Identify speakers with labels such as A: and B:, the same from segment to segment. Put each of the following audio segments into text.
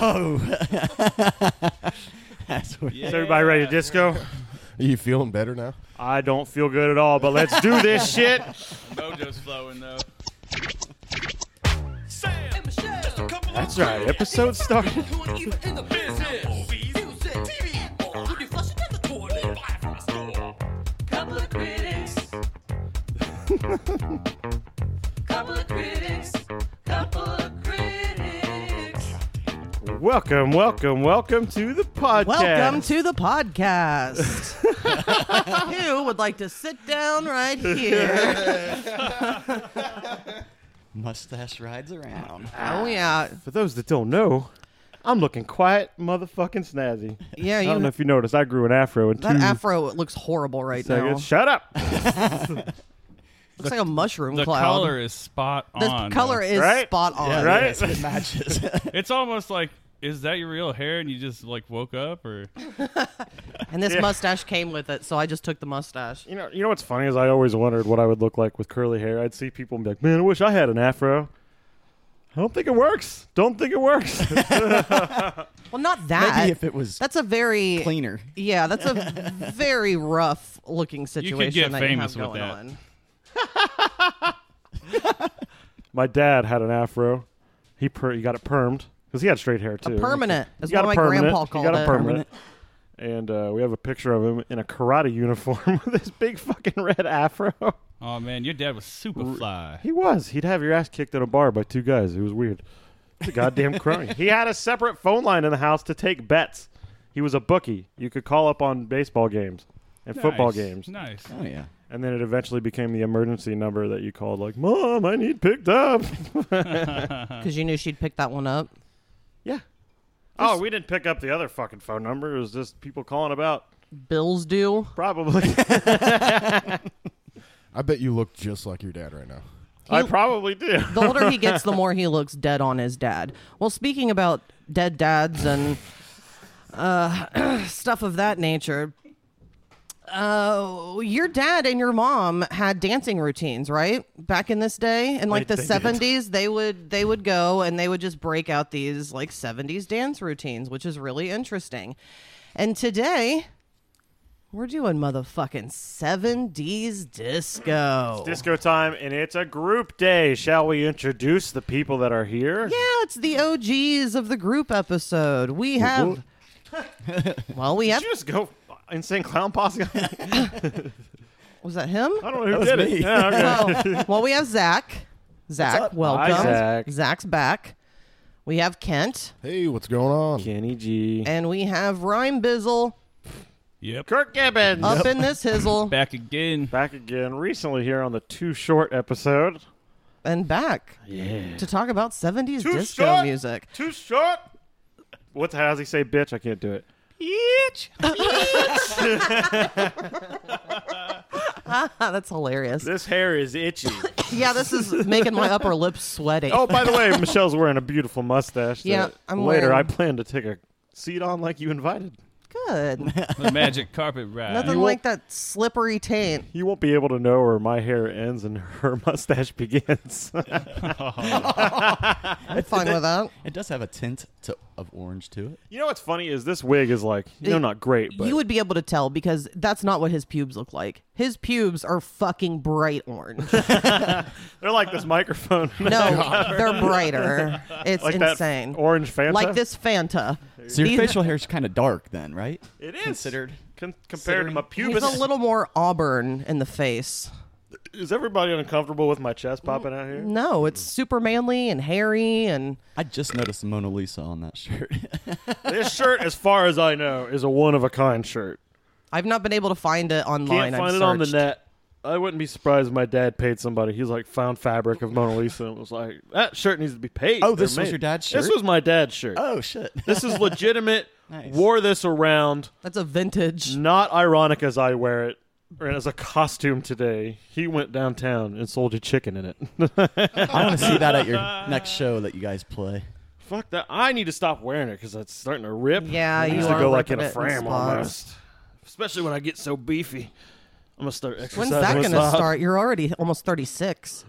A: Oh, that's weird.
B: Is everybody ready to disco?
C: Are you feeling better now?
B: I don't feel good at all, but let's do this shit.
D: Mojo's flowing though.
C: That's right. Episode started.
B: Welcome, welcome, welcome to the podcast.
E: Welcome to the podcast. Who would like to sit down right here?
A: Mustache rides around.
E: Oh yeah,
B: For those that don't know, I'm looking quiet, motherfucking snazzy.
E: yeah.
B: I don't
E: You,
B: know if you noticed, I grew an afro in
E: that
B: two
E: afro it looks horrible right
B: seconds.
E: now.
B: Shut up!
E: looks like a mushroom
D: The
E: cloud.
D: color is spot
E: the
D: on.
E: color
D: though.
E: is
B: Right?
E: spot on.
B: Yeah, right?
A: Yes, it matches.
D: It's almost like, is that your real hair? And you just like woke up, or
E: And this
B: Yeah.
E: mustache came with it, so I just took the mustache.
B: You know, you know what's funny is I always wondered what I would look like with curly hair. I'd see people and be like, "Man, I wish I had an afro." I don't think it works. Don't think it works.
E: Well, not that.
A: Maybe if it was
E: that's a very
A: cleaner.
E: Yeah, that's a very rough looking situation
D: get
E: that
D: famous
E: you
D: with
E: have going
D: that.
E: on.
B: My dad had an afro. He per- he got it permed because he had straight hair too.
E: Permanent,
B: He
E: as
B: got
E: what
B: a
E: my
B: permanent.
E: grandpa
B: He
E: called
B: got a
E: it.
B: permanent. And uh, we have a picture of him in a karate uniform with this big fucking red afro.
D: oh man, your dad was super fly.
B: He was. He'd have your ass kicked at a bar by two guys. It was weird. He's a goddamn crony. he had a separate phone line in the house to take bets. He was a bookie. You could call up on baseball games and football
D: Nice.
B: games.
D: Nice.
A: Oh yeah.
B: And then it eventually became the emergency number that you called, like, Mom, I need picked up.
E: because you knew she'd pick that one up.
B: Yeah. Oh, we didn't pick up the other fucking phone number. It was just people calling about.
E: Bills do.
B: Probably.
C: I bet you look just like your dad right now.
B: I probably do.
E: The older he gets, the more he looks dead on his dad. Well, speaking about dead dads and uh, stuff of that nature, uh, your dad and your mom had dancing routines, right? Back in this day, in like
B: They-
E: the
B: they did.
E: seventies, they would they would go and they would just break out these like seventies dance routines, which is really interesting. And today. We're doing motherfucking 70s disco.
B: Disco time, and it's a group day. Shall we introduce the people that are here?
E: Yeah, it's the OGs of the group episode. We have. well, we have.
B: Did you just go insane clown posse? I
E: Was that him?
B: don't know who
A: That was
B: did it.
A: me.
B: Yeah, okay.
E: Oh, well, we have Zach. Zach, welcome.
B: Hi, Zach.
E: Zach's back. We have Kent,
C: Hey, what's going on?
B: Kenny G.
E: and we have Rhyme Bizzle
D: Yep.
B: Kirk Gibbons.
E: up in this hizzle
D: Back again.
B: Back again recently here on the Too Short episode.
E: and back
B: Yeah.
E: to talk about 70s
B: Too
E: disco
B: short.
E: music.
B: Too short. What's how does he say, bitch? I can't do it.
E: Ah, that's hilarious.
B: This hair is itchy.
E: Yeah, this is making my upper lip sweaty.
B: oh, by the way, Michelle's wearing a beautiful mustache. that
E: Yeah, I'm
B: later.
E: wearing-
B: I plan to take a seat on like you invited.
E: good.
D: The magic carpet ride.
E: Nothing like that slippery taint.
B: You won't be able to know where my hair ends and her mustache begins.
E: I'm fine with that.
A: It does have a tint to, of orange to it.
B: you know what's funny is this wig is like you know not great, but
E: you would be able to tell because that's not what his pubes look like. His pubes are fucking bright orange.
B: they're like this microphone,
E: No, they're brighter. It's
B: like
E: insane.
B: that orange Fanta.
E: like this Fanta.
A: So your
E: These-
A: facial hair is kind of dark then, right?
B: it is
A: Considered.
B: con- compared to my
E: He's
B: pubis.
E: a little more auburn in the face.
B: is everybody uncomfortable with my chest popping out here?
E: No, it's
B: Hmm.
E: super manly and hairy and
A: I just noticed the Mona Lisa on that shirt.
B: this shirt, as far as I know, is a one of a kind shirt.
E: I've not been able to find it online.
B: Can't
E: I've
B: find it on the
E: searched.
B: net. I wouldn't be surprised if my dad paid somebody. He's like found fabric of Mona Lisa and was like, that shirt needs to be paid.
A: Oh,
B: They're
A: this was
B: made."
A: your dad's
B: This
A: shirt?
B: was my dad's shirt.
A: oh shit.
B: This is legitimate.
A: Nice.
B: Wore this around,
E: That's a vintage.
B: not ironic as I wear it, or as a costume today. He went downtown and sold a chicken in it.
A: I want to see that at your next show that you guys play.
B: Fuck that! I need to stop wearing it because it's starting to rip.
E: Yeah,
B: it
E: you
B: needs
E: are
B: to go like in
E: ripping
B: a
E: it in
B: frame
E: spots.
B: almost. Especially when I get so beefy, I'm gonna start exercising.
E: When's that
B: with
E: going to
B: my-
E: start? You're already almost 36.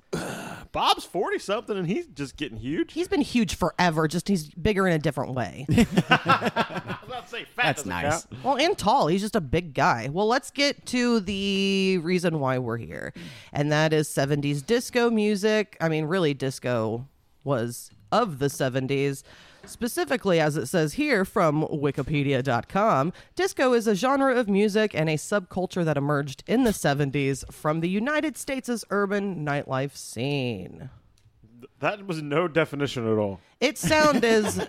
B: Bob's forty something and he's just getting huge.
E: He's been huge forever, just he's bigger in a different way.
B: I was about to say fat
A: That's
B: doesn't
A: nice.
B: count.
E: Well, and tall. He's just a big guy. Well, let's get to the reason why we're here. And that is 70s disco music. I mean, really, disco was of the 70s. Specifically, as it says here from Wikipedia.com, disco is a genre of music and a subculture that emerged in the 70s from the United States' urban nightlife scene.
B: That was no definition at all.
E: Its sound is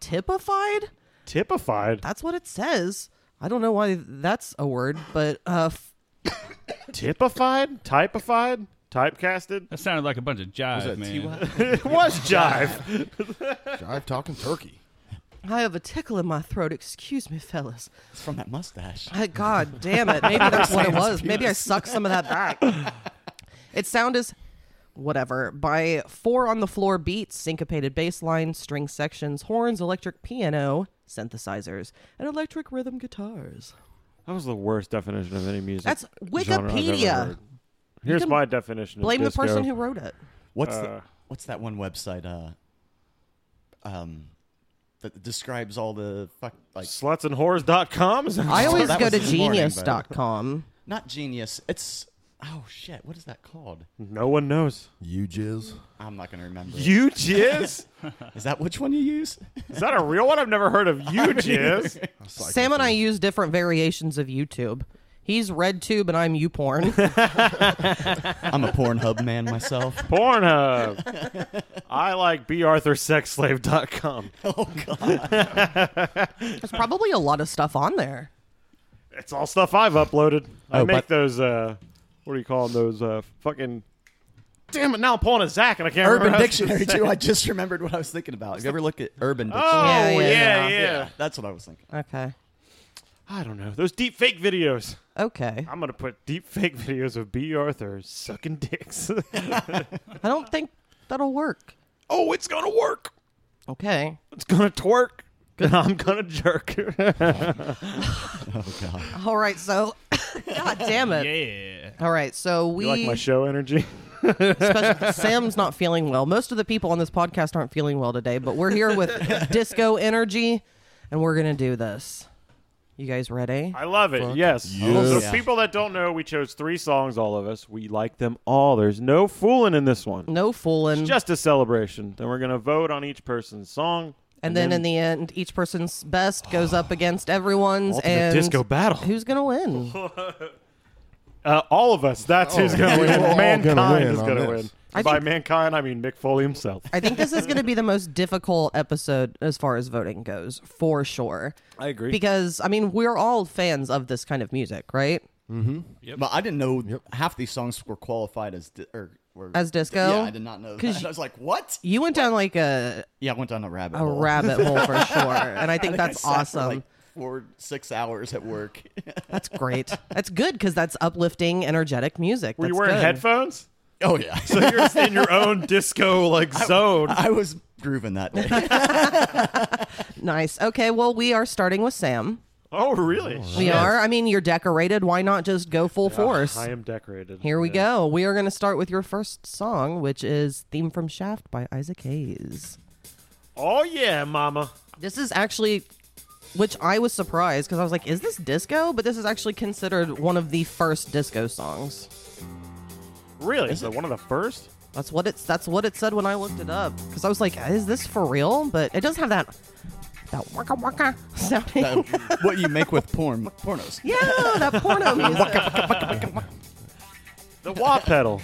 E: typified?
B: Typified.
E: That's what it says. I don't know why that's a word, but uh, f-
B: Typified? Typified? Typecasted?
D: That sounded like a bunch of jive,
A: that
D: man.
A: T-Y?
B: It was jive.
C: Jive talking turkey.
E: I have a tickle in my throat. Excuse me, fellas.
A: It's from that mustache.
E: Uh, God damn it. Maybe that's what it was. Maybe I sucked some of that back. Its sound is whatever by four on the floor beats, syncopated bass lines, string sections, horns, electric piano, synthesizers, and electric rhythm guitars.
B: That was the worst definition of any music.
E: That's
B: genre I've ever
E: Wikipedia.
B: heard. Here's
E: can
B: my definition. of
E: Blame the
B: disco.
E: person who wrote it.
A: What's
B: Uh.
A: the, what's that one website? Uh, um, that describes all the fuck like
B: slutsandhorrors.com. Is that
E: I always
A: that
E: go
A: was
E: to
A: this morning, but-
E: genius.com.
A: not genius. It's oh shit. What is that called?
B: no one knows.
C: You jizz.
A: I'm not gonna remember. it.
B: Hmm. You jizz?
A: Is that which one you use?
B: Is that a real one? I've never heard of you jizz.
E: Sam and I use different variations of YouTube. He's RedTube and I'm YouPorn.
A: I'm a Pornhub man myself.
B: Pornhub. I like barthursexslave.com.
E: There's probably a lot of stuff on there.
B: It's all stuff I've uploaded. I
A: Oh,
B: make
A: but-
B: those. Uh, what do you call them? Those uh, fucking. Damn it! Now I'm pulling a Zach and I can't. remember
A: Urban
B: how to
A: Dictionary
B: say-
A: too. I just remembered what I was thinking about. Have you ever looked at Urban
B: Oh yeah,
A: Dictionary?
E: Yeah,
B: yeah.
E: yeah, yeah.
A: That's what I was thinking.
E: Okay.
B: I don't know those deep fake videos.
E: Okay.
B: I'm gonna put deep fake videos of B. Arthur sucking dicks.
E: I don't think that'll work.
B: oh, it's gonna work.
E: Okay.
B: It's gonna twerk. And I'm gonna jerk.
E: All right. So, God damn it.
D: Yeah.
E: All right. So we.
B: you like my show energy?
E: special- Sam's not feeling well. Most of the people on this podcast aren't feeling well today, but we're here with Disco Energy, and we're gonna do this. You guys ready?
B: I love it. Yes.
C: yes.
B: So
A: Yeah.
B: people that don't know, we chose three songs. All of us. We like them all. There's no fooling in this one.
E: No fooling.
B: Just a celebration. Then we're gonna vote on each person's song.
E: and then, in the end, each person's best goes up against everyone's,
B: Ultimate
E: and
B: disco battle.
E: who's gonna win?
B: Uh, all of us. That's who's going to
C: we're
B: win.
C: all gonna
B: Mankind
C: win
B: is
C: on
B: going to
C: this.
B: win.
E: I
B: By
E: think-
B: mankind, I mean Mick Foley himself.
E: I think this is going to be the most difficult episode as far as voting goes, for sure.
B: I agree.
E: Because, I mean, we're all fans of this kind of music, right?
A: But I didn't know half these songs were qualified as di- or were,
E: As disco?
A: Yeah, I did not know.
E: 'Cause
A: That.
E: you-
A: I was like, what?
E: You went down like a,
A: Yeah, I went down a rabbit
E: a
A: hole.
E: rabbit hole for sure. And I think that's
A: I sat for,
E: awesome.
A: Like four six hours at work.
E: That's great. That's good because that's uplifting, energetic music.
B: Were you
E: That's
B: wearing
E: good.
B: headphones?
A: oh yeah,
B: So you're in your own disco like zone.
A: I was grooving that day.
E: Nice. Okay, well, we are starting with Sam.
B: oh, really?
E: We are. I mean, you're decorated. Why not just go full force?
B: I am decorated.
E: Here we
B: Yeah.
E: go. We are going to start with your first song, which is Theme from Shaft by Isaac Hayes.
B: Oh, yeah, mama.
E: This is actually, which I was surprised because I was like, is this disco? But this is actually considered one of the first disco songs.
B: Really? Is that one of the first?
E: That's what it's. That's what it said when I looked it up because I was like, is this for real? But it doesn't have that that waka waka sounding.
A: what you make with porn pornos?
E: yeah, that porno music.
B: The wah pedal.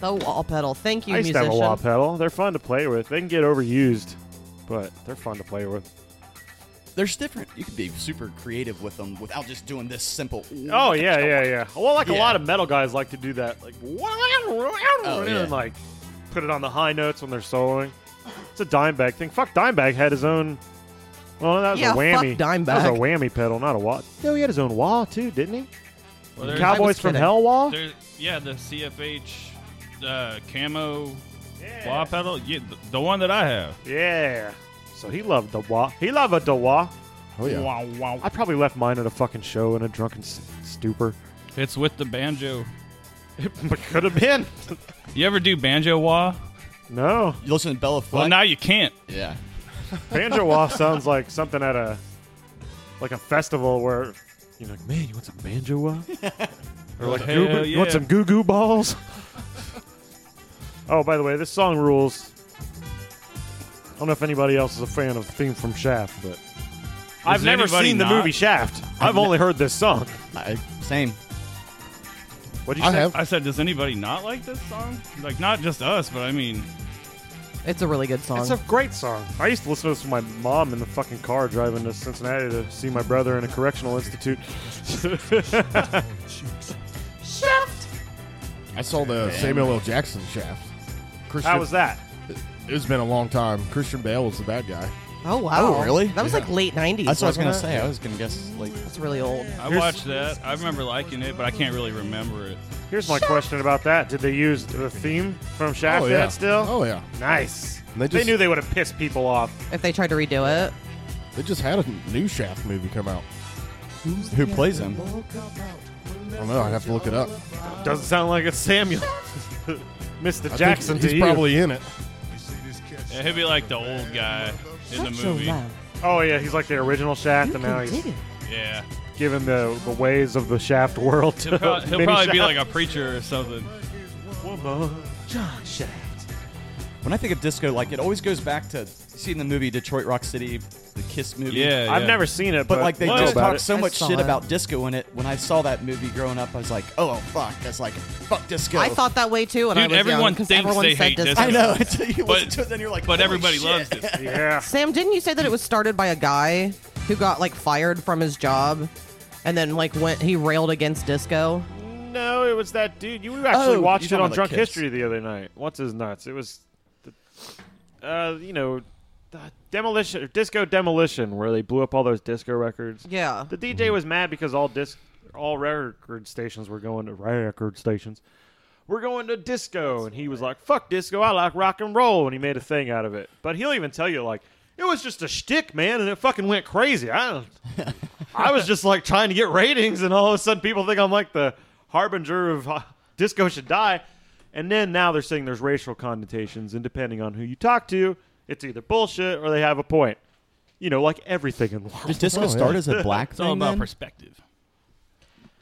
E: the wall pedal. Thank you,
B: I used
E: musician.
B: to have a wah pedal. They're fun to play with. They can get overused, but they're fun to play with.
A: There's different. You could be super creative with them without just doing this simple.
B: Oh, yeah, yeah, yeah. Oh, Well, like a
A: Yeah.
B: lot of metal guys like to do that. Like, and
A: yeah.
B: like put it on the high notes when they're soloing. It's a Dimebag thing. Fuck, Dimebag had his own. Well, that was
E: Yeah,
B: a
E: fuck
B: whammy. That
E: Dimebag.
B: was a whammy pedal, not a wah. No, he had his own wah too, didn't he?
D: Well, there's-
E: I
B: Cowboys
E: was
B: from
E: kidding.
B: Hell wah.
D: There, yeah, the CFH uh, camo wah pedal. Yeah, th- the, one that I have.
B: Yeah. So he loved the wah. He loved the wah.
C: Oh yeah.
D: Wah, wah.
B: I probably left mine at a fucking show in a drunken s- stupor.
D: It's with the banjo.
B: but could have been.
D: You ever do banjo wah?
B: No,
A: You listen to Bella
D: Well,
A: Fleck.
D: now you can't.
A: yeah.
B: banjo wah sounds like something at a like a festival where you're like, man, you want some banjo wah? or like,
D: Hell
B: goo goo- you want
D: yeah.
B: some goo goo balls? oh, by the way, this song rules. I don't know if anybody else is a fan of the theme from Shaft, but I've never
D: anybody
B: seen
D: not?
B: the movie Shaft. I've only heard this song.
A: I, same.
B: What do you
C: I
B: say?
C: have.
D: I said, does anybody not like this song? Like, not just us, but I mean,
E: It's a really good song.
B: It's a great song. I used to listen to this with my mom in the fucking car driving to Cincinnati to see my brother in a correctional institute.
C: I saw the Samuel L. Jackson shaft. Christian,
B: How was that?
C: It's been a long time. Christian Bale was the bad guy.
E: oh wow,
A: Oh, really?
E: That was like late '90s.
A: That's what I was gonna
E: wasn't it?
A: say. I was gonna guess like
E: It's really old.
D: I
B: Here's-
D: watched that. I remember liking it, but I can't really remember it.
B: Here's my question about that. Did they use the theme from Shaft
C: oh
B: in
C: yeah.
B: it still?
C: Oh yeah.
B: Nice.
C: And they
B: They
C: just-
B: knew they would have pissed people off.
E: If they tried to redo it,
C: They just had a new Shaft movie come out.
A: who plays him.
C: I don't know. I'd have to look it up.
B: Doesn't sound like it's Samuel. Mr.
C: I
B: Jackson
C: think
B: to
C: he's
B: you.
C: probably in it.
D: Yeah, he'd be like the old guy in the movie.
B: Oh yeah, he's like the original Shaft and now he's
D: Yeah.
B: given the, the ways of the Shaft world.
D: He'll, pro-
B: to
D: he'll
B: mini
D: probably be
B: Shaft.
D: like a preacher or something.
B: Woman.
A: When I think of disco, like it always goes back to you see in the movie Detroit Rock City, the Kiss movie.
D: Yeah.
B: I've
D: yeah.
B: never seen it,
A: But like they
B: I know
A: just
B: about
A: talk
B: it.
A: so
E: I
A: much
E: saw
A: shit
E: it.
A: about disco in it. When I saw that movie growing up, I was like, oh fuck, that's like fuck disco.
E: I thought that way too when I
D: Dude,
E: was
D: everyone
E: young because
D: thinks
E: everyone
D: they
E: said
D: hate
E: disco.
D: disco.
A: I know. Until you
D: But-
A: listen to it, then you're like,
D: But
A: holy
D: everybody
A: shit.
D: loves it.
B: Yeah.
E: Sam, didn't you say that it was started by a guy who got like fired from his job and then like went he railed against disco?
B: No, it was that dude. You actually
A: Oh,
B: watched
A: you're
B: it
A: talking
B: on
A: about
B: Drunk
A: Kiss.
B: History the other night. What's his nuts? It was, the, uh, you know, the demolition or disco demolition, where they blew up all those disco records.
E: Yeah.
B: The DJ was mad because all disc, all record stations were going to record stations. We're going to disco, and he was like, "Fuck disco! I like rock and roll," and he made a thing out of it. But he'll even tell you like. It was just a shtick, man, and it fucking went crazy. I don't, I was just like trying to get ratings, and all of a sudden people think I'm like the harbinger of uh, disco should die. And then now they're saying there's racial connotations, and depending on who you talk to, it's either bullshit or they have a point. You know, like everything in the world.
A: Did disco
C: Oh, yeah.
A: start as a black
D: It's all
A: thing?
D: about
A: then?
D: perspective.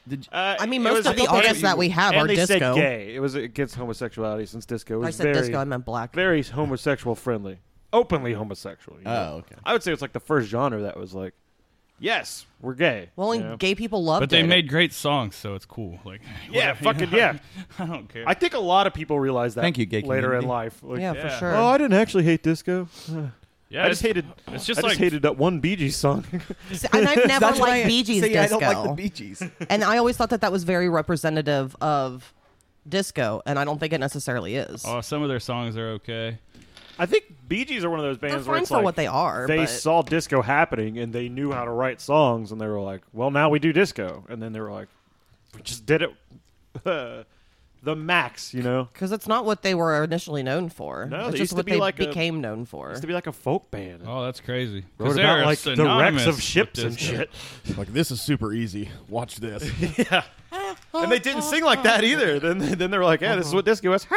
A: Did-
B: Uh,
E: I mean,
B: it
E: most
B: was
E: of the
B: against-
E: artists that we have
B: and
E: are
B: they
E: disco.
B: Said gay. It was against homosexuality since disco was
E: I said
B: very,
E: disco, I meant black.
B: very homosexual friendly, openly homosexual. you know?
A: oh, okay.
B: I would say it's like the first genre that was like, yes, we're gay.
E: well,
B: you
E: and
B: know?
E: gay people loved
D: But they
E: it.
D: made great songs, so it's cool. Like,
B: Yeah,
D: whatever,
B: fucking
D: you know?
B: yeah.
D: I don't care.
B: I think a lot of people realize that.
A: Thank you, gay
B: Later
A: community.
B: in life, Like,
E: yeah, for
D: Yeah.
E: sure.
B: Oh, I didn't actually hate disco.
D: yeah,
B: I
D: it's-
B: just hated.
D: It's just
B: I
D: like
B: just hated that one Bee Gees song.
E: and I've never
A: That's why
E: liked
A: I-
E: Bee Gees
A: see,
E: disco.
A: I don't like the Bee Gees.
E: and I always thought that that was very representative of disco, and I don't think it necessarily is.
D: Oh, some of their songs are okay.
B: I think Bee Gees are one of those bands
E: They're
B: where
E: fine
B: it's
E: for
B: like
E: what they are.
B: they
E: but
B: saw disco happening and they knew how to write songs and they were like, well, now we do disco, and then they were like, we just did it, the max, you know.
E: because it's not what they were initially known for.
B: No,
E: it's
B: they
E: just
B: used to
E: what
B: be
E: they
B: like a-
E: became known for.
B: Used to be like a folk band.
D: Oh, that's crazy. 'Cause
B: Wrote
D: they
B: about
D: are
B: like the
D: synonymous
B: wrecks of
D: with
B: ships and
D: disco.
B: shit.
C: Like this is super easy. Watch this.
B: and they didn't sing like that either. Then then they were like, yeah, this is
E: Uh-huh.
B: what disco is.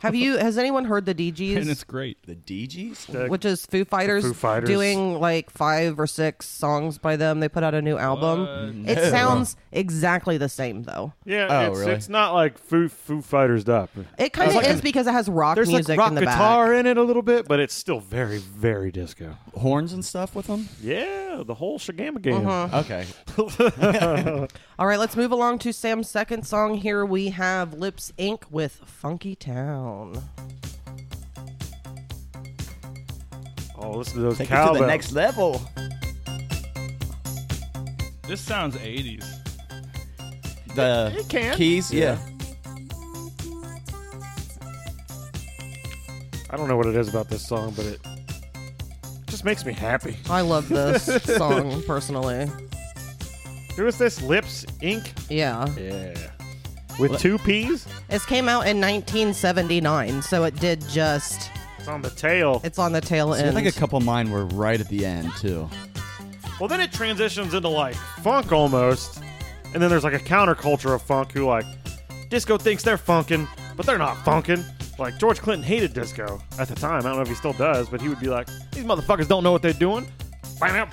E: Have you? Has anyone heard the DGs?
D: And it's great.
A: The DGs?
E: which is Foo Fighters,
B: Foo Fighters.
E: doing like five or six songs by them. They put out a new album. It sounds exactly the same though.
B: Yeah,
A: Oh,
B: it's,
A: really?
B: it's not like Foo Foo Fighters up.
E: It kind of
B: like
E: is
B: a-
E: because it has rock
B: There's
E: music
B: like rock
E: in the
B: guitar
E: back.
B: in it a little bit, but it's still very very disco.
A: Horns and stuff with them?
B: Yeah, the whole shagamagam.
E: Mm-hmm.
A: Okay.
E: Uh-huh. All right, let's move along to Sam's second song. Here we have Lips Inc. with Funky Town.
B: Oh, listen to those
A: Take it
B: cowbells.
A: to the next level.
D: This sounds 80s.
A: The keys, yeah.
B: I don't know what it is about this song, but it just makes me happy.
E: I love this song personally.
B: Who is this? Lips Inc.
E: Yeah,
B: Yeah, with two P's.
E: this came out in 1979, so it did just.
B: It's on the tail.
E: It's on the tail
A: I
E: end.
A: think a couple of mine were right at the end too.
B: Well, then it transitions into like funk almost, And then there's like a counterculture of funk who like disco thinks they're funkin', but they're not funkin'. Like George Clinton hated disco at the time. I don't know if he still does, but he would be like, "These motherfuckers don't know what they're doing."
D: I
B: I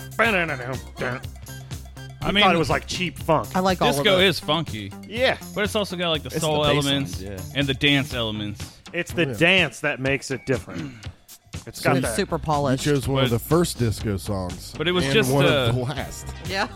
D: mean,
B: mean, thought it was like cheap funk.
E: I like all
D: disco
E: of it.
D: is funky,
B: Yeah,
D: but it's also got like the
A: the
D: soul
A: bass
D: elements
A: lines, yeah.
D: and the dance elements.
B: it's the dance that makes it different. It's got
E: It's
B: that.
E: super
C: You
E: polished.
C: chose one of
D: But-
C: the first disco songs,
D: But it was
C: and
D: just,
C: one
D: uh,
C: of the last.
E: Yeah.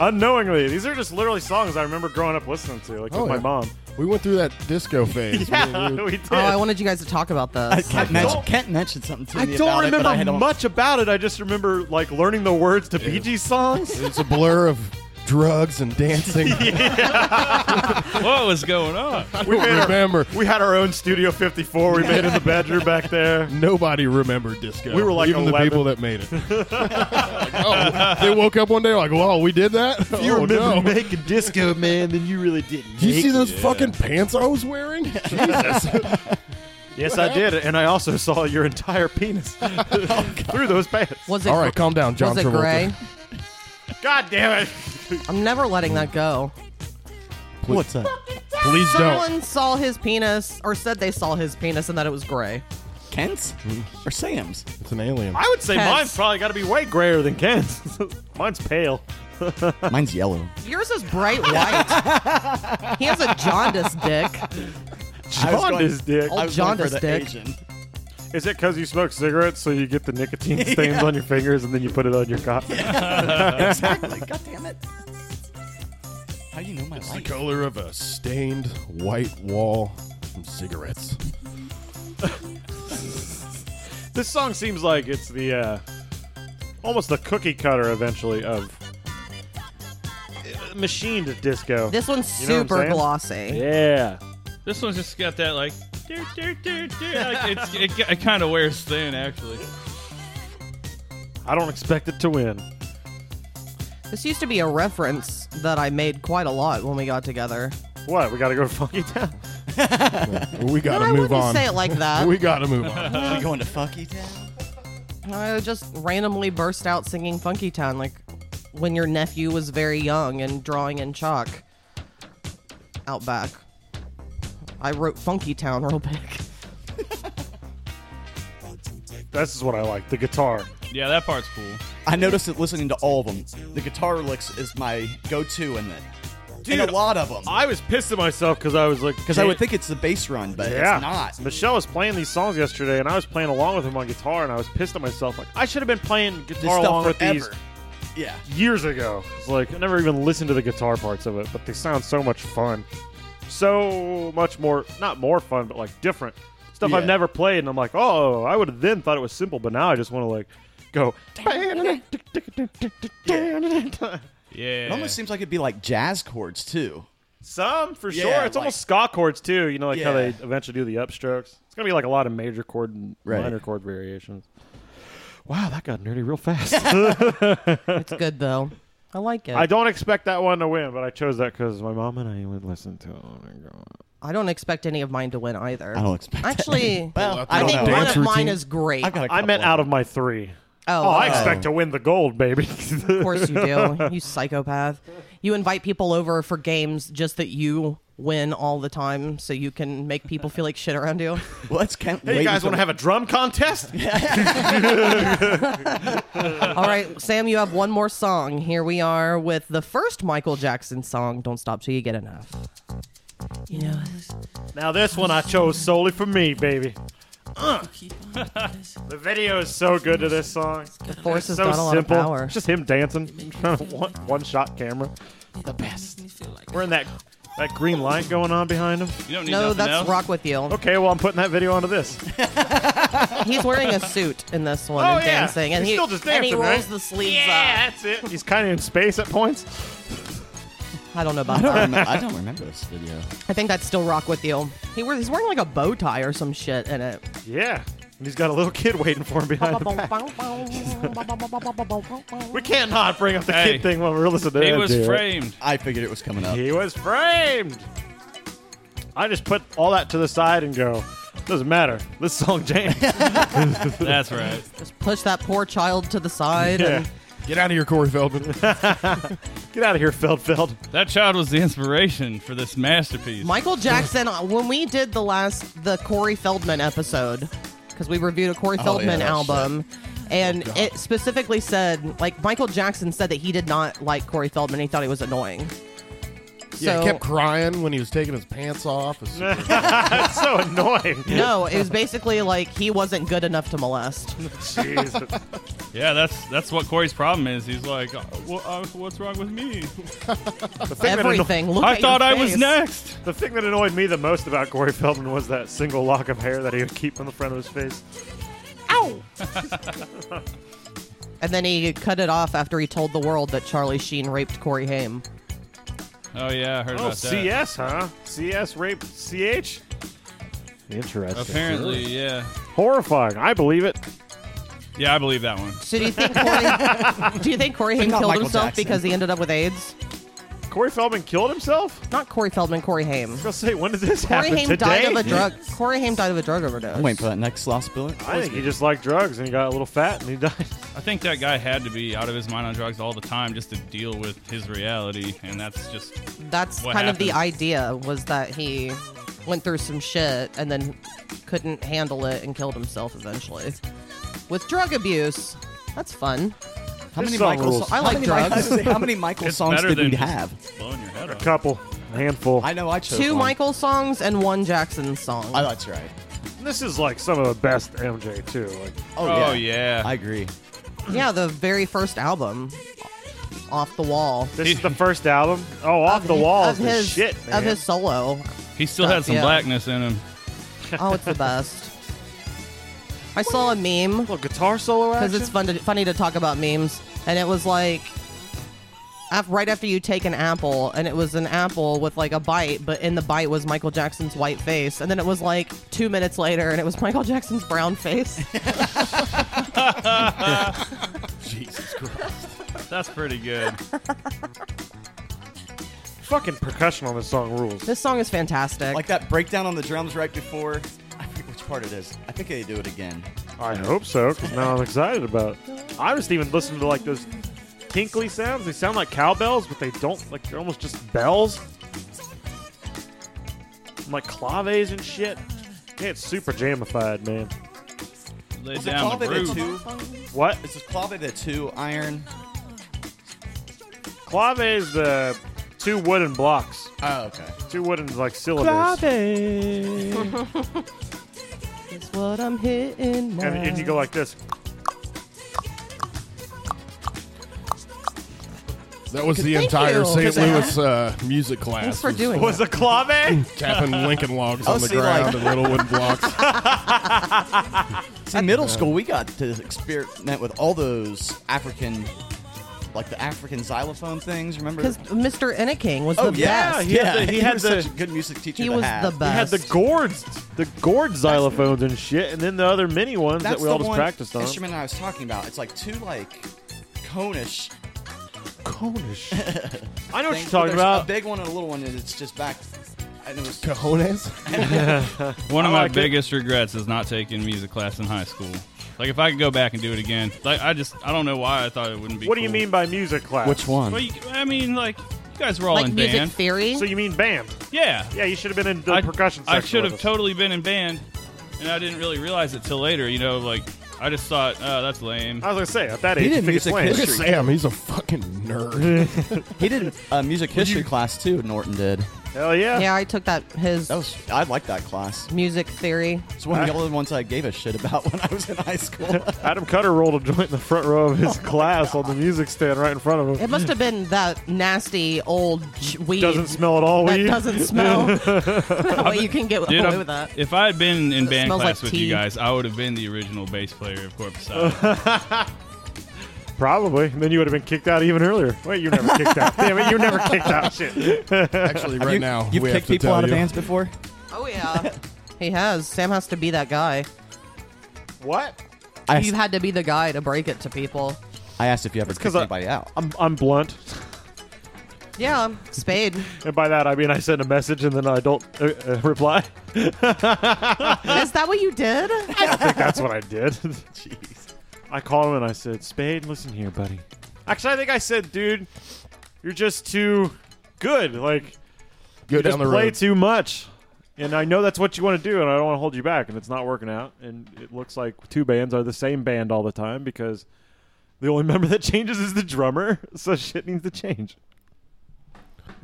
B: Unknowingly, these are just literally songs I remember growing up listening to, like
C: Oh,
B: with my
C: yeah.
B: mom.
C: We went through that disco phase.
B: Yeah,
C: We- we-
B: we did.
E: oh, I wanted you guys to talk about this.
A: Kent, mentioned,
B: don't-
A: Kent mentioned something to
B: I
A: me
B: don't
A: about it, but
B: remember
A: I don't-
B: much about it. I just remember like learning the words to Bee Gees songs.
C: it's a blur of drugs and dancing.
D: what was going on?
B: we made our-
C: remember.
B: we had our own Studio 54. We made in the bedroom back there.
C: Nobody remembered disco.
B: We were like
C: even the
B: 11.
C: people that made it. Like, oh, they woke up one day like, "Wow, we did that." oh, no.
B: making disco, man, then you really didn't.
C: Did you see those fucking pants I was wearing? Jesus.
B: Yes, I did, and I also saw your entire penis through those pants.
E: Was it?
C: All right, calm down, John
E: was it
C: Travolta.
E: gray?
B: God damn it!
E: I'm never letting that go.
A: What's up?
C: Please
E: Someone
C: don't.
E: saw his penis, or said they saw his penis, and that it was gray.
A: Kent's or Sam's?
C: It's an alien.
B: I would say
E: Pants.
B: mine's probably got to be way grayer than Ken's. mine's pale.
A: Mine's yellow.
E: Yours is bright white. he has a jaundice dick.
A: I was
B: John is dick.
E: Oh.
A: I was going for
E: Jaundice
A: the
E: dick.
A: Asian.
B: Is it because you smoke cigarettes so you get the nicotine stains on your fingers and then you put it on your cock?
A: exactly. God damn it. How do you know my
C: It's the
A: life?
C: color of a stained white wall from cigarettes.
B: This song seems like it's the uh, almost the cookie cutter eventually of uh, machined disco.
E: This one's
B: You know what I'm
E: super
B: saying?
E: glossy.
B: yeah,
D: This one's just got that like, "Doo, doo, doo, doo," like, it's, it, it kind of wears thin actually.
B: I don't expect it to win.
E: This used to be a reference that I made quite a lot when we got together.
B: What? We got to go to Funky Town.
C: We gotta
E: I
C: move
E: wouldn't
C: on.
E: say it like that.
C: we gotta move on.
A: we going to Funky Town?
E: I would just randomly burst out singing Funky Town, like when your nephew was very young and drawing in chalk out back. I wrote Funky Town real big.
B: This is what I like. The guitar.
D: Yeah, that part's cool.
A: I noticed it listening to all of them. The guitar licks is my go-to in it. and a lot of them.
B: I was pissed at myself because I was like,
A: Because I would think it's the bass run, but
B: Yeah.
A: it's not.
B: Michelle was playing these songs yesterday, and I was playing along with him on guitar, and I was pissed at myself. Like I should have been playing
A: This
B: guitar along with
A: stuff
B: these
A: forever. Yeah.
B: years ago. It's like I never even listened to the guitar parts of it, but they sound so much fun. So much more, not more fun, but like different stuff I've
A: Yeah.
B: never played. And I'm like, oh, I would have then thought it was simple, but now I just want to like go.
A: It
D: Yeah.
A: almost seems like it'd be like jazz chords too.
B: Some for
A: Yeah,
B: sure. It's
A: like-
B: almost ska chords too. You know, like how they
A: Yeah.
B: eventually do the upstrokes. It's gonna be like a lot of major chord and
A: Right.
B: minor chord variations. Wow, that got nerdy real fast.
E: It's good though. I like it.
B: I
E: I,
B: don't expect that one to win, but I chose that because my mom and I would listen to it. Oh my god.
E: don't expect any of mine to win either.
A: I don't expect that.
E: Actually,
A: Well,
E: I,
A: I don't
E: think
A: know.
E: one
C: Dance
E: of mine
C: routine?
E: is great.
A: I've got a
B: I meant
A: couple
B: out of my three.
E: oh,
B: Oh, I
E: okay.
B: expect to win the gold, baby.
E: Of course you do. You psychopath. You invite people over for games just that you win all the time so you can make people feel like shit around you.
A: Well, that's Kent.
B: hey, you guys want to have a drum contest?
E: All right, Sam, you have one more song. Here we are with the first Michael Jackson song, Don't Stop Till You Get Enough. You know,
B: Now this one I chose solely for me, baby.
E: Uh.
B: the video is so good to this song.
E: the force has
B: so
E: got a lot
B: simple.
E: of power.
B: It's just him dancing, one, one shot camera.
A: the best?
B: We're in that that green light going on behind him.
D: you don't need
E: No,
D: nothing
E: that's
D: else.
E: Rock With You.
B: Okay, well I'm putting that video onto this.
E: He's wearing a suit in this one
B: Oh,
E: and
B: yeah.
E: dancing. And
B: He's
E: he,
B: still just
E: and he
B: dancing,
E: rolls
B: right?
E: the sleeves
B: that's it. He's kind of in space at points.
E: up. I don't know
A: I
E: about
A: don't,
E: that.
A: remember, I don't remember this video.
E: I think that's still Rock With You. He wears, he's wearing like a bow tie or some shit in it.
B: Yeah, and he's got a little kid waiting for him behind the back. We can't not bring up the
D: Hey.
B: kid thing while we're listening to
D: He
B: him
D: was
B: do it.
D: framed.
A: I figured it was coming up.
B: He was framed. I just put all that to the side and go. Doesn't matter. This song jams.
D: That's right.
E: Just push that poor child to the side
B: Yeah.
E: and
C: Get out of here, Corey Feldman.
B: Get out of here, Feldfeld.
D: That child was the inspiration for this masterpiece.
E: Michael Jackson, uh, when we did the last, the Corey Feldman episode, because we reviewed a Corey Feldman
A: that
E: album, and it specifically said, like, Michael Jackson said that he did not like Corey Feldman. He thought he was annoying.
C: yeah,
E: so,
C: he kept crying when he was taking his pants off. It's super-
B: That's so annoying.
E: no, it was basically like he wasn't good enough to molest.
B: Jesus.
D: Yeah, that's that's what Corey's problem is. He's like, "Uh, wha- uh, what's wrong with me?
B: that anno-
E: Everything. Look
D: I
E: at your
D: thought I was
E: face.
D: next.
B: The thing that annoyed me the most about Corey Feldman was that single lock of hair that he would keep on the front of his face.
E: Ow! and then he cut it off after he told the world that Charlie Sheen raped Corey Haim.
D: Oh yeah, I heard
B: Oh,
D: about that.
B: CS, huh? CS raped CH? Interesting.
D: Apparently, yeah.
B: Horrifying. I believe it.
D: Yeah, I believe that one.
E: So do you think Corey? do you think Corey Haim
A: not
E: killed
A: Michael
E: himself
A: Jackson.
E: because he ended up with AIDS?
B: Corey Feldman killed himself? I
E: Not Corey Feldman, Corey Haim.
B: was going to say, when did this
E: Corey
B: happen?
E: Haim
B: Today?
E: died of a drug. Corey Haim died of a drug overdose.
A: I'm waiting for that next lost bullet.
B: I think he just liked drugs and he got a little fat and he died.
D: I think that guy had to be out of his mind on drugs all the time just to deal with his reality, and that's just
E: That's
D: What
E: kind of the
D: happened?
E: idea was that he went through some shit and then couldn't handle it and killed himself eventually with drug abuse. That's fun.
A: How
B: This
A: many
B: song
A: Michael?
B: rules.
A: so-
E: I
A: how
E: like
A: many
E: drugs.
A: Michael- How many Michael
D: It's
A: songs
D: better
A: did
D: than
A: we
D: just
A: have?
D: blowing your head off.
B: Couple, a handful.
A: I know I chose
E: Two
A: one.
E: Michael songs and one Jackson song.
A: Oh, that's right.
B: This is like some of the best MJ too. Like
A: Oh,
D: Oh, yeah.
A: yeah. I agree.
E: yeah, the very first album, Off the Wall.
B: this is the first album. Oh, off the
E: Of hi-
B: wall
E: of his
B: shit. Man.
E: of his solo.
D: He still had some
E: Yeah.
D: blackness in him.
E: Oh, it's the best. I saw a meme
B: little guitar solo
E: because
B: action.
E: it's fun to, funny to talk about memes, and it was like af- right after you take an apple, and it was an apple with like a bite, but in the bite was Michael Jackson's white face, and then it was like two minutes later, and it was Michael Jackson's brown face.
A: Jesus Christ.
D: That's pretty good.
B: Fucking percussion on this song rules.
E: this song is fantastic.
A: like that breakdown on the drums right before. I forget which part it is. I think they do it again.
B: I hope so, because now I'm excited about it. I just even listened to like those tinkly sounds. They sound like cowbells, but they don't. Like they're almost just bells. I'm like claves and shit. Yeah, it's super jamified, man.
D: Lay
A: Is it
D: down the
A: clave
D: groove.
A: the two?
B: What?
A: Is it clave the two iron?
B: Clave is the two wooden blocks.
A: Oh, okay.
B: Two wooden like syllables.
E: It's what I'm hitting.
B: And, and you go like this.
C: That was the
E: Thank
C: entire
E: you
C: St.
E: for that.
C: Louis uh, music class.
E: Thanks for
C: was
E: doing
B: Was
E: that.
B: a clave?
C: Tapping Lincoln logs
A: Oh,
C: on the
A: see,
C: ground
A: like-
C: and little wooden blocks.
A: In middle school, we got to experiment with all those African, like the African xylophone things. Remember?
E: Because Mr. Enneking was
A: oh
E: the
A: yeah,
E: best.
A: he had,
B: Yeah,
A: the,
B: he
A: he
B: had
A: was
B: the-
A: such a good music teacher.
E: He
A: to
E: was
A: have.
E: the best.
B: We had the gourds, the gourd xylophones and shit, and then the other mini ones
A: That's
B: that we all
A: the
B: just
A: one
B: practiced on.
A: instrument I was talking about. It's like two like conish
B: Conish. I know what you're
A: things, but
B: talking
A: there's
B: about.
A: A big one and a little one, and it's just back. And it was
C: Cojones?
D: One of
B: I
D: my
B: like it.
D: biggest regrets is not taking music class in high school. Like if I could go back and do it again, like I just I don't know why I thought it wouldn't be.
B: what do you
D: cool.
B: mean by music class?
A: one?
D: Well, you, I mean, like you guys were all
E: like
D: in
E: music
D: band.
E: theory.
B: So you mean band?
D: yeah,
B: Yeah, you should have been in the
D: I,
B: percussion section.
D: I should
B: with
D: have
B: us.
D: totally been in band, and I didn't really realize it till later. You know, like I just thought, oh, that's lame.
B: I was gonna say at that
A: He
B: age, you
A: did
B: think it's
A: music
B: lame.
A: history.
C: Look at Sam. He's a fucking nerd.
A: he did a music history class too. Norton did.
B: Hell yeah.
E: yeah, I took that his
A: That was I liked that class.
E: music theory.
A: It's one of the only ones I gave a shit about when I was in high school.
B: Adam Cutter rolled a joint in the front row of his class on the music stand right in front of him.
E: It must have been that nasty old ch- weed
B: Doesn't smell at all.
E: that
B: weed.
E: doesn't smell. Well, you can get
D: Dude,
E: away
D: I'm-
E: with that.
D: if I had been in
E: It
D: band
E: smells
D: class
E: like
D: with
E: tea.
D: you guys, I would have been the original bass player of Corpus Side.
B: Probably. And then you would have been kicked out even earlier. Wait, you were never kicked out. Damn it, you were never kicked out. Shit.
C: Actually, right
A: you,
C: now,
A: you've
C: we have
A: kicked
C: to
A: people
C: tell
A: out of
C: you.
A: bands before.
E: Oh yeah, he has. Sam has to be that guy.
B: What?
A: I
E: You
A: asked,
E: had to be the guy to break it to people.
A: I asked if you ever
B: 'cause
A: kicked
B: I-
A: anybody out.
B: I'm I'm blunt.
E: Yeah, Spade.
B: And by that, I mean I send a message and then I don't uh, uh, reply.
E: Is that what you did?
B: I think that's what I did. Jeez. I called him and I said, Spade, listen here, buddy. Actually, I think I said, dude, you're just too good. Like,
C: Go
B: you just
C: down the
B: play
C: road.
B: too much. And I know that's what you want to do, and I don't want to hold you back, and it's not working out. And it looks like two bands are the same band all the time because the only member that changes is the drummer, so shit needs to change.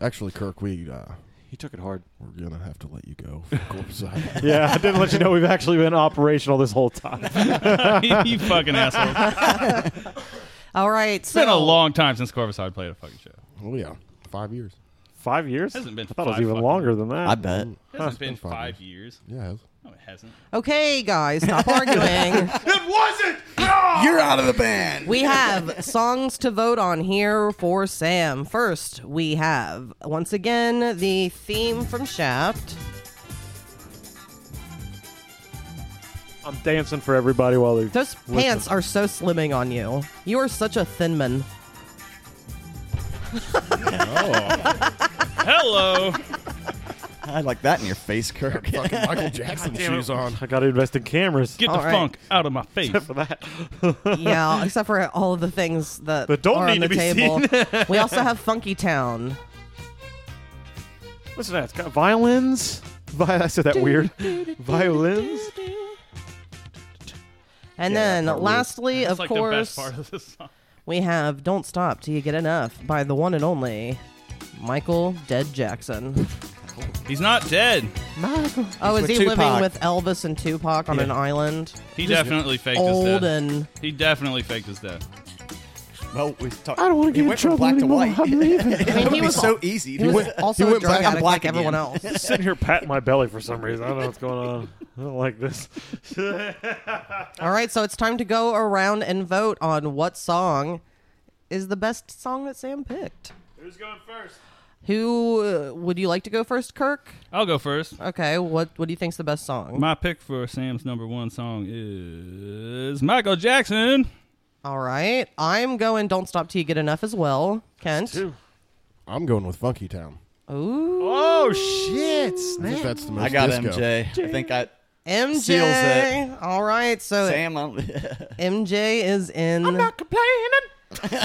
C: Actually, Kirk, we uh,
B: He took it hard.
C: we're gonna have to let you go. for Corpse Island.
B: Yeah, I didn't let you know we've actually been operational this whole time.
D: you fucking asshole. It's
E: All right. so
D: been a long time since Corvus High played a fucking show.
C: Oh yeah, five years.
B: Five years?
D: Hasn't been
B: I thought it was
D: five
B: even
D: fucking-
B: longer than that.
A: I bet.
D: It hasn't been
C: five
D: five years.
C: Mm. Yeah, it has.
D: No, it hasn't.
E: Okay, guys, stop arguing.
D: It wasn't.
A: You're out of the band.
E: We have songs to vote on here for Sam. First, we have once again the theme from Shaft.
B: I'm dancing for everybody while they.
E: Those pants are so slimming on you. You are such a thin man.
C: Oh,
D: Hello.
A: I like that in your face, Kirk.
C: Fucking Michael Jackson shoes on.
B: I got to invest in cameras.
D: Get
E: All
D: the
E: right.
D: funk out of my face.
B: for that.
E: Yeah, except for all of the things that
B: That don't
E: are
B: need
E: on the
B: to be
E: table. we also have Funky Town.
B: Listen to that. It's got violins. Vi- I said that weird. Violins.
E: And then lastly,
D: That's
E: of
D: like the
E: course,
D: best part of this song.
E: we have Don't Stop Till You Get Enough by the one and only Michael Dead Jackson.
D: He's not dead.
E: Oh,
A: He's
E: is
A: with
E: he living
A: Tupac.
E: with Elvis and Tupac on an island?
D: He definitely faked his
E: Old
D: death.
E: and
D: He definitely faked his death.
A: Well, we talked.
B: I don't want to get
A: he
B: in
A: went from
B: trouble
A: black to
B: anymore.
A: white.
B: I'm leaving.
A: It
E: mean,
A: would
E: he
A: be
E: was
A: so
E: al-
A: easy.
E: he was also
C: he
E: a
C: went
E: drug
C: back on
E: addict
A: black
E: like everyone
A: again.
E: else.
B: sitting here patting my belly for some reason. I don't know what's going on. I don't like this.
E: All right, so it's time to go around and vote on what song is the best song that Sam picked.
B: Who's going first?
E: Who uh, would you like to go first, Kirk?
D: I'll go first.
E: Okay, what what do you think's the best song?
D: My pick for Sam's number one song is Michael Jackson.
E: All right, I'm going. Don't stop till you get enough as well, Kent.
B: Two.
C: I'm going with Funky Town.
E: Ooh,
B: Oh shit!
C: I think that's the most
A: I got
C: disco.
A: MJ. I think I.
E: MJ.
A: Seals it.
E: All right, so
A: Sam, I'm,
E: MJ is in.
B: complaining.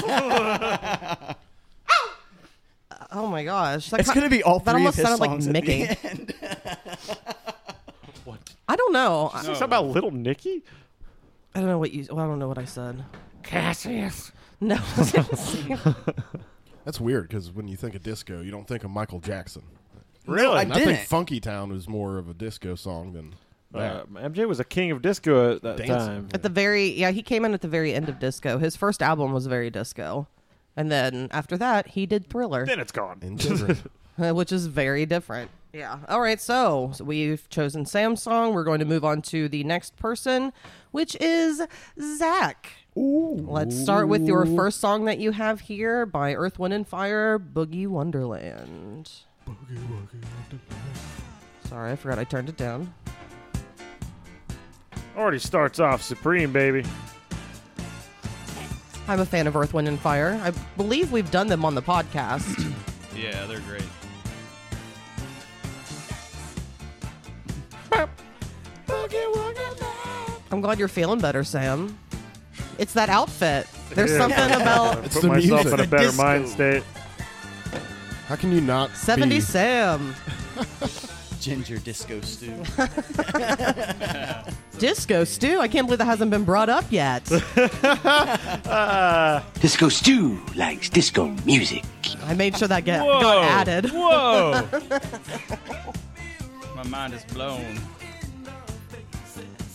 E: oh my gosh, that
A: it's
E: ki-
A: going to be all
E: that
A: three of
E: almost
A: his
E: sounded
A: songs
E: like
A: at the
E: Mickey.
A: end.
E: I don't know. I,
B: Something about Little Nicky.
E: I don't know what you. Well, I don't know what I said.
B: Cassius.
E: No.
C: That's weird because when you think of disco, you don't think of Michael Jackson.
A: I
B: Really?
C: And I
A: didn't.
C: think Funky Town was more of a disco song than
B: Uh,
C: that.
B: MJ was a king of disco at that
C: Dancing.
B: time.
E: at the very yeah he came in at the very end of disco his first album was very disco and then after that he did thriller
B: Then it's gone.
C: And children.
E: uh, which is very different yeah all right so, so we've chosen sam's song we're going to move on to the next person which is zach let's start with your first song that you have here by earth wind and fire boogie wonderland sorry i forgot i turned it down
B: Already starts off supreme, baby.
E: i'm a fan of earth wind and fire i believe we've done them on the podcast
D: Yeah, they're great.
E: I'm glad you're feeling better, Sam. It's that outfit. There's
B: Yeah.
E: something about
B: Put
C: the
B: myself
C: music.
B: in a
A: The
B: better
A: disco.
B: mind state.
C: How can you not?
E: 70
C: be-
E: Sam.
A: Ginger Disco Stew.
E: Disco Stew. I can't believe that hasn't been brought up yet.
F: Disco Stew likes disco music.
E: I made sure that get,
D: Whoa.
E: got added.
D: Whoa. My mind is blown.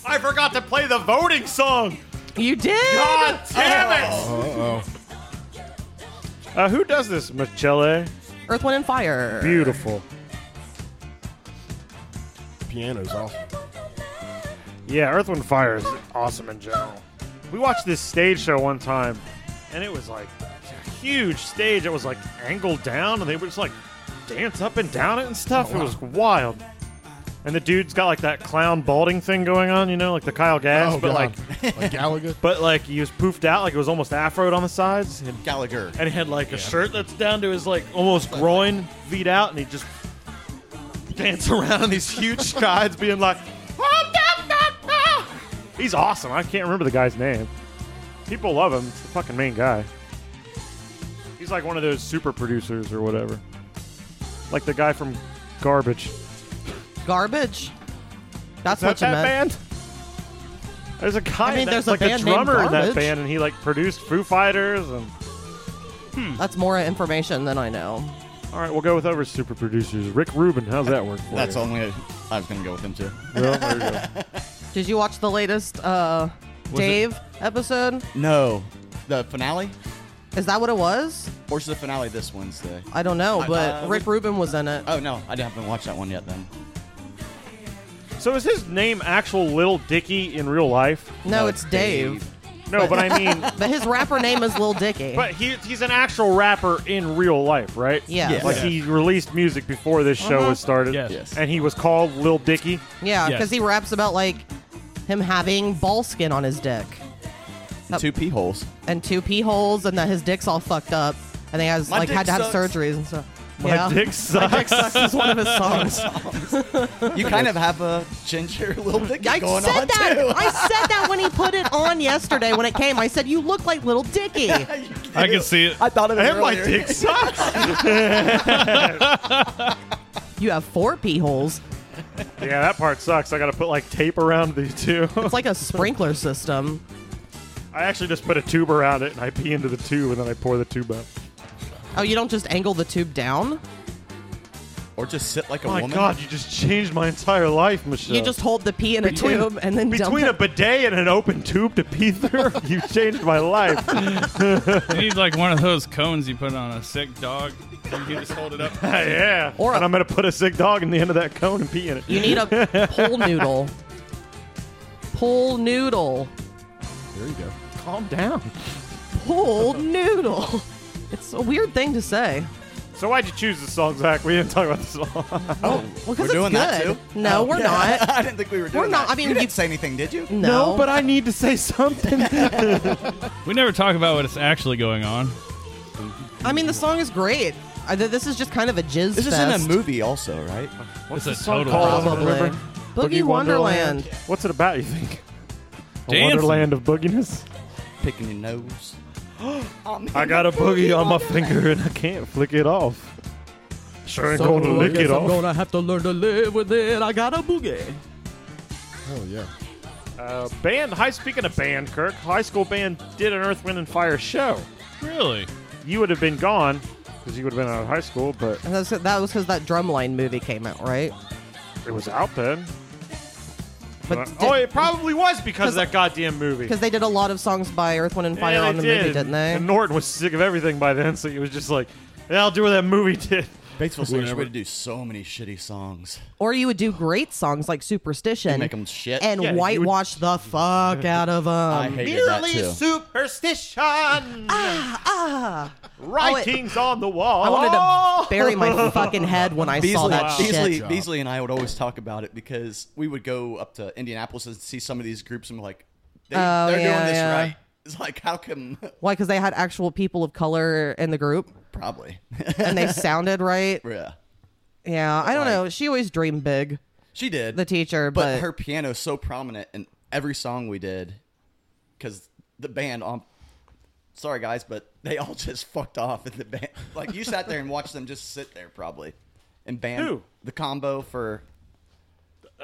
B: I forgot to play the voting song. Ah,
E: You did?
B: damn it!
C: Uh-oh.
B: Uh, who does this, Michele?
E: Earth, Wind, and Fire.
B: Beautiful.
C: Piano's awesome.
B: Yeah, Earth, Wind, Fire is awesome in general. We watched this stage show one time, and it was like a huge stage. that was like angled down, and they would just like dance up and down it and stuff. It was wild. And the dude's got like that clown balding thing going on, you know, like the Kyle Gass,
C: oh,
B: but
C: God.
B: like,
C: like Gallagher.
B: but like he was poofed out, like it was almost afroed on the sides, and,
A: Gallagher.
B: and he had like a shirt that's down to his like almost groin, feet out, and he just dance around in these huge strides, being like. He's awesome. I can't remember the guy's name. People love him. It's the fucking main guy. He's like one of those super producers or whatever. Like the guy from Garbage.
E: Garbage. That's
B: Is that
E: what you
B: that
E: meant.
B: band? There's a guy.
E: I mean,
B: that-
E: there's a
B: like
E: band
B: the
E: named
B: drummer in that
E: Garbage.
B: band, and he like produced Foo Fighters. And
E: That's more information than I know.
B: all right, we'll go with other super producers. Rick Rubin. How's that work for
A: That's
B: you?
A: only I was gonna go with him too.
B: Well, there you go.
E: Did you watch the latest uh, Dave episode?
A: No, the finale.
E: Is that what it was?
A: Or is the finale this Wednesday?
E: I don't know,
A: I-
E: but
A: uh,
E: Rick Rubin was in it.
A: Oh no, I haven't watched that one yet. Then
B: So is his name actual Little Dicky in real life?
E: no, it's Dave.
B: No, but I mean,
E: But his rapper name is Lil Dicky.
B: but he, he's an actual rapper in real life, right?
E: Yeah. Yes.
B: Like he released music before this show was started.
D: Yes.
A: Uh-huh. Yes.
B: And he was called Lil Dicky.
E: yeah,
D: Yes.
E: because he raps about like him having ball skin on his dick Oh.
A: two pee holes.
E: and two pee holes, and that his dick's all fucked up, and he has
A: My
E: like had to
A: dick
E: have
A: sucks.
E: surgeries and stuff.
B: My
E: yeah.
B: dick sucks.
E: sucks is one of his songs.
A: You kind of have a ginger little dicky
E: I
A: going
E: said
A: on
E: that.
A: too.
E: I said that when he put it on yesterday when it came. I said you look like little Dicky.
D: I can see it.
A: I thought of it
B: and my
A: earlier.
B: dick sucks.
E: You have four pee holes.
B: yeah, that part sucks. I got to put like tape around these two.
E: It's like a sprinkler system.
B: I actually just put a tube around it and I pee into the tube and then I pour the tube out.
E: Oh, you don't just angle the tube down.
A: Or just sit like a
B: My
A: woman.
B: God, you just changed my entire life, Michelle.
E: You just hold the pee in
B: Between-
E: a tube and then dump
B: between
E: it.
B: a bidet and an open tube to pee through, you changed my life.
D: You need like one of those cones you put on a sick dog. You can just hold it up.
B: yeah.
E: Or a-
B: and I'm gonna put a sick dog in the end of that cone and pee in it.
E: You need a pool noodle. Pool noodle.
C: There you go.
B: calm down.
E: Pool noodle. It's a weird thing to say.
B: So why'd you choose this song, Zach? We didn't talk about the song.
A: Oh,
E: Well, 'cause
A: we're
E: it's
A: doing that
E: good.
A: too. Oh,
E: No, we're
A: yeah.
E: not.
A: I didn't think we were doing.
E: We're not.
A: that.
E: I mean,
A: you
E: you-
A: didn't say anything, did you?
E: No,
B: but I need to say something.
D: We never talk about what's actually going on.
E: I mean the song is great. I, th- this is just kind of a jizz
A: This is in a
E: fest.
A: movie, also, right?
D: What's it's a
B: song
D: total
B: called?
E: Probably.
B: Remember?
E: Boogie, Wonderland.
B: What's it about? You think? A
D: Dancing.
B: wonderland of booginess.
A: Picking your nose.
B: I got a boogie on my finger and I can't flick it off. Sure ain't going to
G: I
B: lick
G: guess
B: it
G: I'm
B: off.
G: gonna have to learn to live with it. I got a boogie.
C: Oh yeah.
B: Uh, band. Hi, speaking of band, Kirk, high school band did an Earth, Wind, and Fire show.
D: Really?
B: You would have been gone because you would have been out of high school, but
E: And that's- that was because that Drumline movie came out, right?
B: it was out then.
A: Uh,
E: But
B: oh, it probably was because of that goddamn movie.
E: because they did a lot of songs by Earth, Wind, and Fire
B: Yeah,
E: on
B: they
E: the movie, didn't they?
B: And Norton was sick of everything by then, so he was just like, yeah, I'll do what that movie did.
A: Batesville Singers would do so many shitty songs.
E: Or you would do great songs like Superstition,
A: You make 'em shit.
E: and
B: Yeah, you would-
E: whitewash the fuck out of them.
A: I hated that too.
B: superstition.
E: Ah,
B: Writings on the wall.
E: oh, I wanted to bury my fucking head when I saw
A: Beasley,
E: that
A: Beasley,
E: shit.
A: Beasley and I would always talk about it because we would go up to Indianapolis and see some of these groups and be like, they,
E: Oh,
A: they're
E: yeah,
A: doing this
E: yeah.
A: right. It's like, how come?
E: Why? Because they had actual people of color in the group,
A: Probably.
E: and they sounded right.
A: yeah.
E: Yeah, I don't know. She always dreamed big,
A: She did.
E: the teacher,
A: but,
E: but,
A: her piano's so prominent in every song we did because the band on sorry guys but they all just fucked off in the band like you sat there and watched them just sit there probably and band
B: Who?
A: the combo for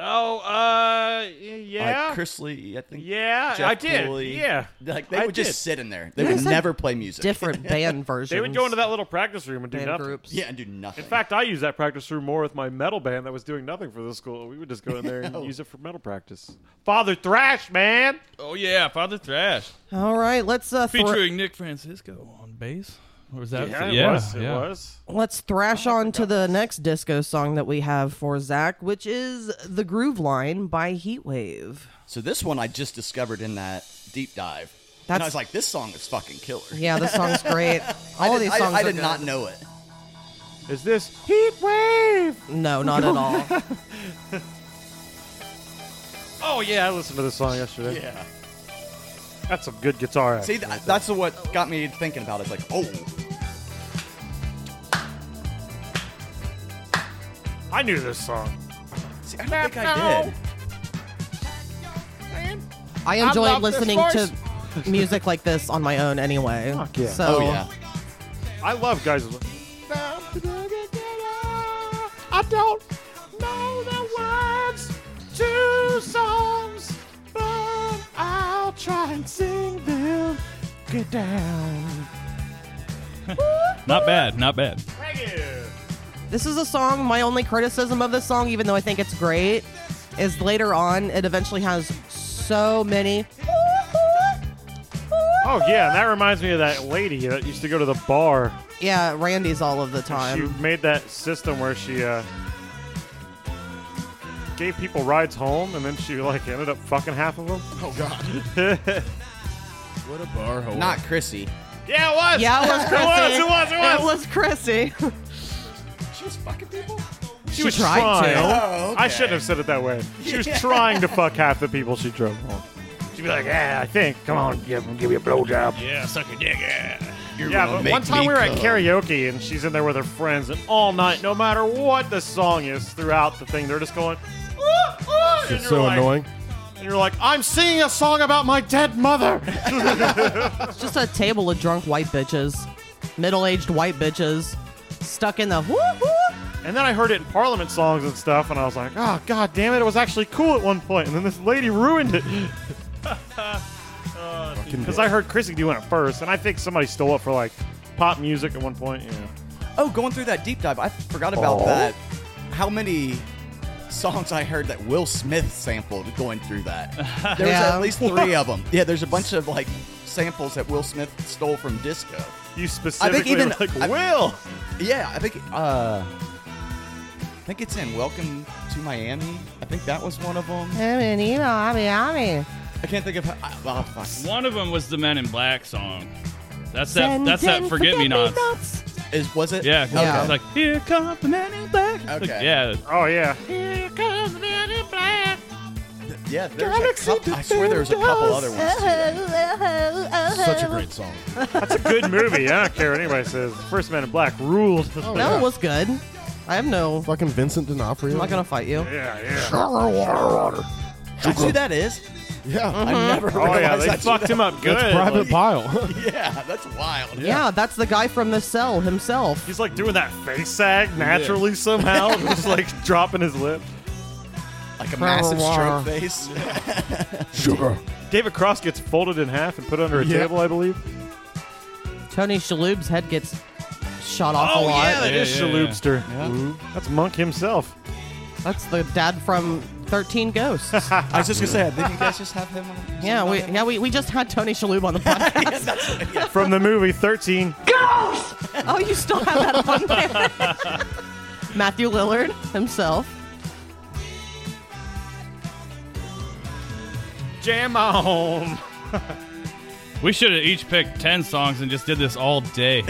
B: Oh, uh,
A: like
B: yeah.
A: Chris Lee, I think.
B: Yeah,
A: Jeff
B: I did.
A: Cooley.
B: Yeah.
A: like they
B: I
A: would
B: did.
A: just sit in there. They
E: There's
A: would
E: a
A: never play music.
E: different band versions.
B: they would go into that little practice room and do
E: band
B: nothing.
E: groups.
A: yeah, and do nothing.
B: In fact, I used that practice room more with my metal band that was doing nothing for the school. We would just go in there and use it for metal practice. Father Thrash, man.
D: Oh yeah, Father Thrash
E: All right, let's uh, thr-
D: featuring Nick Francisco on bass. Or was that?
B: Yeah, it was. It was.
E: Let's thrash on to the next disco song that we have for Zach, which is The Groove Line by Heatwave.
A: so this one I just discovered in that deep dive. and
E: That's-
A: I was like, this song is fucking killer.
E: Yeah, this song's great. All of
A: I did,
E: these
A: I-
E: songs
A: I,
E: are
A: did
E: good.
A: not know it.
B: Is this Heat Wave?
E: No, not at all.
B: Oh yeah, I listened to this song yesterday.
A: Yeah.
B: That's some good guitar. act.
A: See, th- that's what got me thinking about it. It's like, oh,
B: I knew this song.
A: see, I don't think I did.
E: I enjoy listening to music like this on my own anyway.
B: Fuck yeah.
E: So
A: Oh yeah.
B: I love guys. I don't know the words to songs, but I'll try and sing them. Get down.
D: Not bad, not bad.
B: Thank you.
E: This is a song. My only criticism of this song, even though I think it's great, is later on it eventually has so many.
B: Oh yeah, and that reminds me of that lady that used to go to the bar.
E: Yeah, Randy's all of the
B: She
E: time.
B: made that system where she uh, gave people rides home, and then she like ended up fucking half of them.
C: Oh God. what a bar hole.
A: Not Chrissy.
B: Yeah, it was.
E: Yeah, it was Chrissy.
B: It was. It was. It was.
E: Chrissy.
A: She was fucking people.
B: She was
E: tried
B: trying.
E: to.
A: Oh,
B: I
A: okay.
B: shouldn't have said it that way. She was trying to fuck half the people she drove home. She'd be like, "Yeah, I think. Come on, give, give me a blowjob."
D: Yeah, suck a dick. Yeah.
B: Yeah, but one time we were at karaoke and she's in there with her friends, and all night, no matter what the song is throughout the thing, they're just going. "Ooh, ooh," and
C: It's
B: you're
C: so
B: like-
C: annoying.
E: Uh-huh.
B: And you're like, I'm singing a song about my dead mother.
E: It's just a table of drunk white bitches, middle-aged white bitches, stuck in the whoop whoop.
B: and then I heard it in Parliament songs and stuff, and I was like, oh, god damn it, it was actually cool at one point, And then this lady ruined it. Because I heard Chrissy doing it first, and I think somebody stole it for like pop music at one point. Yeah.
A: Oh, going through that deep dive, I forgot about that. How many songs I heard that Will Smith sampled going through that? There was
E: Yeah.
A: at least three of them. Yeah, there's a bunch of like samples that Will Smith stole from disco.
B: You specifically
A: even-
B: were like,
A: I-
B: Will!
A: Yeah, I think uh, I think it's in Welcome to Miami. I think that was one of them. I can't think of. How, I- oh, fuck.
D: One of them was the Men in Black song. That's that. That's that. Forget me not.
A: Is was it?
D: Yeah, 'cause
E: Yeah.
D: it's like here come the Men in Black. Like,
A: Okay.
D: yeah,
B: Oh, yeah.
A: yeah. There's a couple, I swear there was a couple other ones. Too.
C: Such a great song.
B: That's a good movie. I don't care what anybody says. First Man in Black ruled.
E: No, it was good. I have no.
C: Oh, Fucking Vincent D'Onofrio.
E: I'm not gonna fight you.
B: Yeah, yeah.
C: Water, water, water.
A: That's who that is.
C: Yeah.
E: Mm-hmm. Hmm?
A: I never
B: Oh,
A: realized
B: yeah. They
A: that's who
B: fucked
A: that-
B: him up good.
C: Private
B: Like,
C: pile.
A: Yeah, that's wild.
E: Yeah, that's the guy from the cell himself.
B: He's like doing that face sag naturally somehow, just like dropping his lip.
A: like a massive
E: Wah-wah-wah.
A: stroke face.
C: Sugar.
B: David Cross gets folded in half and put under a
C: Yeah.
B: table, I believe.
E: Tony Shalhoub's head gets shot off a lot.
B: Oh, that
D: Yeah,
B: is
D: yeah, yeah.
B: Shaloubster. That's Monk himself.
E: That's the dad from Thirteen Ghosts.
A: I was just gonna say, did you guys just have him? On?
E: yeah, we yeah we, we just had Tony Shalhoub on the podcast.
B: From the movie 13.
E: oh, you still have that on there. Matthew Lillard himself.
B: Jam on.
D: we should have each picked ten songs and just did this all day.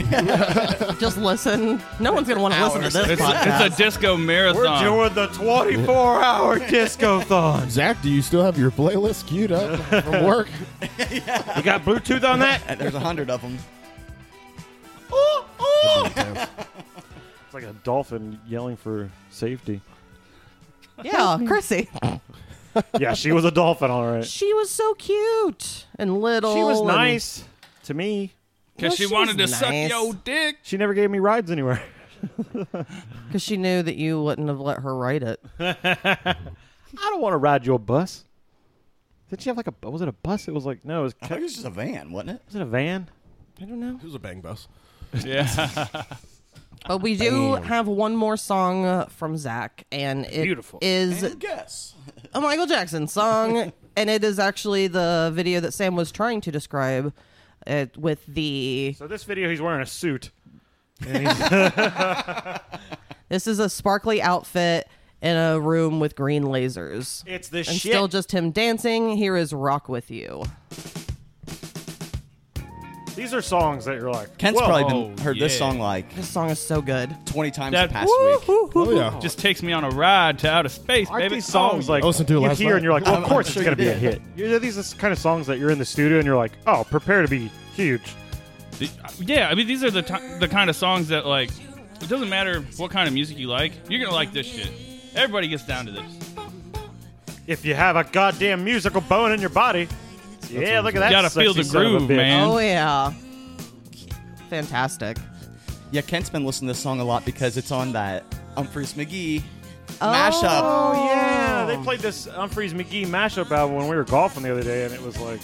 E: Just listen. No one's gonna want to listen to this
D: It's,
E: podcast.
D: it's a disco
B: We're
D: marathon.
B: doing the 24 hour disco thon.
C: Zach, do you still have your playlist queued up from work?
B: You got Bluetooth on that?
A: And there's a hundred of them.
B: It's like a dolphin yelling for safety.
E: yeah, Chrissy.
B: Yeah, she was a dolphin, all right.
E: She was so cute and little.
B: She was
E: and-
B: nice to me.
D: Because
E: No,
D: she,
E: she
D: wanted to
E: was
D: suck
E: nice.
D: your dick.
B: She never gave me rides anywhere.
E: Because she knew that you wouldn't have let her write it.
B: I don't want to ride your bus. Did she have like a? Was it a bus? It was like no. It was,
A: I think it was just a van, wasn't it?
B: was it a van?
E: I don't know.
C: It was a bang bus.
D: Yeah.
E: But we do have one more song uh, from Zach, and it is
B: Beautiful.
A: Guess.
E: a Michael Jackson song, and it is actually the video that Sam was trying to describe it with the.
B: So this video, he's wearing a suit.
E: This is a sparkly outfit in a room with green lasers.
B: It's the
E: and
B: shit.
E: still just him dancing. Here is Rock With You.
B: These are songs that you're like.
A: Kent's
B: whoa.
A: probably been heard this
D: yeah.
A: song like
E: This song is so good.
A: 20 times
D: That-
A: the past week.
C: Oh yeah.
D: Just takes me on a ride to outer space,
B: Aren't
D: baby.
B: these songs like
C: I listened to it
B: you
C: last
B: hear
C: night.
B: and you're like, well,
A: I'm-
B: of
A: I'm
B: course
A: sure
B: it's gonna
A: you
B: be a
A: did.
B: hit. You know, these are the kind of songs that you're in the studio and you're like, oh, prepare to be huge.
D: Yeah, I mean these are the ti the kind of songs that like it doesn't matter what kind of music you like, you're gonna like this shit. Everybody gets down to this.
B: If you have a goddamn musical bone in your body. yeah, look at that.
D: Gotta feel
B: sexy
D: the
B: son of a
D: groove,
B: bitch.
D: man.
E: Oh, yeah. Oh, Fantastic.
A: Yeah, Kent's been listening to this song a lot because it's on that Humphreys McGee
E: Oh.
A: mashup.
B: Oh yeah, they played this Humphreys McGee mashup album when we were golfing the other day, and it was like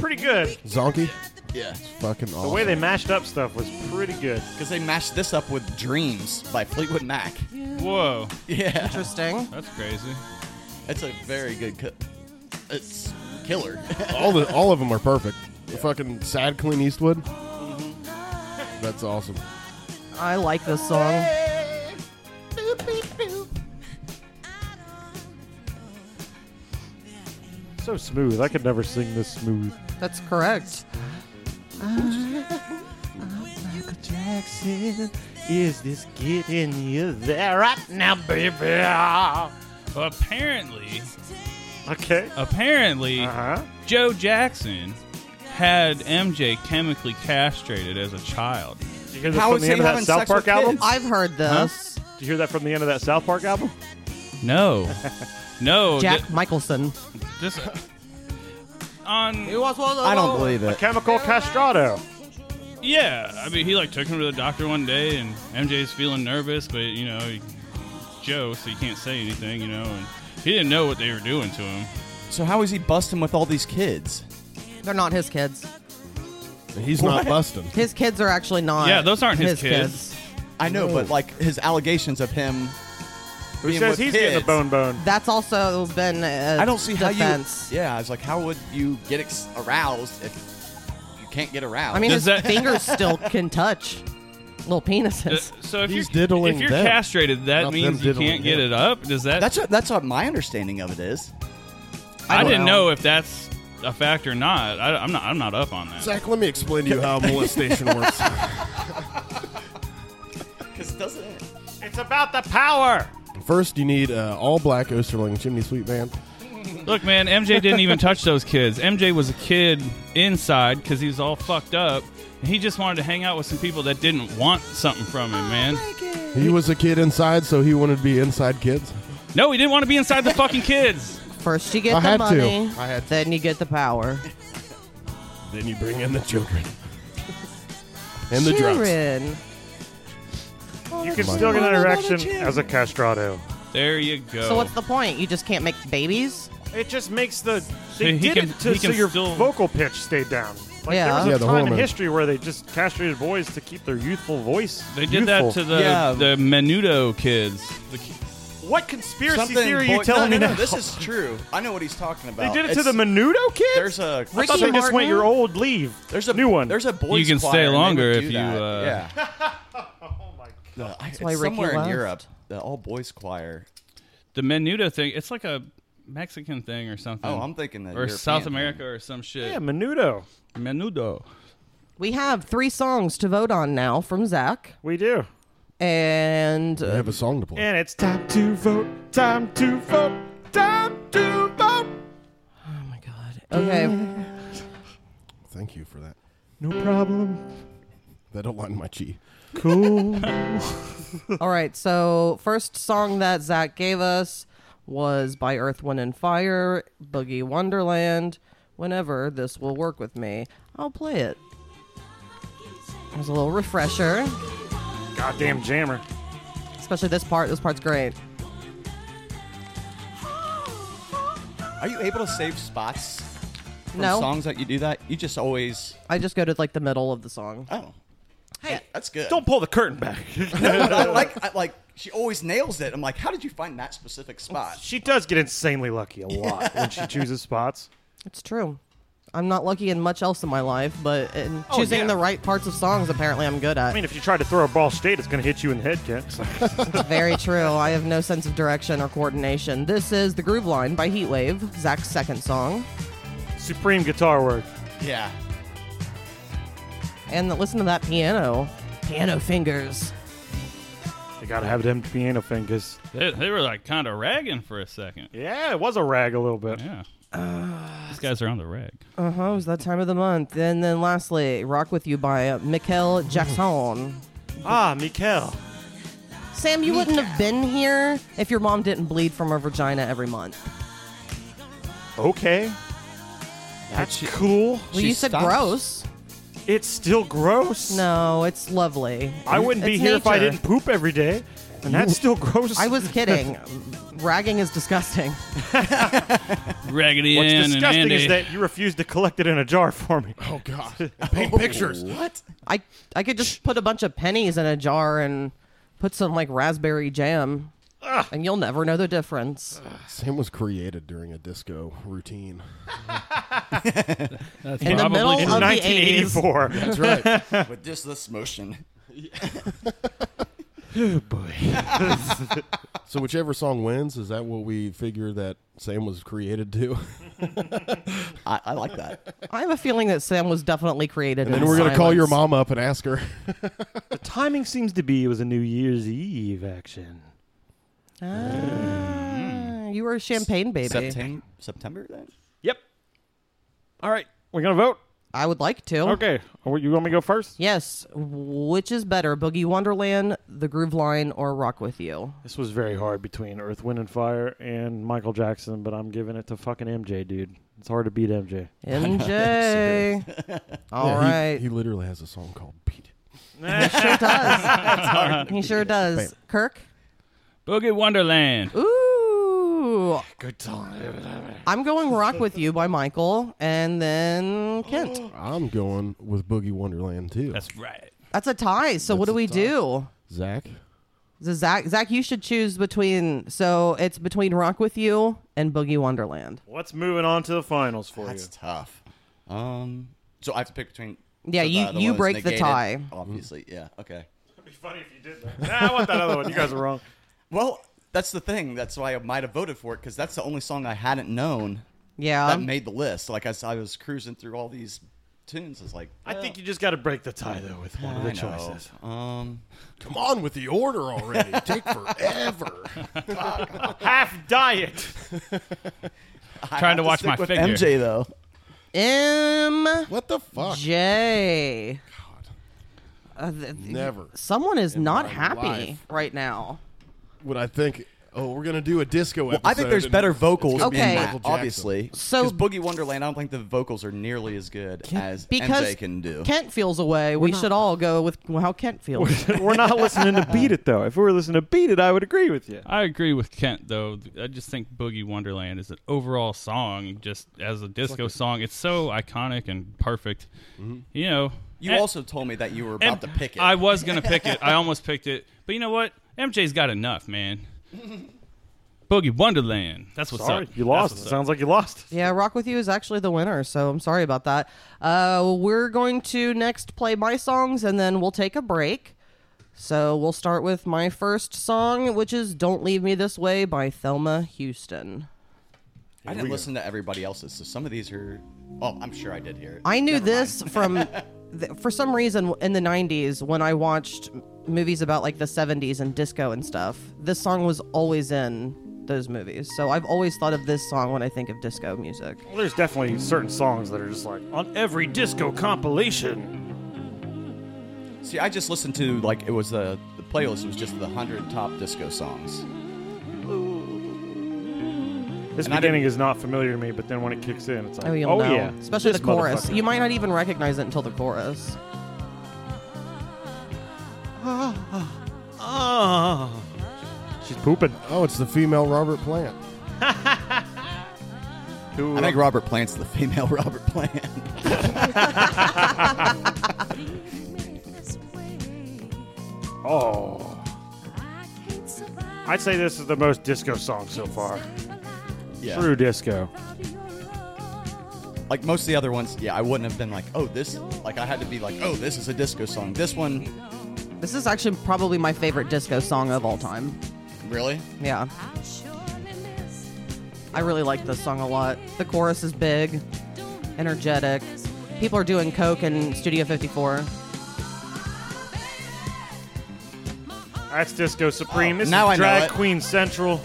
B: pretty good.
C: Zonky?
A: Yeah,
C: Fucking awesome.
B: The way they mashed up stuff was pretty good.
A: because they mashed this up with "Dreams" by Fleetwood Mac.
D: Whoa,
A: Yeah,
E: Interesting.
D: that's crazy.
A: it's a very good. Co- it's killer.
C: all the all of them are perfect. The fucking sad Clint Eastwood. That's awesome.
E: I like this song.
B: So smooth. I could never sing this smooth.
E: That's correct.
B: Michael Jackson, is this getting you there right now, baby?
D: Apparently,
B: Okay.
D: apparently,
B: Uh huh.
D: Joe Jackson had MJ chemically castrated as a child.
B: Did you hear that
A: How
B: from
A: is
B: the end
A: he
B: of that
A: having
B: South
A: sex
B: Park
A: with
B: album?
A: kids?
E: I've heard this.
B: Did you hear that from the end of that South Park album?
D: No, no,
E: Jack
D: th-
E: Michelson.
D: this uh, on.
A: I don't believe it.
B: Chemical castrato.
D: Yeah, I mean, he like took him to the doctor one day, and MJ's feeling nervous, but you know, he, Joe, so he can't say anything, you know, and he didn't know what they were doing to him.
A: So how is he busting with all these kids?
E: They're not his kids.
C: And he's not busting.
E: His kids are actually not.
D: Yeah, those aren't his
E: kids.
D: kids.
A: I know, but like his allegations of him.
B: Who says he's getting a bone bone?
E: That's also been. I
A: I don't see
E: defense.
A: how you. Yeah, I was like, how would you get ex- aroused if you can't get aroused?
E: I mean,
D: Does
E: his
D: that-
E: fingers still can touch little
D: Uh,
E: penises.
D: So if
C: He's
D: you're
C: diddling
D: if you're
C: them.
D: castrated, that
C: Not
D: means
C: them
D: you
C: diddling
D: can't get it
C: him.
D: up. Does that?
A: that's what, that's what my understanding of it is.
D: I,
E: I don't
D: didn't
E: know.
D: know. if that's a fact or not. I, I'm not. I'm not up on that.
C: Zach, let me explain to you how molestation works.
A: Because doesn't it?
B: It's about the power.
C: First, you need uh, all black Osterling chimney sweep band.
D: Look, man, MJ didn't even touch those kids. MJ was a kid inside because he was all fucked up. And he just wanted to hang out with some people that didn't want something from him, Uh, man.
C: He was a kid inside, so he wanted to be inside kids.
D: No, he didn't want to be inside the fucking kids.
E: First you get
C: I
E: the
C: had to.
E: money,
C: I had to.
E: then you get the power.
C: Then you bring in the children and the drugs.
E: Children.
B: You can still get an erection as a castrato.
D: There you go.
E: So what's the point? You just can't make babies?
B: It just makes the
D: So
B: they
D: he
B: did
D: can-
B: it to,
D: he
B: so
D: can
B: your
D: still-
B: vocal pitch stayed down. Like
E: Yeah.
B: there was
C: Yeah,
B: a
C: the
B: time
C: hormone.
B: in history where they just castrated boys to keep their youthful voice.
D: they did that to the
A: Yeah.
D: the Menudo kids. The ki-
B: the what conspiracy theory
A: boy-
B: are you telling
A: no, no,
B: me?
A: no,
B: now?
A: this is true. I know what he's talking
B: they
A: about.
B: did it to
A: It's-
B: the Menudo kids.
A: There's a
B: I thought
E: Ricky
B: they just went
E: Martin?
B: your old leave.
A: there's a
B: new one.
A: There's a boys.
D: can
A: choir,
D: stay
A: and they
D: longer
A: would
D: if
A: do
D: you,
A: that.
D: uh,
A: yeah.
B: oh my god.
A: No, I, it's
E: why Ricky
A: somewhere in
E: left.
A: Europe. The all boys choir.
D: the Menudo thing. It's like a Mexican thing or something.
A: Oh, I'm thinking that.
D: Um, or South America or some shit.
B: Yeah, Menudo.
D: Menudo.
E: We have three songs to vote on now from Zach,
B: We do.
E: and
C: I have a song to play.
B: And it's time to vote. Time to vote. Time to vote.
E: oh my god.
C: Mm.
E: Okay,
C: Thank you for that.
B: No problem.
C: That aligned my chi.
B: Cool.
E: all right. So first song that Zach gave us was by Earth, Wind, and Fire, Boogie Wonderland. Whenever this will work with me, I'll play it. It was a little refresher,
B: Goddamn jammer.
E: especially this part. This part's great.
A: Are you able to save spots from
E: No.
A: songs that you do that? You just always.
E: I just go to like the middle of the song.
A: Oh,
E: Hey,
A: that's good.
B: Don't pull the curtain back.
A: But I like. I like. She always nails it. I'm like, how did you find that
E: Oh,
A: specific spot?
B: She does get insanely lucky a lot when she chooses spots.
E: it's true. I'm not lucky in much else in my life, but in
B: Oh,
E: choosing
B: yeah.
E: the right parts of songs, apparently, I'm good at.
B: I mean, if you try to throw a ball straight, it's going to hit you in the head, Kent. So-
E: Very true. I have no sense of direction or coordination. This is The Groove Line by Heatwave, Zach's second song.
B: Supreme guitar work.
A: Yeah.
E: And listen to that piano. Piano fingers.
B: You got to have them piano fingers.
D: They, they were like kind of ragging for a second.
B: Yeah, it was a rag a little bit.
D: Yeah. These guys are on the rag.
E: Uh huh, it was that time of the month. And then lastly, Rock With You by uh, Mikel Jackson.
B: Ah, Mikel.
E: Sam, you wouldn't have been here if your mom didn't bleed from her vagina every month.
B: Okay. That's cool.
E: Well,
A: She
E: you said
A: stops.
E: gross.
B: It's still gross.
E: No, it's lovely.
B: I wouldn't be
E: It's
B: here if I
E: nature.
B: didn't poop every day, and that's still gross.
E: I was kidding. Ragging is disgusting.
D: Raggedy
B: What's
D: Ann and
B: disgusting
D: Andy.
B: is that you refused to collect it in a jar for me.
C: Oh god. Paint pictures.
A: What?
E: I I could just put a bunch of pennies in a jar and put some like raspberry jam, and you'll never know the difference.
C: Sam was created during a disco routine.
D: That's
E: In the
D: probably
E: middle
D: true.
E: of the
B: 1984.
C: That's right.
A: With just this motion.
C: so whichever song wins, is that what we figure that Sam was created to?
A: I, I like that.
E: I have a feeling that Sam was definitely created.
C: and then
E: in
C: we're gonna call your
E: silence.
C: mom up and ask her.
B: the timing seems to be it was a New Year's Eve action.
E: Uh, You were a champagne baby.
A: September, September then?
B: Yep. All right, we're gonna vote.
E: I would like to.
B: Okay, Oh, you want me to go first?
E: Yes. Which is better, Boogie Wonderland, The Groove Line, or Rock with You?
B: This was very hard between Earth, Wind, and Fire and Michael Jackson, but I'm giving it to fucking MJ, dude. It's hard to beat MJ.
E: MJ. All
C: Yeah, he-
E: right.
C: He, literally has a song called Beat It.
E: sure does. He sure does. Kirk.
D: Boogie Wonderland.
E: Ooh.
B: Good time.
E: I'm going Rock with You by Michael and then Kent.
C: I'm going with Boogie Wonderland too.
D: That's right.
E: That's a tie. So what do we do?
C: Zach.
E: So Zach, Zach, you should choose between. So it's between Rock with You and Boogie Wonderland.
B: What's moving on to the finals for
A: That's
B: you?
A: tough. Um, so I have to pick between.
E: Yeah,
A: so
E: you-
A: the- the
E: you
A: one that's
E: break the
A: negated,
E: tie.
A: Obviously, yeah. Okay.
B: It'd be funny if you did that. Nah, I want that other one. You guys are wrong.
A: Well, that's the thing. That's why I might have voted for it because that's the only song I hadn't known
E: Yeah.
A: that made the list. Like I, s- I was cruising through all these tunes. It's like
B: I think you just got to break the tie though with one of the
A: I know.
B: choices.
A: Um,
C: Come on with the order already. Take forever.
B: Half diet.
A: I
D: Trying
A: have
D: to watch
A: stick
D: my
A: with
D: figure.
A: MJ though.
E: M.
C: what the fuck?
E: J. Uh, th-
C: Never
E: someone is not
C: my
E: happy
C: life.
E: right now.
C: would I think. Oh, we're gonna do a disco episode.
A: I think there's
C: and
A: better
C: it's
A: vocals.
C: gonna be
E: Okay.
A: in
C: Michael
A: that,
C: Jackson.
A: obviously.
E: So-
A: because Boogie Wonderland, I don't think the vocals are nearly as good as
E: because
A: MJ can do.
E: Kent feels away. We should all go with how Kent feels.
B: we're not listening to Beat It though. If we were listening to Beat It, I would agree with you.
D: I agree with Kent though. I just think Boogie Wonderland is an overall song, just as a disco song. It's so iconic and perfect. You know,
A: Mm-hmm.
C: Eh,
A: you
D: and-
A: also told me that you were about
D: and
A: to pick it.
D: I was gonna pick it. I almost picked it, but you know what? MJ's got enough, man. Boogie Wonderland. That's what's
B: Sorry,
D: up.
B: you
D: That's
B: lost.
D: what's
B: It
D: up.
B: sounds like you lost.
E: yeah, Rock with You is actually the winner, so I'm sorry about that. Uh, we're going to next play my songs and then we'll take a break. So we'll start with my first song, which is "Don't Leave Me This Way" by Thelma Houston.
A: I didn't listen to everybody else's, so some of these are. Oh, I'm sure I did hear it.
E: I knew this from, th- for some reason, in the 90s when I watched m- movies about like the 70s and disco and stuff. This song was always in those movies. So I've always thought of this song when I think of disco music.
B: Well, there's definitely certain songs that are just like on every disco compilation.
A: See, I just listened to like it was the the playlist was just the hundred top disco songs.
B: This
A: And I
B: beginning is not familiar to me, but then when it kicks in, it's like,
E: Oh,
B: oh,
E: you'll know.
B: yeah,
E: Especially
B: This
E: the chorus.
B: motherfucker.
E: You might not even recognize it until the chorus.
B: Ah. She's pooping.
C: Oh, it's the female Robert Plant.
B: Who,
A: I think Robert Plant's the female Robert Plant.
B: oh, I'd say this is the most disco song so far.
A: yeah.
B: True disco.
A: Like most of the other ones, yeah, I wouldn't have been like, oh, this. Like I had to be like, oh, this is a disco song. This one,
E: This is actually probably my favorite disco song of all time.
A: really?
E: Yeah. I really like this song a lot. The chorus is big, energetic. People are doing coke in Studio 54.
B: That's disco supreme.
A: Oh,
B: this is
A: now I know
B: drag
A: it.
B: queen central.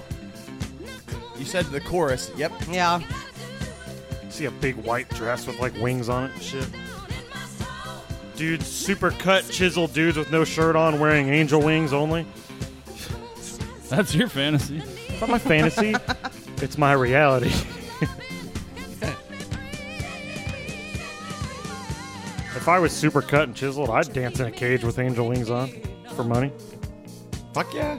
A: You said the chorus. Yep.
E: Yeah.
B: See a big white dress with like wings on it and shit. Dudes, super cut, chiseled dudes with no shirt on, wearing angel wings only.
D: That's your fantasy.
B: It's not my fantasy. it's my reality. If I was super cut and chiseled, I'd dance in a cage with angel wings on for money.
A: Fuck yeah.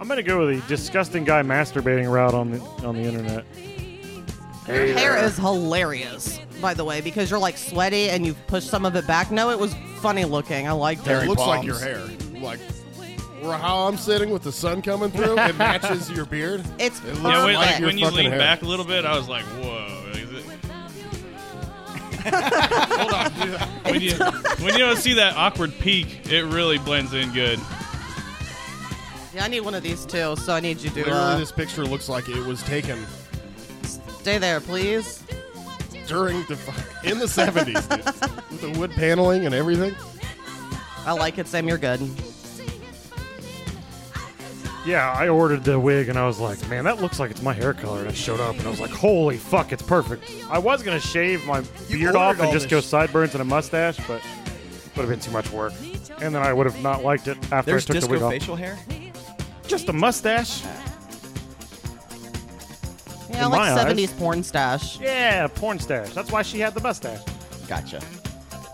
B: I'm gonna go with the disgusting guy masturbating route on the on the internet.
E: Your hair is hilarious, by the way, because you're like sweaty and you've pushed some of it back. No, it was funny looking. I liked
C: it
E: it.
C: looks
A: palms.
C: like your hair. Like where how I'm sitting with the sun coming through, it matches your beard.
E: It's
C: It looks
D: Yeah, wait,
E: Perfect.
D: like
C: your
D: when you
C: fucking
D: lean
C: hair.
D: back a little bit, I was like, whoa. Is it... Hold on. When you, when you don't see that awkward peak, it really blends in good.
E: Yeah, I need one of these too, so I need you to
C: Literally,
E: uh,
C: this picture looks like it was taken
E: stay there, please.
C: during the fu- in the 70s, dude. with the wood paneling and everything.
E: I like it, Sam. You're good.
B: Yeah, I ordered the wig and I was like, man, that looks like it's my hair color. And I showed up and I was like, holy fuck, it's perfect. I was gonna shave my
A: You
B: beard off
A: ordered
B: and
A: all
B: just
A: this
B: go
A: sh-
B: sideburns and a mustache, but would have been too much work. And then I would have not liked it after
A: There's
B: I took the wig
A: disco
B: off.
A: facial hair.
B: Just a mustache.
E: Yeah,
B: In
E: like
B: my eyes.
E: 70s porn stash.
B: Yeah, porn stash. That's why she had the mustache.
A: Gotcha.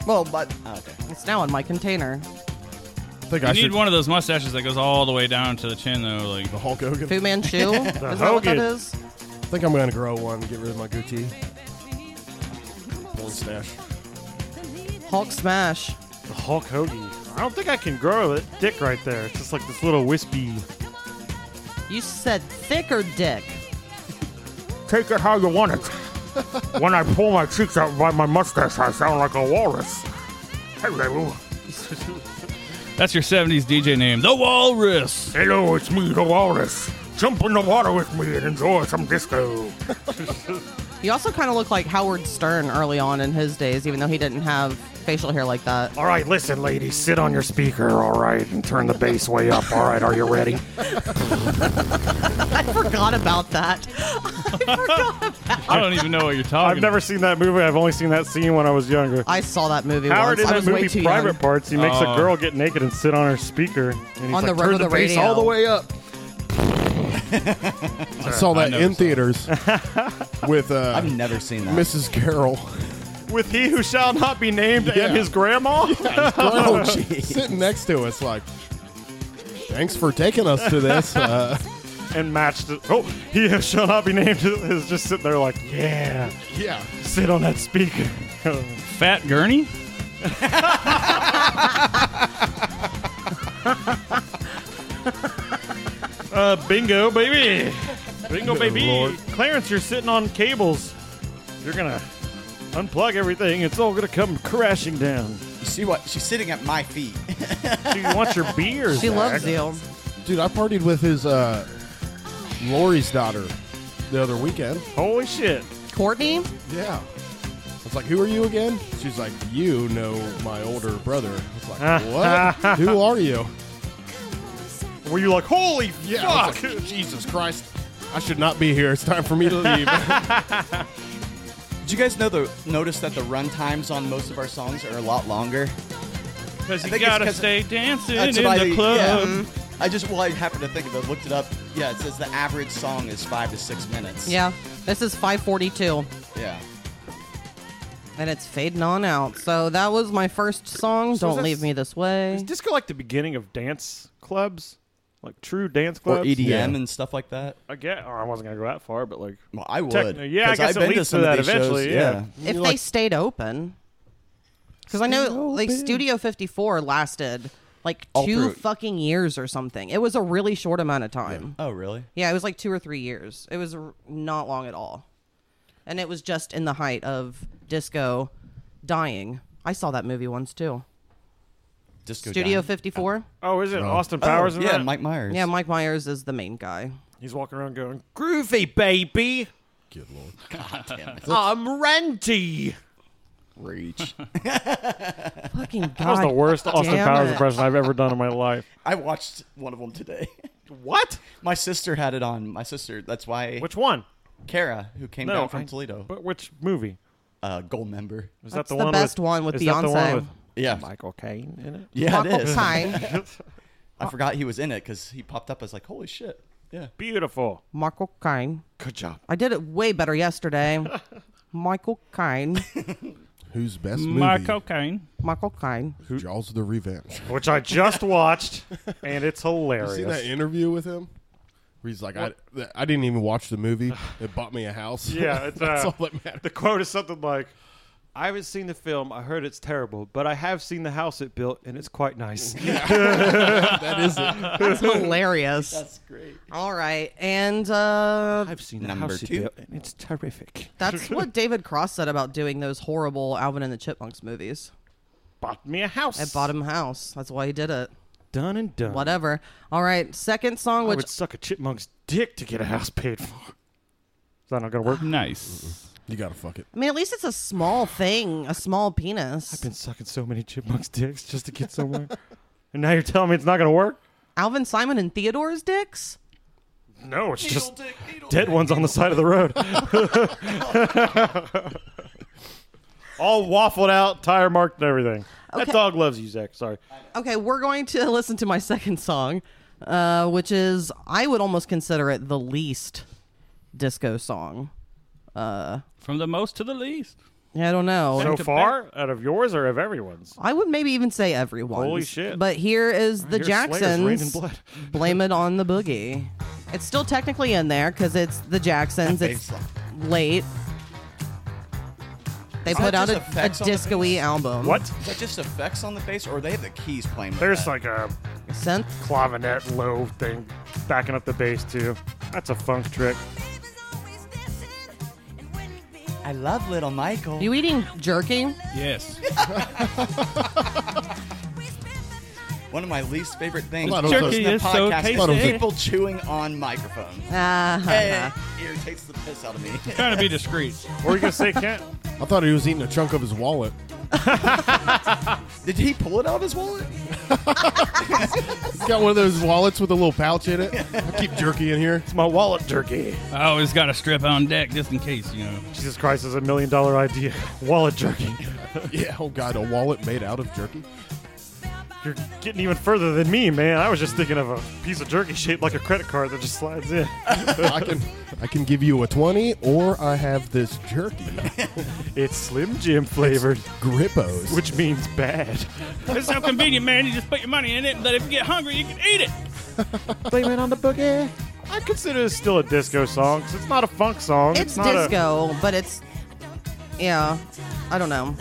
A: Well, but oh, okay.
E: It's now in my container.
C: I think I
D: You
C: should
D: need one of those mustaches that goes all the way down to the chin, though. Like, oh,
C: the Hulk Hogan.
E: Fu Manchu. is that what that
B: Hogan.
E: is?
C: I think I'm gonna grow one. Get rid of my goatee. Porn stash.
E: Hulk smash.
B: The Hulk Hoagie. I don't think I can grow a dick right there. It's just like this little wispy.
E: You said thick or dick.
B: Take it how you want it. when I pull my cheeks out by my mustache, I sound like a walrus. Hello.
D: that's your 70s DJ name, The Walrus.
B: Hello, it's me, the walrus. Jump in the water with me and enjoy some disco.
E: You also kind of look like Howard Stern early on in his days, even though he didn't have facial hair like that.
B: All right, listen, ladies, sit on your speaker, all right, and turn the bass way up. All right, are you ready?
E: I forgot about that.
D: I don't even know what you're talking
B: I've never seen that movie. I've only seen that scene when I was younger.
E: I saw that movie
B: Howard in
E: once. I
B: that
E: was way too
B: movie, Private
E: young.
B: Parts, he makes
D: Oh.
B: a girl get naked and sit on her speaker. And he's
E: On the
B: like,
E: road
B: turn
E: of the
B: the bass
E: radio."
B: all the way up.
C: I saw that
D: never
C: in
D: saw it.
C: theaters with uh,
A: I've never seen that.
C: Mrs. Carroll.
B: With he who shall not be named and his grandma?
C: Oh, sitting next to us, like, thanks for taking us to this. Uh,
B: and matched it. Oh, he who shall not be named is just sitting there like, yeah,
C: yeah,
B: sit on that speaker.
D: Fat Gurney?
B: Uh, bingo, baby. Bingo,
C: Good
B: baby.
C: Lord.
B: Clarence, you're sitting on cables. You're going to unplug everything. It's all going to come crashing down.
A: You see what? She's sitting at my feet.
B: Do you want your beer,
E: She
B: Zach?
E: loves you.
C: dude, I partied with his uh, Lori's daughter the other weekend.
B: Holy shit.
E: Courtney?
C: Yeah, I was like, who are you again? She's like, you know my older brother. I was like, what? who are you?
B: Were you like, holy
C: Yeah, I was
B: fuck?
C: like, Jesus Christ, I should not be here. It's time for me to leave.
A: Did you guys know the notice that the run times on most of our songs are a lot longer?
D: Because you
A: think it's
D: gotta
A: 'cause-
D: stay dancing in
A: That's what I-
D: the club.
A: yeah. I just well, I happened to think of it. Looked it up. Yeah, it says the average song is five to six minutes.
E: Yeah. This is 542.
A: Yeah.
E: And it's fading on out. So that was my first song,
B: So is
E: Don't
B: this-
E: Leave Me This Way.
B: Is disco like the beginning of dance clubs? Like true dance
A: Or
B: clubs?
A: EDM
C: Yeah.
A: E and stuff like that.
B: I get, or I wasn't going to go that far, but like.
A: Well, I would.
B: Techno- yeah, I
A: 'cause
B: guess
A: I've
B: it
A: been to
B: leads
A: some
B: to
A: of
B: that
A: these shows,
B: eventually, yeah.
E: if they stayed open. Because I know, like, Studio 54 lasted like
A: All
E: two
A: through it.
E: fucking years or something. It was a really short amount of time.
A: Oh, really?
E: Yeah, it was like two or three years. It was r- not long at all. And it was just in the height of disco dying. I saw that movie once too.
A: Disco
E: Studio
A: Johnny.
E: 54?
B: Oh, is it Austin
A: Oh,
B: Powers? in
A: yeah,
B: that?
A: Mike Myers.
E: Yeah, Mike Myers is the main guy.
B: He's walking around going, "Groovy baby,
C: Good Lord.
B: I'm Randy."
A: Reach.
E: Fucking God.
B: That was the worst Austin
E: damn
B: Powers
E: it.
B: impression I've ever done in my life.
A: I watched one of them today.
B: What?
A: My sister had it on. My sister. That's why.
B: Which one?
A: Kara, who came down from
B: I-
A: Toledo,
B: But which movie?
A: uh, gold member.
B: Is
E: That's
B: that the,
E: the
B: one?
E: best
B: with,
E: one with
B: is that the one
E: Beyonce.
B: with
A: Yeah,
B: Michael Caine in it?
A: yeah, it
E: Michael
A: is.
E: Caine.
A: I forgot he was in it because he popped up as like, holy shit. Yeah.
B: Beautiful.
E: Michael Caine.
B: Good job.
E: I did it way better yesterday. Michael Caine.
C: whose best
D: My
C: movie
D: cocaine.
E: Michael Kine.
C: is Jaws of the Revenge.
B: which I just watched, and it's hilarious.
C: You seen that interview with him? Where he's like, I, th- I didn't even watch the movie. It bought me a house.
B: Yeah, it's,
C: that's
B: uh,
C: all that matters.
B: The quote is something like, "I haven't seen the film. I heard it's terrible, but I have seen the house it built, and it's quite nice."
C: that is it.
E: That's hilarious.
A: great.
E: All right. And uh,
B: I've seen
A: Number house it two. built,
B: and it's terrific.
E: that's what David Cross said about doing those horrible Alvin and the Chipmunks movies
B: Bought me a house.
E: at Bottom House. That's why he did it.
B: Done and done.
E: Whatever. All right. Second song,
B: I
E: which
B: would suck a chipmunk's dick to get a house paid for. Is that not gonna work? Mm-hmm.
D: Nice.
C: You gotta fuck it.
E: I mean, at least it's a small thing, a small penis.
B: Been sucking so many chipmunks' dicks just to get somewhere, and now you're telling me it's not gonna work?
E: Alvin, Simon, and Theodore's dicks.
B: No, it's just dead ones on the side of the road. All waffled out, tire marked, and everything. That
E: Okay.
B: dog loves you, Zach. Sorry.
E: Okay, we're going to listen to my second song, uh, which is I would almost consider it the least disco song.
D: From the most to the least.
E: Yeah, I don't know.
B: So far, out of yours or of everyone's?
E: I would maybe even say everyone.
B: Holy shit.
E: But here is the
B: Here's Slayer's Rain in
E: Jacksons.
B: Blood.
E: Blame it on the boogie. It's still technically in there because it's the Jacksons. It's late. They put out a,
A: just
E: a
A: effects on the
E: disco-y album.
B: What?
A: Is that just effects on the bass, or they have the keys playing? With
B: There's
A: that?
B: like a
E: Synth?
B: clavinet low thing backing up the bass too. That's a funk trick.
A: I love Little Michael.
E: You eating jerky?
D: Yes.
A: One of my least favorite things.
C: Well, I don't
A: is
C: know.
A: listening to
D: Jerky is so
A: podcasts
D: tasty.
A: of people chewing on microphones.
E: Uh,
A: Hey, irritates the piss out of me.
D: Trying to be discreet.
B: What are you gonna say, Kent?
C: I thought he was eating a chunk of his wallet.
A: Did he pull it out of his wallet?
C: He's got one of those wallets with a little pouch in it. I keep jerky in here.
B: It's my wallet jerky.
D: I always got a strip on deck just in case, you know.
B: Jesus Christ is a million dollar idea. Wallet jerky.
C: Yeah, oh god, a wallet made out of jerky.
B: You're getting even further than me, man. I was just thinking of a piece of jerky shaped like a credit card that just slides in.
C: I can I can give you a twenty or I have this jerky.
B: It's Slim Jim flavored,
C: Grippos.
B: which means bad.
D: It's so convenient, man. You just put your money in it, and then if you get hungry, you can eat it.
B: Blame it on the boogie. I consider this still a disco song. 'cause it's not a funk song.
E: it's
B: not a-
E: disco, but it's yeah. I don't know.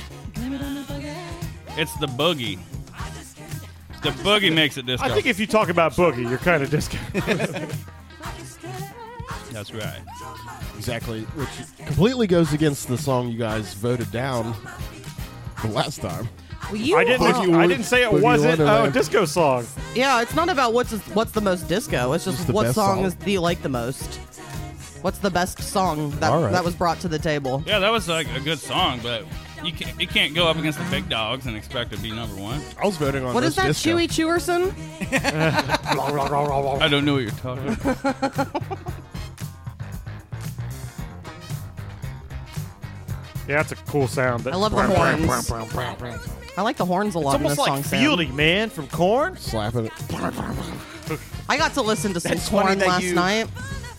D: It's the boogie. The boogie makes it disco.
B: I think if you talk about boogie, you're kind of disco.
D: That's right.
C: Exactly, which completely goes against the song you guys voted down the last time.
E: Well, you
B: I didn't.
E: are-
C: Boogie
B: I
C: Won-
B: didn't say it
C: Boogie
B: wasn't a
C: Wonderland.
B: disco song.
E: Yeah, it's not about what's what's the most disco. It's just,
C: Just the
E: what
C: best
E: song,
C: song.
E: is do you like the most? What's the best song that
C: All right.
E: that was brought to the table?
D: Yeah, that was like a good song, but you can't you can't go up against the big dogs and expect to be number one.
C: I was voting on
E: What
C: this
E: is that,
C: disco.
E: Chewy Chewerson?
D: I don't know what you're talking about.
B: Yeah, that's a cool sound.
E: I love the horns. I like the horns a lot
B: It's
E: in this
B: almost
E: song.
B: like
E: Sam.
B: Fieldy, man, from Corn.
C: Slapping it.
E: I got to listen to some
A: That's funny
E: corn
A: that
E: last
A: you-
E: night.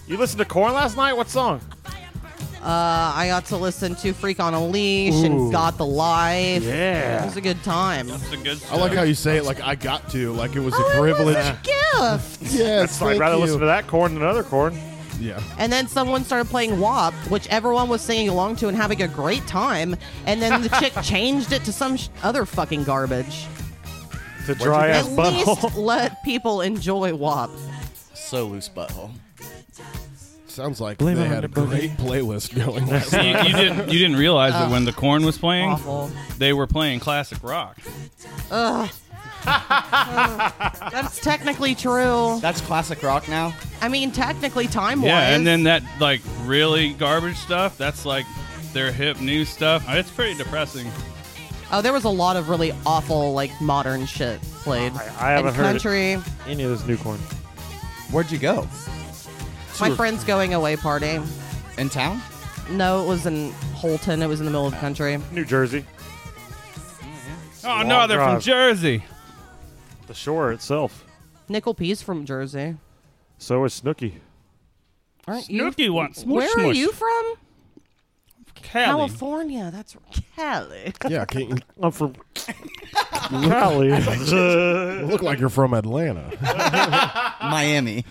B: You listened to Corn last night? What song?
E: Uh, I got to listen to Freak on a Leash and Got the Life.
B: Yeah.
E: It was a good time.
D: It's a good.
C: I like
D: song.
C: how you say it like I got to, like it was a
E: Oh, it was
C: privilege.
E: a gift.
C: Yes,
B: So I'd
C: thank
B: rather
C: you.
B: listen to that Corn than another Corn.
C: Yeah.
E: And then someone started playing WAP, which everyone was singing along to and having a great time. And then the chick changed it to some sh- other fucking garbage.
B: The dry
E: At
B: ass
E: least
B: butthole.
E: let people enjoy WAP.
A: So loose butthole.
C: Sounds like
B: Blame
C: they
B: it on
C: had
B: the
C: a great playlist going. last
D: You,
C: night.
D: you didn't you didn't realize that when the corn was playing,
E: Awful.
D: they were playing classic rock.
E: That's technically true.
A: That's classic rock now.
E: I mean, technically time wise.
D: Yeah, and then that like really garbage stuff. That's like their hip new stuff. Uh, It's pretty depressing.
E: Oh, there was a lot of really awful, like, modern shit played.
B: I haven't
E: and
B: heard it.
E: country.
B: Any of this new Corn.
A: Where'd you go?
E: My friend's going away party.
A: In town?
D: Uh-huh.
E: No, it was in Holton. It was in the middle of the country.
B: New Jersey.
D: Oh no, they're from
B: drive.
D: Jersey.
B: The shore itself.
E: Nickel P's from Jersey.
B: So is Snooky.
E: Aren't you?
D: Snooky wants
E: Where are you from?
D: Cali.
E: California. That's r- Cali.
C: Yeah, can't you
B: I'm from Cali.
C: you look like you're from Atlanta.
A: Miami.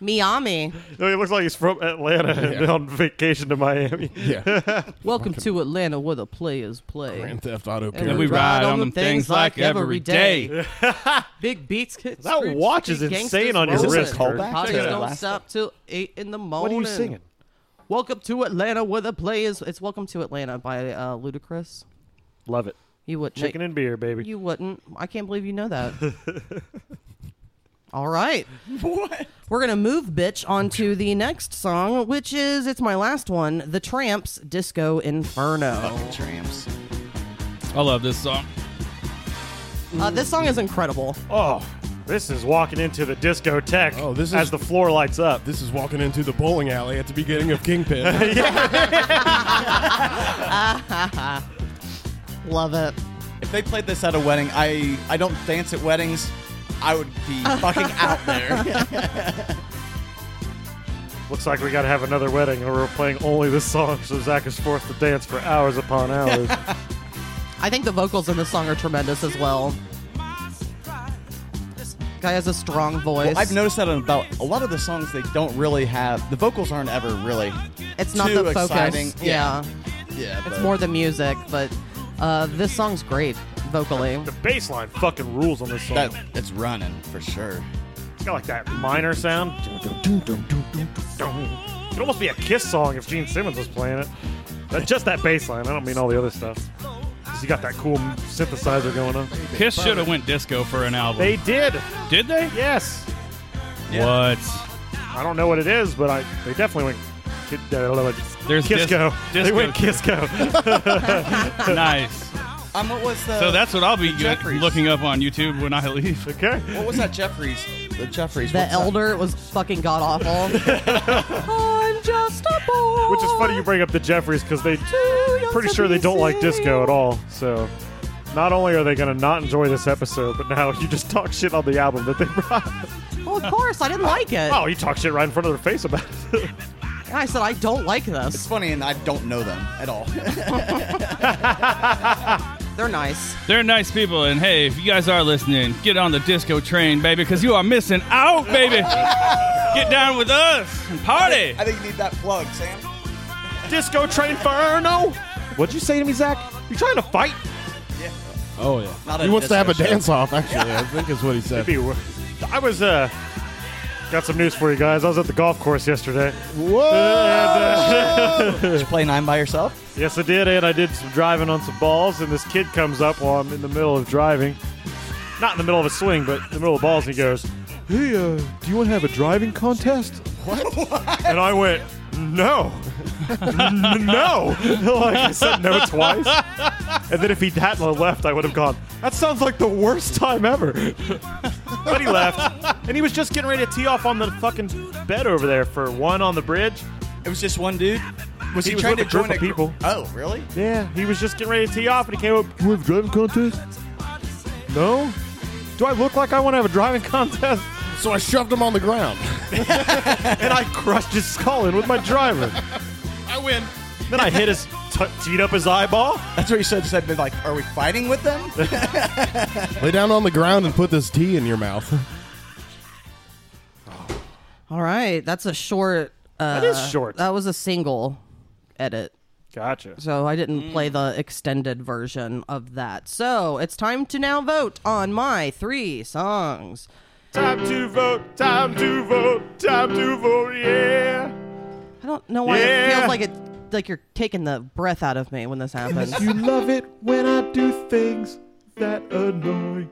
E: Miami.
B: No, he looks like he's from Atlanta and
C: Yeah.
B: on vacation to Miami.
C: Yeah,
E: Welcome to Atlanta, where the players play.
C: Grand Theft Auto.
E: And
D: we
C: parody.
D: ride on them things like every day.
E: Big beats. Hits,
B: That
E: screams,
B: watch
E: street
B: is insane
E: gangsters
B: on your
E: rolling.
A: wrist, Kurt. Callback?
E: Parties
A: Check it out.
E: don't
A: Last-
E: stop till eight in the morning.
B: What are you singing?
E: Welcome to Atlanta, where the play is. It's Welcome to Atlanta by uh, Ludacris.
B: Love it.
E: You would
B: Chicken and beer, baby.
E: You wouldn't. I can't believe you know that. All right.
A: What?
E: We're going to move, bitch, on to the next song, which is, it's my last one The Tramps Disco Inferno.
A: Tramps.
D: I love this song.
E: Uh, this song is incredible.
B: oh, this is walking into the discotheque
C: Oh, this is-
B: as the floor lights up.
C: This is walking into the bowling alley at the beginning of Kingpin.
E: Love it.
A: If they played this at a wedding, I I don't dance at weddings. I would be fucking out there.
B: Looks like we got to have another wedding, or we're playing only this song, so Zach is forced to dance for hours upon hours.
E: I think the vocals in this song are tremendous as well. This guy has a strong voice.
A: I've noticed that on about a lot of the songs they don't really have the vocals aren't ever really
E: it's not
A: too
E: the focus.
A: exciting.
E: Yeah.
A: yeah
E: It's
A: but-
E: more the music, but uh, this song's great vocally.
B: the bass line fucking rules on this song.
A: that it's running for sure.
B: It's got like that minor sound. It'd almost be a Kiss song if Gene Simmons was playing it. That's just that bass line. I don't mean all the other stuff. 'Cause you got that cool synthesizer going on.
D: Kiss should have went disco for an album.
B: They did.
D: did they?
B: Yes.
D: What?
B: I don't know what it is, but I they definitely went. Kid, uh,
D: There's
B: Kisco.
D: dis-
B: they went
D: disco.
B: Kisco.
D: nice.
A: Um, what was the
D: So that's what I'll be good-
A: Jeffries.
D: looking up on YouTube when I leave.
B: okay.
A: what was that Jeffries? The Jeffries.
E: The
A: what's that?
E: Elder was fucking god awful. I'm just a boy.
B: Which is funny you bring up the Jeffries because they
E: Too young
B: pretty
E: to
B: sure they
E: be
B: don't like
E: serious.
B: disco at all. So not only are they going to not enjoy this episode, but now you just talk shit on the album that they brought.
E: Well, of course, I didn't like it.
B: Oh, you talk shit right in front of their face about it.
E: And I said I don't like
A: It's
E: this.
A: funny, and I don't know them at all.
E: They're nice.
D: They're nice people, and hey, if you guys are listening, get on the disco train, baby, because you are missing out, baby. get down with us and party.
A: I think you need that plug, Sam.
B: disco train Inferno. What'd you say to me, Zach? You trying to fight?
C: oh yeah,
A: Not
C: he
A: a
C: wants to have a
A: disco show.
C: dance off. Actually, I think is what he said.
B: Be wor- I was uh got some news for you guys. I was at the golf course yesterday.
C: Whoa!
B: And, uh,
A: Did you play nine by yourself?
B: Yes, I did, and I did some driving on some balls, and this kid comes up while I'm in the middle of driving. Not in the middle of a swing, but in the middle of balls, and he goes, Hey, uh, do you want to have a driving contest? What? And I went, No. N- no. like, I said no twice. And then if he hadn't left, I would have gone, That sounds like the worst time ever. but he left, and he was just getting ready to tee off on the fucking bed over there for one on the bridge.
A: It was just one dude. Was
B: He
A: he,
B: was
A: trying
B: with
A: to
B: a group
A: join
B: of
A: a gr-
B: people.
A: Oh, really?
B: Yeah, he was just getting ready to tee off, and he came up. Do we have a driving contest? No. Do I look like I want to have a driving contest?
C: So I shoved him on the ground.
B: And I crushed his skull in with my driver.
C: I win.
B: then I hit his, t- teed up his eyeball.
A: That's what you said. Said like, are we fighting with them?
C: Lay down on the ground and put this tea in your mouth.
E: All right, that's a short. Uh,
B: That is short.
E: That was a single edit.
B: Gotcha.
E: So I didn't
B: Mm.
E: play the extended version of that. So it's time to now vote on my three songs.
B: Time to vote. Time to vote. Time to vote. Yeah.
E: I don't know why it
B: Yeah.
E: feels like it like you're taking the breath out of me when this happens.
B: You love it when I do things that annoy.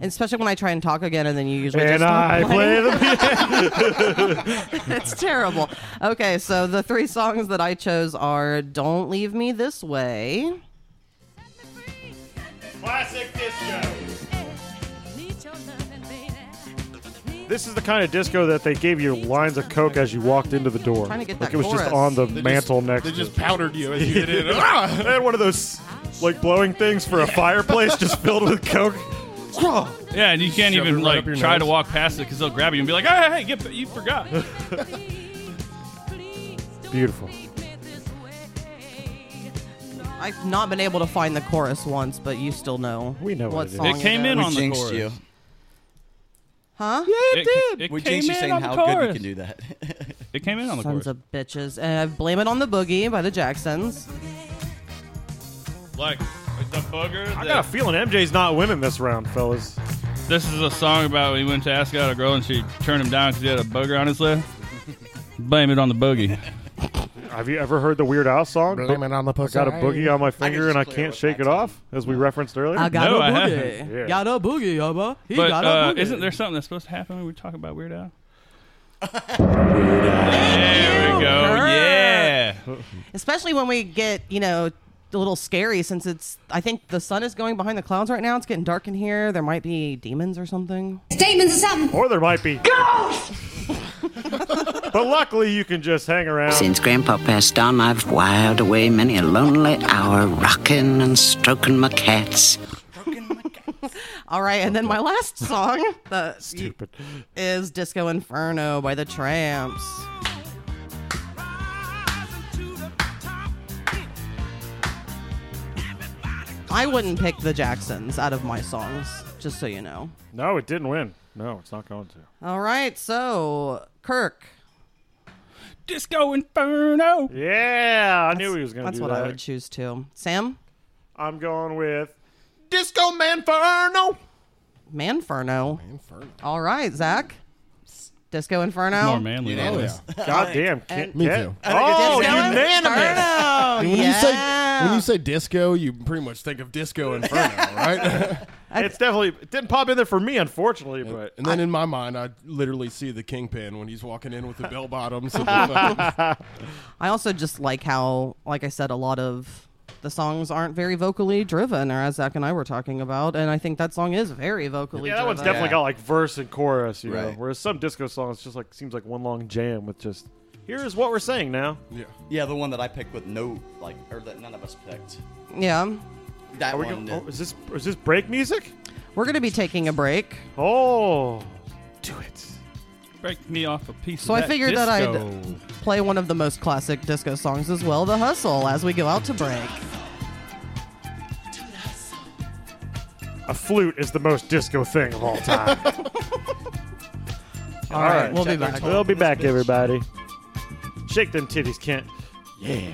E: Especially when I try and talk again and then you usually just
B: And
E: stop
B: I
E: playing.
B: play the.
E: It's terrible. Okay, so the three songs that I chose are Don't Leave Me This Way,
B: Classic disco. This is the kind of disco that they gave you lines of coke as you walked into the door.
E: Trying to get
B: like
E: that
B: it was just
E: chorus.
B: on the
C: They
B: mantle
C: just,
B: next.
C: They
B: to
C: just
B: it.
C: powdered you as you did it.
B: Ah! They had one of those like blowing things for a fireplace just filled with coke.
D: Yeah, and you can't
C: Shove it
D: even
C: right
D: like
C: up your
D: try to
C: nose.
D: walk past it because they'll grab you and be like, "Hey, hey, hey, get, you forgot."
B: Beautiful.
E: I've not been able to find the chorus once, but you still know.
B: We know what it is.
E: song
D: It came in
E: is.
A: We
D: on the
A: jinxed
D: chorus.
A: you.
E: huh?
D: It, did. It
A: We
D: came
A: jinxed you
D: in
A: saying
D: on the
A: how
D: chorus.
A: good you can do that.
D: It came in on the
E: Sons
D: chorus.
E: of bitches. And I blame it on the boogie by the Jacksons.
D: like the booger.
B: I got a feeling MJ's not winning this round, fellas.
D: This is a song about when he went to ask out a girl and she turned him down because he had a booger on his lip. Blame it on the boogie.
B: Have you ever heard the Weird Al song?
C: Blame it on the
B: I got a
C: pussy.
B: boogie on my finger and
A: just
B: I
A: clear
B: can't
A: with
B: shake
A: that
B: it
A: song.
B: off, as we referenced earlier.
G: I got
D: No,
G: a
D: I
G: boogie.
D: haven't.
B: Yeah.
G: Got a boogie, yabba. He
D: But
G: got
D: uh,
G: a boogie.
D: isn't there something that's supposed to happen when we talk about Weird Al? There we go. Yeah.
E: Especially when we get, you know, a little scary since it's, I think the sun is going behind the clouds right now. It's getting dark in here. There might be demons or something.
H: Statements or something.
B: Or there might be. but luckily, you can just hang around.
I: Since Grandpa passed on, I've whiled away many a lonely hour rocking and stroking my cats.
E: All right. And then my last song that
B: Stupid.
E: is Disco Inferno by the Tramps. I wouldn't pick the Jacksons out of my songs, just so you know.
B: No, it didn't win. No, it's not going to.
E: All right, so Kirk.
D: Disco Inferno.
B: Yeah, I knew he was going to
E: That's
B: do
E: what
B: that.
E: I would choose too. Sam,
B: I'm going with.
C: Disco Manferno.
E: Manferno. All right, Zach. Disco Inferno.
D: More manly.
A: Unanimous.
B: Goddamn. Can't
C: Me
B: get-
C: too.
B: Oh,
E: Disco
B: you
E: Inferno.
C: When you say
E: yeah.
C: when you say disco, you pretty much think of Disco Inferno, right?
B: It's definitely it didn't pop in there for me, unfortunately, but
C: and then in my mind, I literally see the kingpin when he's walking in with the bell bottoms. and the fucking-
E: I also just like how, like I said, a lot of the songs aren't very vocally driven, or as Zach and I were talking about, and I think that song is very vocally
B: yeah,
E: driven.
B: that one's definitely
A: Yeah.
B: got like verse and chorus, you know.
A: Right.
B: Whereas some disco songs just like seems like one long jam with just here's what we're saying now.
C: yeah.
A: yeah, the one that I picked with no, like, or that none of us picked.
E: Yeah.
A: That
B: Are we
A: one.
B: going, oh,
A: did-
B: is this is this break music?
E: We're going to be taking a break.
B: Oh, do it.
D: Break me off a piece.
E: So
D: of
E: I
D: that
E: figured that I'd-
D: disco.
E: Play one of the most classic disco songs as well, The Hustle, as we go out to break.
B: A flute is the most disco thing of all time.
E: All right, we'll be
A: Check our
E: back.
A: time.
B: we'll be
A: This
B: back,
A: bitch.
B: everybody. Shake them titties, Kent. Yeah.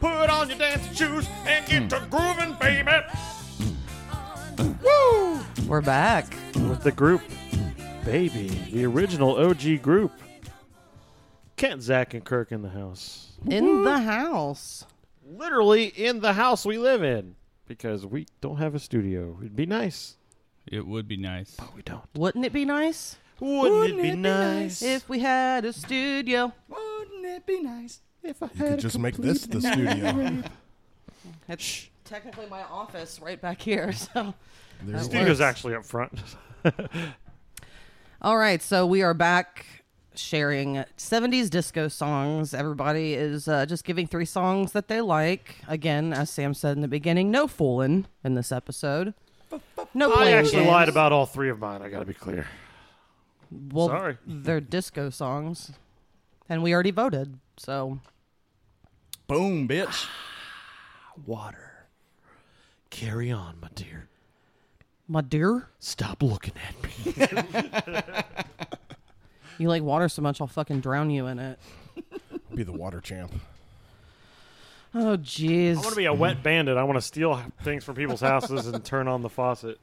B: Put on your dancing shoes and get to grooving, baby.
E: We're back.
B: With the group, baby, the original OG group. Kent, Zach, and Kirk in the house.
E: In the house.
B: literally in the house we live in because we don't have a studio. It'd be nice.
D: It would be nice.
E: Oh,
B: We don't.
E: Wouldn't it be nice
B: Wouldn't, it be nice
E: if we had a studio?
A: Wouldn't it be nice?
B: if I
C: You could just make this the studio.
E: It's technically my office right back here. So,
C: There's
B: studio's
C: works.
B: actually up front?
E: all right, so we are back sharing 70s disco songs. Everybody is uh, just giving three songs that they like. Again, as Sam said in the beginning, no fooling in this episode. No,
B: I
E: playing
B: actually
E: games.
B: lied about all three of mine. I gotta be clear.
E: Well,
B: Sorry.
E: they're disco songs, and we already voted. So,
A: Boom, bitch.
B: Water. Carry on, my dear.
E: my dear,
B: Stop looking at me.
E: you like water so much, I'll fucking drown you in it.
C: Be the water champ.
E: Oh, jeez.
B: I want to be a wet bandit. I want to steal things from people's houses and turn on the faucet.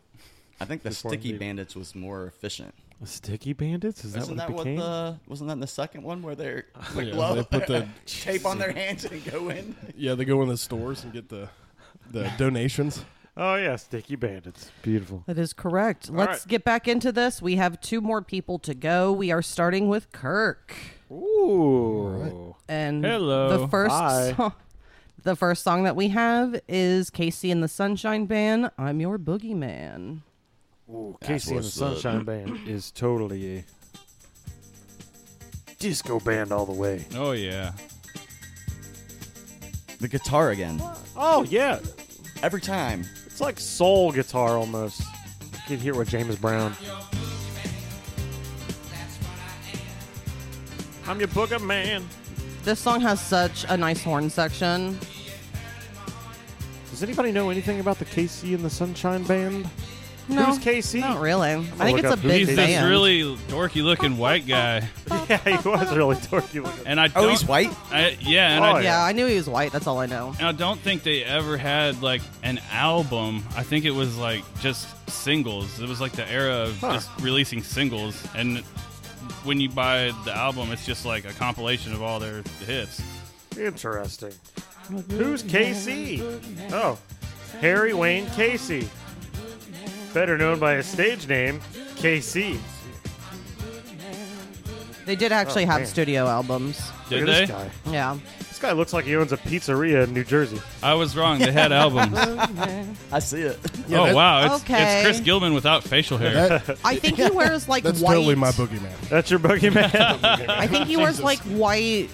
A: I think the
B: Before
A: sticky
B: leaving.
A: bandits was more efficient.
B: Sticky bandits? Is
A: Isn't that what the? Wasn't that in the second one where they're like
C: Yeah,
A: blow
C: they put the
A: tape on their hands and go in?
C: yeah they go in the stores and get the the donations.
B: Oh yeah, sticky bandits. Beautiful.
E: That is correct. Let's
B: right.
E: get back into this. We have two more people to go. We are starting with Kirk.
B: Ooh.
E: And
D: Hello.
E: the first
B: Hi.
E: song, the first song that we have is Casey and the Sunshine Band, I'm Your Boogeyman.
B: Ooh, Casey and the Sunshine Band is totally a disco band all the way.
D: Oh yeah.
A: the guitar again.
B: Oh yeah,
A: Every time.
B: it's like soul guitar almost. You can hear it with James Brown. I'm your booger man.
E: This song has such a nice horn section.
B: Does anybody know anything about the KC and the Sunshine Band?
E: No,
B: Who's KC?
E: Not really. I think
B: look
E: it's a
B: up who
E: big
D: He's
B: Big
D: this
E: band.
D: really dorky looking white guy,
B: Yeah, he was really dorky looking.
D: and I
A: Oh,
D: don't-
A: he's white.
D: I, yeah, and I
B: Oh,
E: yeah, I knew he was white. That's all I know.
D: And I don't think they ever had like an album. I think it was like just singles. It was like the era of
B: Huh.
D: just releasing singles. And when you buy the album, it's just like a compilation of all their hits.
B: Interesting. Who's KC? Oh, Harry Wayne Casey. Better known by his stage name, KC.
E: They did actually
B: Oh,
E: have
B: man.
E: studio albums.
D: Did
B: Look at
D: they?
B: this guy.
E: Yeah.
B: This guy looks like he owns a pizzeria in New Jersey.
D: I was wrong. They had albums.
A: I see it.
C: Yeah,
D: oh
C: that-
D: wow, it's,
E: Okay.
D: it's Chris Gilman without facial hair.
C: That,
E: I think he wears like
C: that's
E: white.
C: totally my boogeyman.
B: That's your boogeyman.
E: I think he wears like white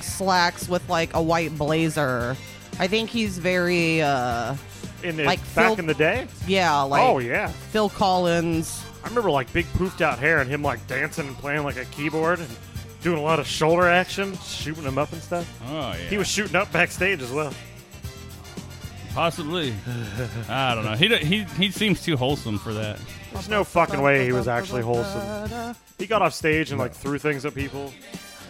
E: slacks with like a white blazer. I think he's very uh
B: in the,
E: Like
B: back
E: Phil-
B: in the day.
E: yeah, like
B: oh yeah,
E: Phil Collins.
B: I remember like big poofed out hair and him like dancing and playing like a keyboard and doing a lot of shoulder action, shooting him up and stuff.
D: oh yeah,
B: He was shooting up backstage as well.
D: possibly. I don't know. He don't- he he seems too wholesome for that.
B: There's no fucking way he was actually wholesome. He got off stage and like threw things at people.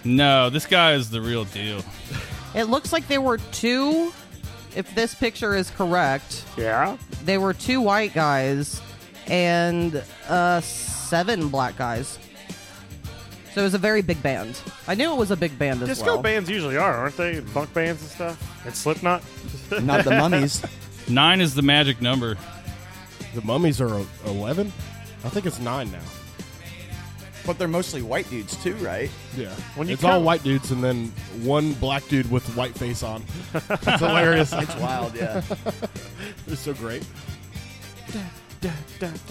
D: No, this guy is the real deal.
E: It looks like there were two if this picture is correct,
B: Yeah.
E: they were two white guys and uh seven black guys. So it was a very big band. I knew it was a big band as
B: Disco
E: well.
B: bands usually are, aren't they? Funk bands and stuff. And Slipknot.
A: Not the mummies.
D: Nine is the magic number.
C: The mummies are eleven. I think it's nine now.
A: But they're mostly white dudes too, right?
C: Yeah,
B: When you
C: it's all
B: count-
C: white dudes and then one black dude with white face on. It's hilarious.
A: It's wild, yeah.
C: It's so great.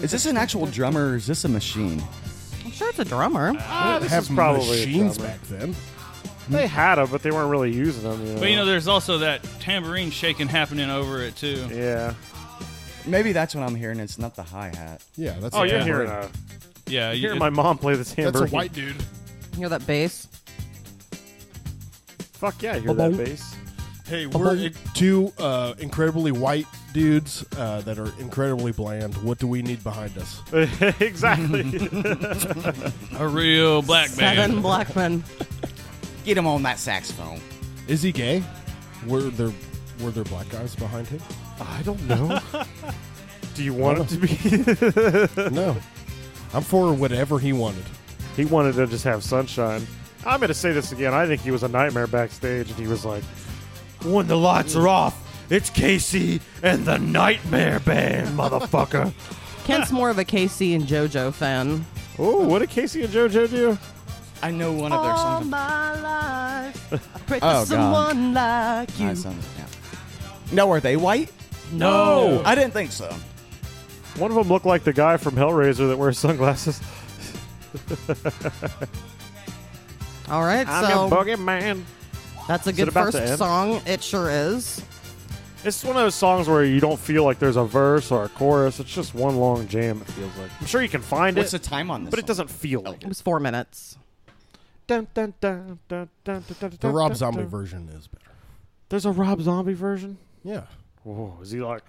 A: Is this an actual drummer or is this a machine?
E: I'm sure it's a drummer.
B: Ah, this
C: Have
B: is probably a
C: machines
B: drummer.
C: back then.
B: They had them, but they weren't really using them.
D: But you know, there's also that tambourine shaking happening over it too.
B: yeah.
A: Maybe that's what I'm hearing. It's not the hi hat.
C: Yeah, that's.
B: Oh,
C: a
B: you're
C: tambourine.
B: hearing, uh,
D: Yeah, you-
B: hearing my mom play this
C: That's a
B: hamburger.
C: white dude.
E: Hear that bass?
B: Fuck yeah, you're that bass.
C: Hey, we're two uh, incredibly white dudes uh, that are incredibly bland. What do we need behind us?
B: exactly.
D: A real black
E: Seven
D: man.
E: black men.
A: Get him on that saxophone.
C: Is he gay? Were there were there black guys behind him?
B: I don't know. Do you want it to be?
C: no, I'm for whatever he wanted.
B: he wanted to just have sunshine. I'm going to say this again. I think he was a nightmare backstage, and he was like,
G: When the lights are off, it's Casey and the Nightmare Band, motherfucker.
E: Kent's more of a KC and JoJo fan.
B: "Oh, what did Casey and JoJo do?"
A: I know one of their songs.
E: my life, I pray
A: Oh, God.
E: like
A: My songs, yeah. No, are they white?
B: No.
A: I didn't think so.
B: One of them looked like the guy from Hellraiser that wears sunglasses.
E: All right, so
B: man.
E: that's a
B: it
E: good
B: about to
E: first
B: end?
E: song. It sure is.
B: It's one of those songs where you don't feel like there's a verse or a chorus. It's just one long jam. It feels like. I'm sure you can find
A: What's the
B: it,
A: time on this?
B: but it
A: song?
B: doesn't feel like
E: It
B: it.
E: was four minutes.
B: Dun, dun, dun, dun, dun, dun, dun,
C: The
B: dun,
C: Rob
B: dun,
C: Zombie
B: dun.
C: version is better.
B: There's a Rob Zombie version.
C: Yeah,
B: Whoa, is he like?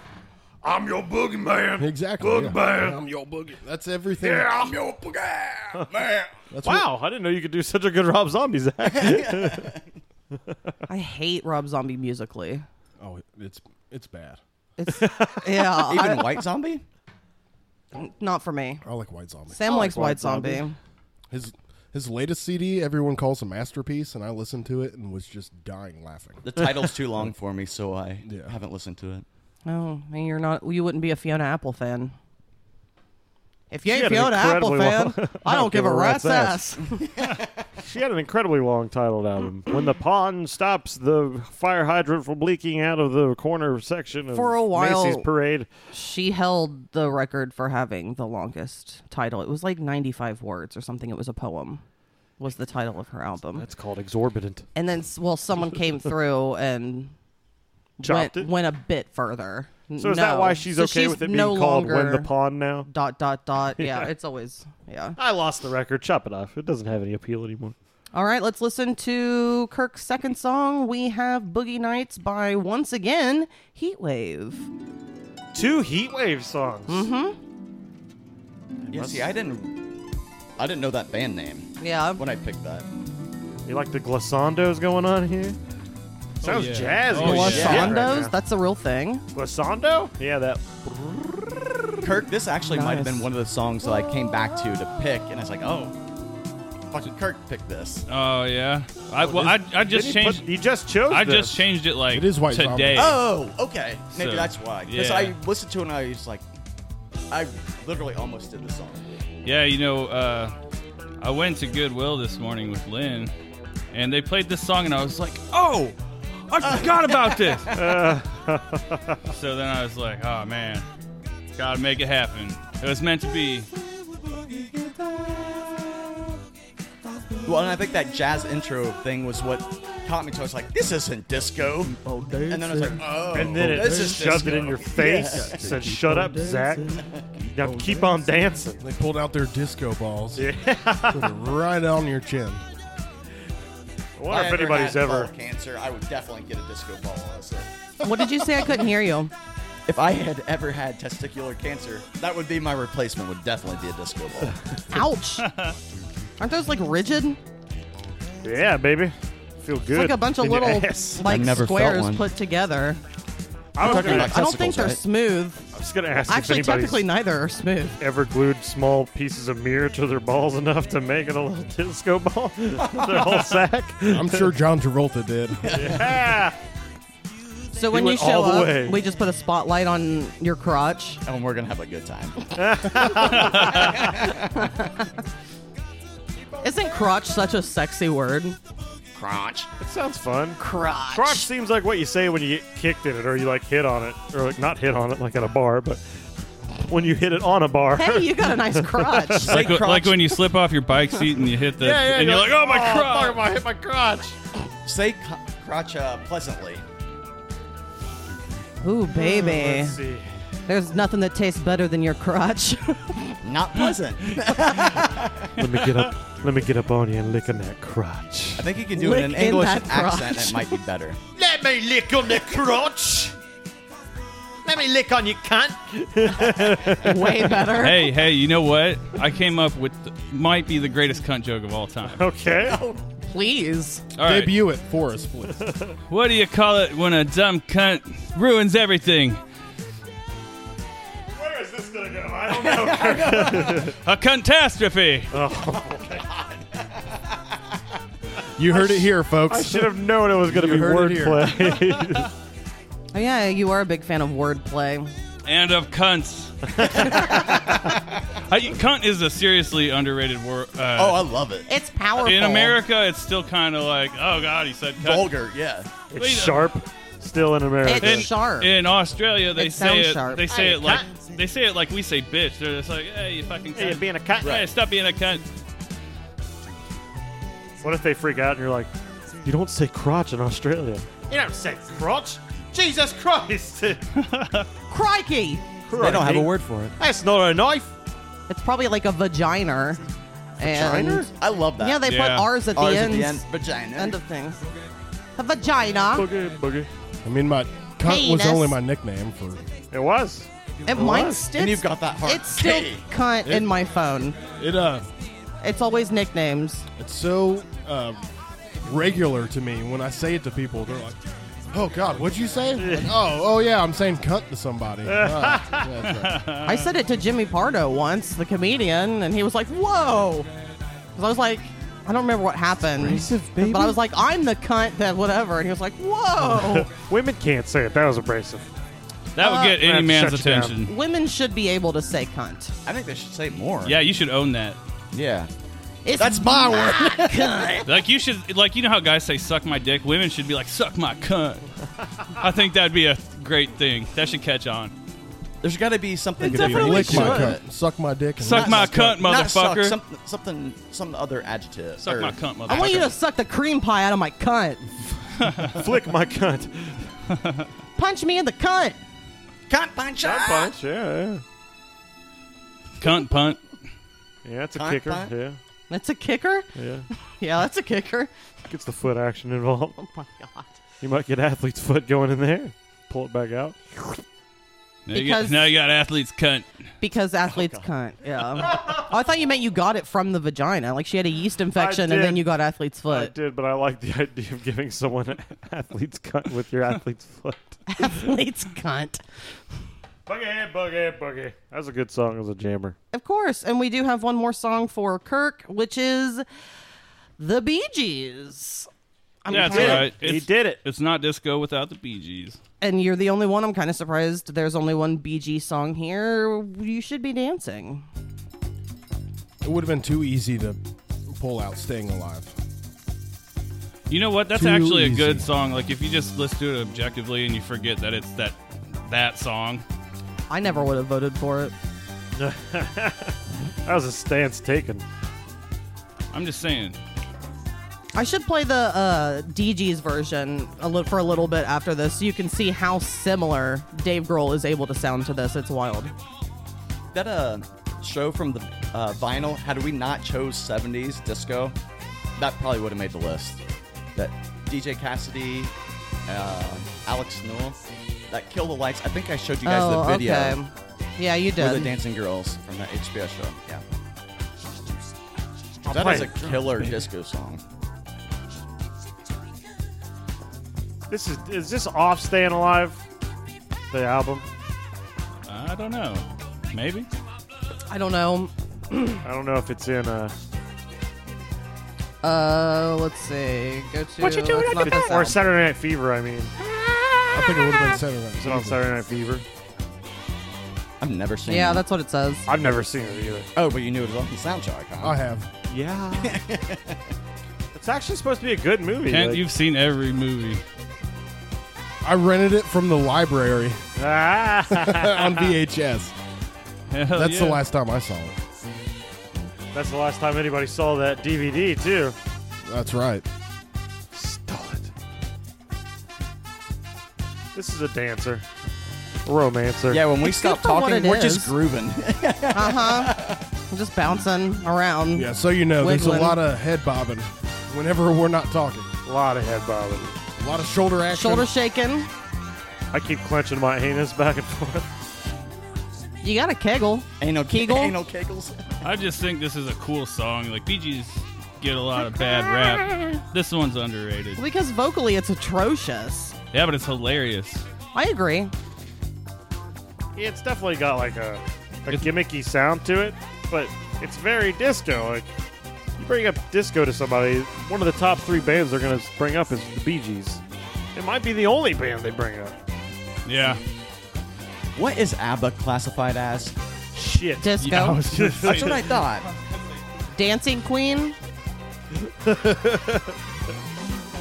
G: I'm your boogeyman.
C: exactly. yeah. I'm your boogie. That's everything.
G: I'm your boogeyman.
C: That's what-
B: Wow, I didn't know you could do such a good Rob Zombie. Zach.
E: I hate Rob Zombie musically.
C: oh, it's it's bad.
E: It's yeah,
A: Even
E: I-
A: white zombie?
E: not for me.
C: I like White Zombie.
E: Sam likes White
B: White
E: Zombie.
B: Zombie.
C: His his latest CD, everyone calls a masterpiece, and I listened to it and was just dying laughing.
A: The title's too long for me, so I
C: Yeah.
A: haven't listened to it.
E: No, I mean, Oh, you're not. You wouldn't be a Fiona Apple fan. If you
B: She had
E: ain't
B: an
E: Fiona Apple
B: incredibly
E: fan,
B: long-
E: I don't give a rat's ass.
B: she had an incredibly long titled album. When the pond stops the fire hydrant from leaking out of the corner section of
E: For a while-
B: Macy's Parade.
E: She held the record for having the longest title. It was like 95 words or something. It was a poem. Was the title of her album.
B: That's called exorbitant.
E: and then s- well someone came through and
B: Chopped
E: went
B: it?
E: went a bit further.
B: So is that
E: No.
B: why she's
E: So
B: okay
E: she's
B: with it being
E: no
B: called
E: longer
B: When the Pawn now?
E: dot dot dot? Yeah,
B: Yeah.
E: it's always yeah.
B: I lost the record. Chop it off. It doesn't have any appeal anymore.
E: All right, let's listen to Kirk's second song. We have Boogie Nights by once again Heatwave.
B: Two Heatwave songs.
E: Mm-hmm.
A: Yeah, see, I didn't, I didn't know that band name
E: Yeah,
B: Oh,
A: when I picked that.
B: You like the glissandos going on here? Sounds
D: yeah.
B: jazzy.
D: Oh,
B: as
D: yeah.
B: shit right
E: Glissandos,
B: now.
E: that's a real thing.
B: Glissando? Yeah, that.
A: Kirk, this actually might have
E: Nice.
A: been one of the songs that I came back to to pick, and it's like, oh, fucking Kirk picked this.
D: Oh yeah. I well, I,
B: Didn't
D: I just
B: you
D: changed.
B: put- you just chose.
D: I
B: this.
D: just changed it like
C: It is White Zombie.
D: today.
A: Oh, okay, maybe
D: So,
A: that's why. Because
D: yeah.
A: I listened to it and I was like, I literally almost did the song.
D: Yeah, you know, uh, I went to Goodwill this morning with Lynn, and they played this song, and I was like, oh, I forgot about this. so then I was like, oh man, gotta make it happen. It was meant to be.
A: Well, and I think that jazz intro thing was what caught me. So I was like, this isn't disco. and then I was like, oh,
B: And then it
A: this is
B: shoved it
A: disco.
B: in your face. It Said, "Shut up, Zach. Now keep on dancing."
C: They pulled out their disco balls. Yeah. right on your chin.
B: I wonder if
A: I
B: anybody's
A: had
B: ever.
A: bowel cancer, I would definitely get a disco ball. Also.
E: What did you say? I couldn't hear you.
A: If I had ever had testicular cancer, that would be my replacement. Would definitely be a disco ball.
E: Ouch. Aren't those like rigid?
B: Yeah, baby. Feel good.
E: It's like a bunch of
B: in your
E: little
B: ass.
E: like
A: I've never felt
E: squares
A: one.
E: put together.
B: I was
A: talking
B: gonna,
A: about-
E: I don't think
A: Testicles,
E: they're
A: right?
E: smooth.
B: I was gonna ask
E: Actually,
B: if anybody's
E: technically, neither are smooth.
B: ever glued small pieces of mirror to their balls enough to make it a little disco ball. their whole sack.
C: I'm sure John Travolta did.
B: Ah,
E: So when you
B: went all
E: show
B: the
E: up,
B: way.
E: we just put a spotlight on your crotch.
A: and we're gonna have a good time.
E: Isn't crotch such a sexy word?
A: Crunch.
B: it sounds fun.
E: Crotch.
B: Crotch seems like what you say when you get kicked in it, or you like hit on it, or like not hit on it, like at a bar, but when you hit it on a bar.
E: Hey, you got a nice crotch.
D: Like,
A: crotch.
D: like when you slip off your bike seat and you hit the,
B: yeah, yeah,
D: and you're like, oh my
B: fuck,
D: crotch.
B: I hit my crotch.
A: Say cr- crotch uh, pleasantly.
E: Ooh, baby.
B: Let's see.
E: There's nothing that tastes better than your crotch.
A: Not pleasant.
B: Let me get up. Let me get up on you and lick on that crotch.
A: I think you can do
E: Lick
A: it in an
E: in
A: English
E: that
A: accent.
E: crotch.
A: It might be better.
G: Let me lick on the crotch. Let me lick on you, cunt.
E: Way better.
D: Hey, hey, you know what? I came up with the, might be the greatest cunt joke of all time. All
B: Okay.
E: Please.
D: right.
C: Debut it for us, please.
D: What do you call it when a dumb cunt ruins everything?
B: Where is this gonna go? I don't know.
D: A catastrophe.
C: You heard it here,
B: I
C: folks.
B: should have known it was gonna
C: You
B: be
C: heard it here.
B: wordplay.
E: Oh, yeah, you are a big fan of wordplay.
D: and of cunts. I, cunt is a seriously underrated word.
A: Oh,
D: Uh,
A: I love it.
E: It's powerful.
D: in America, it's still kind of like, oh god, he said cunt.
A: Vulgar, yeah.
B: it's sharp. Still in America.
E: It's
D: In,
E: sharp.
D: in Australia, they
E: It
D: say
E: sounds
D: it.
E: sharp.
D: They say
B: Hey,
D: it like
B: cunt.
D: they say it like we say bitch. They're just like, hey, you fucking. Cunt.
B: a cunt.
D: Hey, stop being a cunt.
B: What if they freak out and you're like, you don't say crotch in Australia? You don't say crotch. Jesus Christ!
E: Crikey.
A: They don't have a word for it.
B: That's not a knife.
E: It's probably like a vagina. And
A: I love that.
E: yeah, they put
D: Yeah.
E: R's at the,
A: Ours at
E: end,
A: the end. Vagina.
E: end of things. A vagina.
B: Boogie, boogie.
C: I mean, my cunt was
E: Penis.
C: only my nickname for.
B: It was.
E: It might still.
A: and you've got that heart.
E: It's still
A: Hey.
E: cunt in my phone.
C: It uh,
E: It's always nicknames.
C: it's so uh, regular to me when I say it to people. They're like, "Oh God, what'd you say?" Like, oh, oh yeah, I'm saying cunt to somebody. Oh, that's right.
A: Uh-huh.
E: I said it to Jimmy Pardo once, the comedian, and he was like, "Whoa!" 'Cause I was like, I don't remember what happened, but I was like, "I'm the cunt that whatever," and he was like, "Whoa!"
B: Women can't say it. That was abrasive.
D: That would get
B: Uh,
D: any man's
B: shut you down.
D: attention.
E: Women should be able to say cunt.
A: I think they should say more.
D: Yeah, you should own that.
A: Yeah.
E: It's
A: That's my word.
D: Like you should, like you know how guys say "suck my dick." Women should be like "suck my cunt." I think that'd be a great thing. That should catch on.
A: There's got to be something.
E: It
A: to be
E: definitely
A: really
C: Lick my
A: clever.
C: cunt, suck my dick, and
D: Suck
C: lick
D: my
A: suck,
D: cunt,
A: Not suck,
D: motherfucker.
A: Something, something, some other adjective. Er,
D: Suck
A: or-
D: my cunt, motherfucker.
E: I want you to suck the cream pie out of my cunt.
B: Flick my cunt.
E: Punch me in the cunt.
A: Cunt punch.
B: Cunt
A: ah!
B: punch, yeah, yeah.
D: Cunt punt.
B: Yeah, it's a
A: Cunt
B: kicker.
A: punch?
B: Yeah,
E: That's a kicker?
B: yeah.
E: Yeah, that's a kicker.
B: Gets the foot action involved.
E: Oh my god.
B: You might get athlete's foot going in there. Pull it back out.
D: Now you, got,
E: Because-
D: now you got athletes cunt.
E: Because
B: Oh,
E: athlete's cunt. Yeah. oh, I thought you meant you got it from the vagina. Like she had a yeast infection and then
B: did.
E: you got athlete's
B: I
E: foot.
B: did, but I like the idea of giving someone an athlete's cut with your athlete's foot.
E: Athlete's cunt.
B: Boogie, boogie, boogie. That was a good song. It was a jammer.
E: Of course. And we do have one more song for Kirk, which is The Bee Gees. I'm
D: That's all
E: kinda-
D: right.
B: He
D: It's,
B: did it.
D: it's not disco without the Bee Gees.
E: And you're the only one. I'm kind of surprised there's only one BG song here. You should be dancing.
C: It would have been too easy to pull out "Staying Alive."
D: You know what? That's
C: Too
D: actually a
C: easy.
D: good song. Like if you just listen to it objectively and you forget that it's that that song.
E: I never would have voted for it.
B: That was a stance taken.
D: I'm just saying.
E: I should play the uh, DG's version a li- for a little bit after this so you can see how similar Dave Grohl is able to sound to this. It's wild.
A: That uh, show from the uh, vinyl. Had we not chose '70s disco, that probably would have made the list. That DJ Cassidy, uh, Alex Newell, that Kill the Lights. I think I showed you guys the video
E: Oh, Yeah, you
A: with the
E: did.
A: dancing girls from that HBO show. Yeah,
B: I'll
A: that
B: play
A: is a
B: it.
A: killer disco song.
B: This is is this off staying alive? The album.
D: I don't know. Maybe.
E: I don't know.
B: I don't know if it's in. Uh,
E: Uh, let's see. Go to. What you doing?
B: or Saturday Night Fever. I mean,
C: I think it would have been Saturday Night.
B: is it on
C: Fever.
B: Saturday Night Fever?
A: I've never seen.
E: Yeah,
A: it.
E: that's what it says.
B: I've never seen it either.
A: Oh, but you knew it was on the soundtrack, huh?
C: I have.
B: Yeah. it's actually supposed to be a good movie.
D: Kent,
B: like-
D: you've seen every movie.
C: I rented it from the library
B: Ah,
C: on VHS.
D: Hell
C: That's the
D: yeah.
C: last time I saw it.
B: that's the last time anybody saw that DVD too.
C: That's right.
B: Stole it. This is a dancer, a romancer.
A: Yeah, when we
E: It's
A: stop
E: good for what
A: talking,
E: it
A: we're
E: is.
A: just grooving.
E: Uh huh. just bouncing around.
C: Yeah, so you know, there's
E: Wiggling.
C: a lot of head bobbing whenever we're not talking.
B: a lot of head bobbing.
C: A lot of shoulder action.
E: Shoulder shaking.
B: I keep clenching my anus back and forth.
E: You got a kegel.
A: Anal
E: Kegel?
A: Anal kegels.
D: I just think this is a cool song. Like Bee Gees get a lot of bad rap. This one's underrated.
E: Because vocally it's atrocious.
D: Yeah, but it's hilarious.
E: I agree.
B: It's definitely got like a, a gimmicky sound to it, but it's very disco. Like you bring up disco to somebody, one of the top three bands they're gonna bring up is the Bee Gees. It might be the only band they bring up.
D: Yeah.
A: What is ABBA classified as?
B: Shit.
E: Disco.
D: Yeah, I was gonna say
A: That's what I thought.
E: Dancing Queen.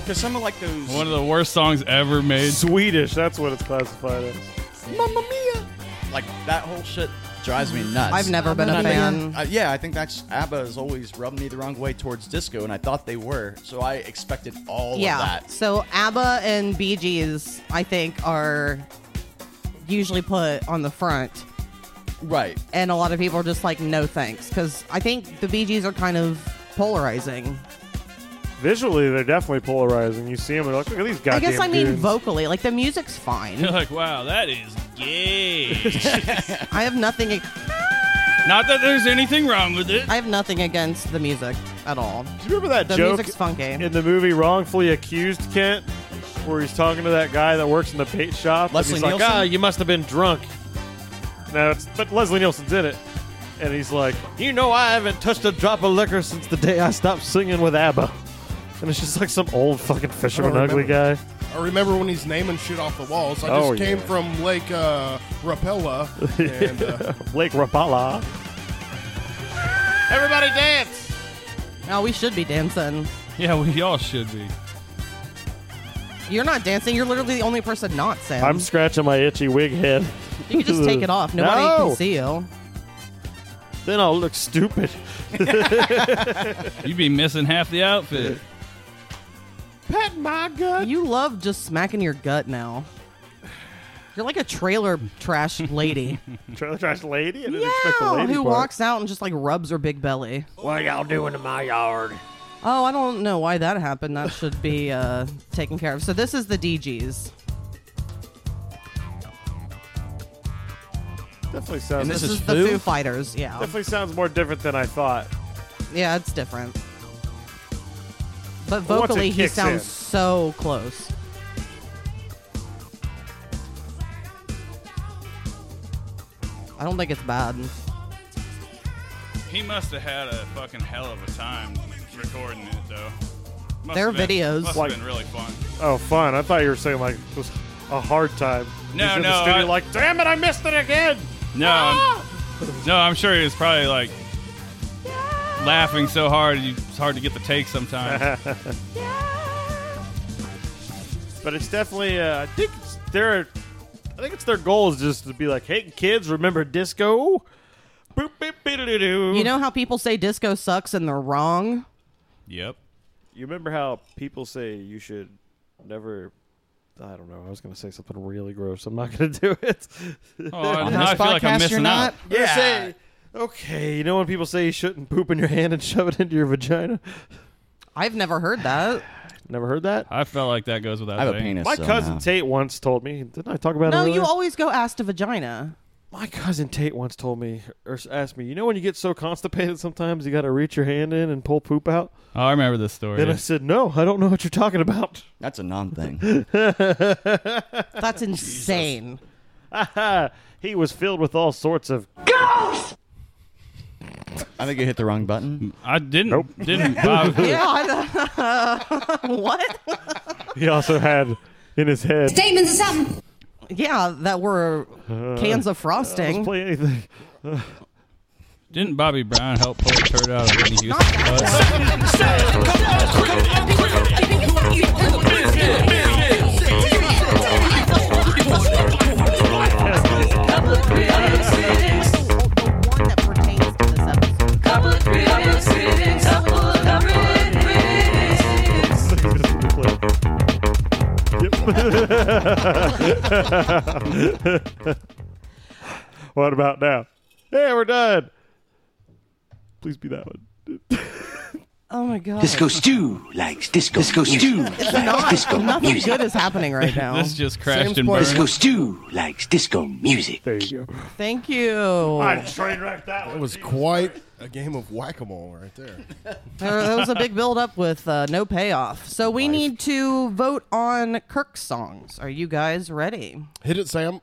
A: Because some of like those.
D: One of the worst songs ever made.
B: Swedish. That's what it's classified as.
A: Mamma Mia. Like that whole shit drives me nuts.
E: I've never been a
A: And I think-
E: fan.
A: uh, yeah, I think that's ABBA has always rubbed me the wrong way towards disco, and I thought they were, so I expected all
E: yeah.
A: of that.
E: So ABBA and Bee Gees, I think, are usually put on the front.
A: Right.
E: And a lot of people are just like, no thanks. Because I think the Bee Gees are kind of polarizing.
B: Visually, they're definitely polarizing. You see them, and like, look at these goddamn
E: I guess I mean
B: dudes.
E: vocally. Like the music's fine.
D: You're like, wow, that is gay.
E: I have nothing.
D: Not that there's anything wrong with it.
E: I have nothing against the music at all.
B: Do you remember that
E: The
B: joke
E: music's funky.
B: in the movie Wrongfully Accused, Kent, where he's talking to that guy that works in the bait shop? and
A: Leslie
B: he's like,
A: Nielsen?
B: ah, you must have been drunk. No, it's, but Leslie Nielsen's in it. And he's like, you know, I haven't touched a drop of liquor since the day I stopped singing with ABBA. And it's just like some old fucking fisherman
C: I don't
B: ugly guy.
C: I remember when he's naming shit off the walls. I just
B: Oh,
C: came
B: yeah.
C: from Lake uh, Rapella. And, uh,
B: Blake Rapala. Everybody dance!
E: No, we should be dancing.
D: Yeah, we all should be.
E: You're not dancing. You're literally the only person not, Sam.
B: I'm scratching my itchy wig head.
E: you can just take it off. Nobody
B: No.
E: can see you.
B: Then I'll look stupid.
D: You'd be missing half the outfit.
B: Pet my gut.
E: You love just smacking your gut now. You're like a trailer trash lady.
B: Trailer trash lady? I didn't expect the
E: yeah,
B: lady
E: who
B: part.
E: walks out and just like rubs her big belly.
G: What y'all doing in my yard?
E: Oh, I don't know why that happened. That should be uh, taken care of. So this is the DGs.
B: Definitely sounds.
A: And
E: This,
A: This
E: is,
A: is
E: the
A: Foo?
E: Foo Fighters. Yeah,
B: definitely sounds more different than I thought.
E: yeah, it's different. But
B: Well, once it
E: vocally, he
B: kicks
E: sounds
B: in.
E: so close. I don't think it's bad.
D: He must have had a fucking hell of a time recording it, though. Must
E: Their
D: have been-
E: videos.
D: must
B: Like-
D: have been really fun.
B: Oh, fun! I thought you were saying like it was a hard time.
D: No,
B: He's in
D: no,
B: The studio
D: I-
B: like, damn it, I missed it again.
D: No, I'm, no, I'm sure he was probably like laughing so hard you- it's hard to get the take sometimes.
B: But it's definitely. Uh, I think it's their. I think it's their goal is just to be like, hey kids, remember disco? Boop, boop,
E: You
B: you
E: know how people say disco sucks and they're wrong?
D: yep.
B: You remember how people say you should never. I don't know. I was going to say something really gross. I'm not going to do it.
D: Oh, I, now I feel like I'm missing out.
B: Yeah. okay, you know when people say you shouldn't poop in your hand and shove it into your vagina?
E: I've never heard that.
B: Never heard that?
D: I felt like that goes without
A: I have a
D: saying.
A: penis.
B: My
A: so
B: cousin
A: no.
B: Tate once told me. Didn't I talk about it?
E: No, you
B: earlier?
E: always go ass to vagina.
B: My cousin Tate once told me or s- asked me, you know when you get so constipated sometimes you got to reach your hand in and pull poop out?
D: Oh, I remember this story.
B: And I said, "No, I don't know what you're talking about."
A: That's a non thing.
E: That's insane.
B: he was filled with all sorts of
A: I think you hit the wrong button.
D: I didn't. Didn't. I,
E: Yeah. I- what?
B: He also had in his head
H: Statements or something.
E: Yeah, that were
B: Uh,
E: cans of frosting.
B: play anything.
D: didn't Bobby Brown help pull a turd out of Whitney Houston's butt?
B: What about now? Hey, we're done. Please be that one.
E: Oh my god.
F: Disco Stew likes disco. Disco Stew likes disco
E: Nothing
F: music.
E: good is happening right now.
D: This just crashed and
C: place.
D: burned.
F: Disco Stew likes disco music.
B: There you go.
E: Thank you.
B: train wrecked that
C: It was quite a game of whack a mole right there.
E: There, there was a big build up with uh, no payoff. So we need to vote on Kirk songs. Are you guys ready?
C: Hit it, Sam.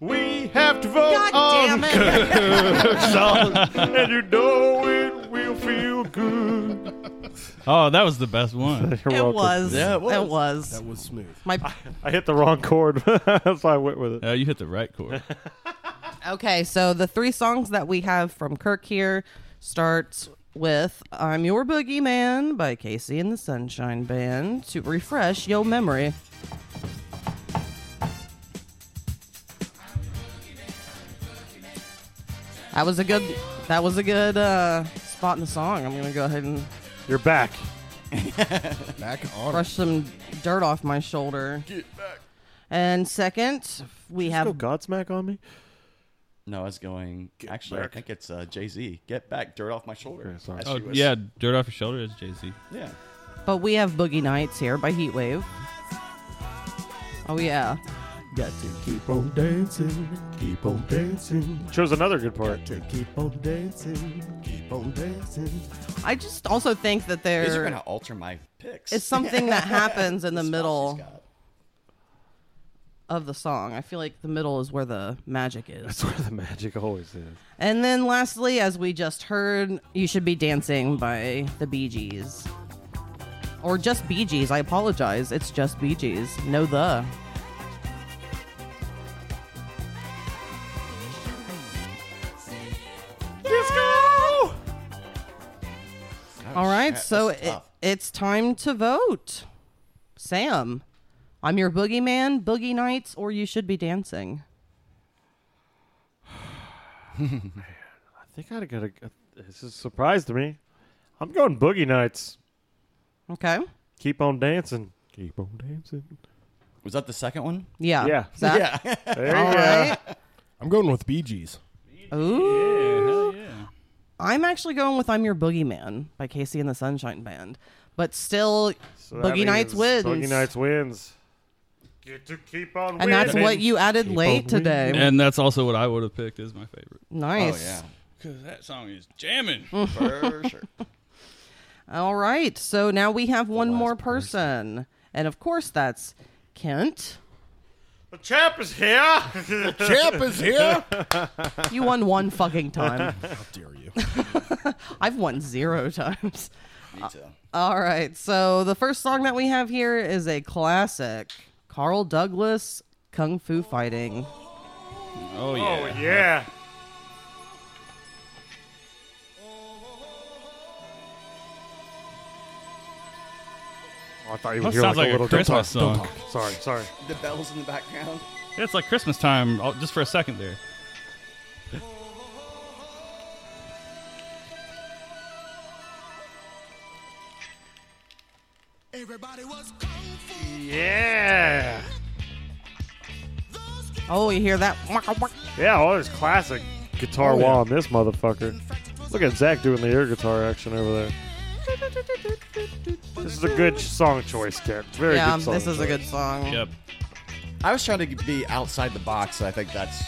B: We have to vote
E: God
B: on
E: damn it.
B: songs, and you know it will feel good.
D: Oh, that was the best one.
B: You're
E: It
B: welcome.
E: was.
A: Yeah, it was.
E: It was.
C: That was smooth.
E: My
B: I hit the wrong chord. That's why I went with it.
D: Uh, you hit the right chord.
E: Okay, so the three songs that we have from Kirk here starts with I'm Your Boogeyman by Casey and the Sunshine Band to refresh your memory. That was a good that was a good uh, spot in the song. I'm gonna go ahead and
B: You're back.
C: Back on.
E: brush some dirt off my shoulder. And second, we
B: Go
E: have
B: Godsmack on me.
A: No, it's going. actually, I think it's uh, Jay Z. Get back, dirt off my shoulder.
B: sorry.
A: As
D: Oh,
A: she was-
D: yeah, dirt off your shoulder is Jay Z.
A: yeah.
E: But we have Boogie Nights here by Heatwave. Oh yeah.
J: Got to keep on dancing, keep on dancing,
B: Chose another good part.
J: to keep on dancing, keep on dancing.
E: I just also think that
A: These are
E: there
A: gonna alter my picks.
E: is something that happens in the
A: This box
E: middle
A: has got-
E: of the song. I feel like the middle is where the magic is.
B: That's where the magic always is.
E: And then lastly, as we just heard, You Should Be Dancing by the Bee Gees. Or just Bee Gees. I apologize. It's just Bee Gees. No the.
B: Disco!
E: All right,
A: That's
E: so it,
A: tough.
E: it's time to vote. Sam, I'm your boogeyman, boogie nights, or you should be dancing.
B: I think I gotta. This is a surprise to me. I'm going Boogie Nights.
E: Okay.
B: Keep on dancing. Keep on dancing.
A: Was that the second one?
E: Yeah.
B: Yeah.
E: Zach?
A: Yeah.
B: There
E: All
B: you go.
E: right.
C: I'm going with Bee Gees.
E: Ooh.
D: Hell yeah.
E: I'm actually going with I'm Your Boogeyman by Casey and the Sunshine Band. But still,
B: So that
E: Boogie Nights
B: means
E: wins.
B: Boogie Nights wins. Get to keep on
E: and that's
B: winning.
E: what you added late today.
D: And that's also what I would have picked as my favorite.
A: Oh,
E: Nice.
A: yeah.
D: Because that song is jamming.
A: Mm. For sure.
E: All right. So now we have one more person. And of course, that's Kent.
B: The chap is here.
C: Champ is here.
E: You won one fucking time.
C: How dare you?
E: I've won zero times.
A: Me too.
E: All right. So the first song that we have here is a classic Carl Douglas Kung Fu Fighting.
D: Oh,
B: oh
D: yeah.
B: yeah. Oh, I thought you were
D: That
B: here
D: sounds
B: like
D: like
B: a
D: a
B: little
D: Christmas
B: don't
D: song.
B: talk, Don't talk. Sorry, sorry.
A: The bells in the background.
D: It's like Christmas time oh, just for a second there.
B: Yeah.
E: Oh, you hear that?
B: Yeah, all this classic guitar wall on this motherfucker. Look at Zach doing the air guitar action over there. This is a good song choice, Kent. Very
E: yeah, um,
B: good song
E: this is a
B: choice.
E: good song.
D: Yep.
A: I was trying to be outside the box. I think that's,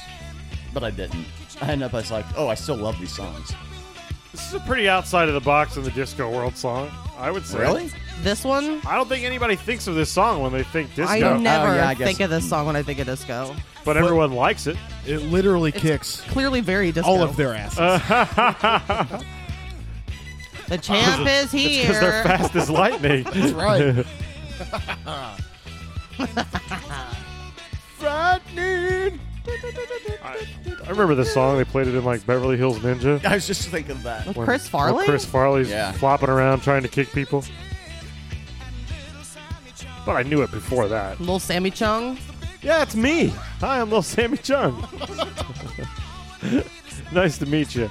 A: but I didn't. I ended up as like, oh, I still love these songs.
B: This is a pretty outside of the box in the disco world song, I would say.
E: This one,
B: I don't think anybody thinks of this song when they think disco,
E: I never
A: yeah, I guess-
E: think of this song when I think of disco.
B: but everyone likes it.
C: It literally kicks
E: Clearly, very disco.
C: all of their asses.
E: The champ is
B: Because they're
E: here.
B: fast as lightning.
C: That's right.
B: I, I remember this song. They played it in like Beverly Hills Ninja.
A: I was just thinking that.
B: when-
E: Chris
B: when
E: Farley?
B: Chris Farley's
A: Yeah.
B: flopping around trying to kick people. But I knew it before that.
E: Little Sammy Chung.
B: Yeah, it's me. Hi, I'm little Sammy Chung. nice to meet you.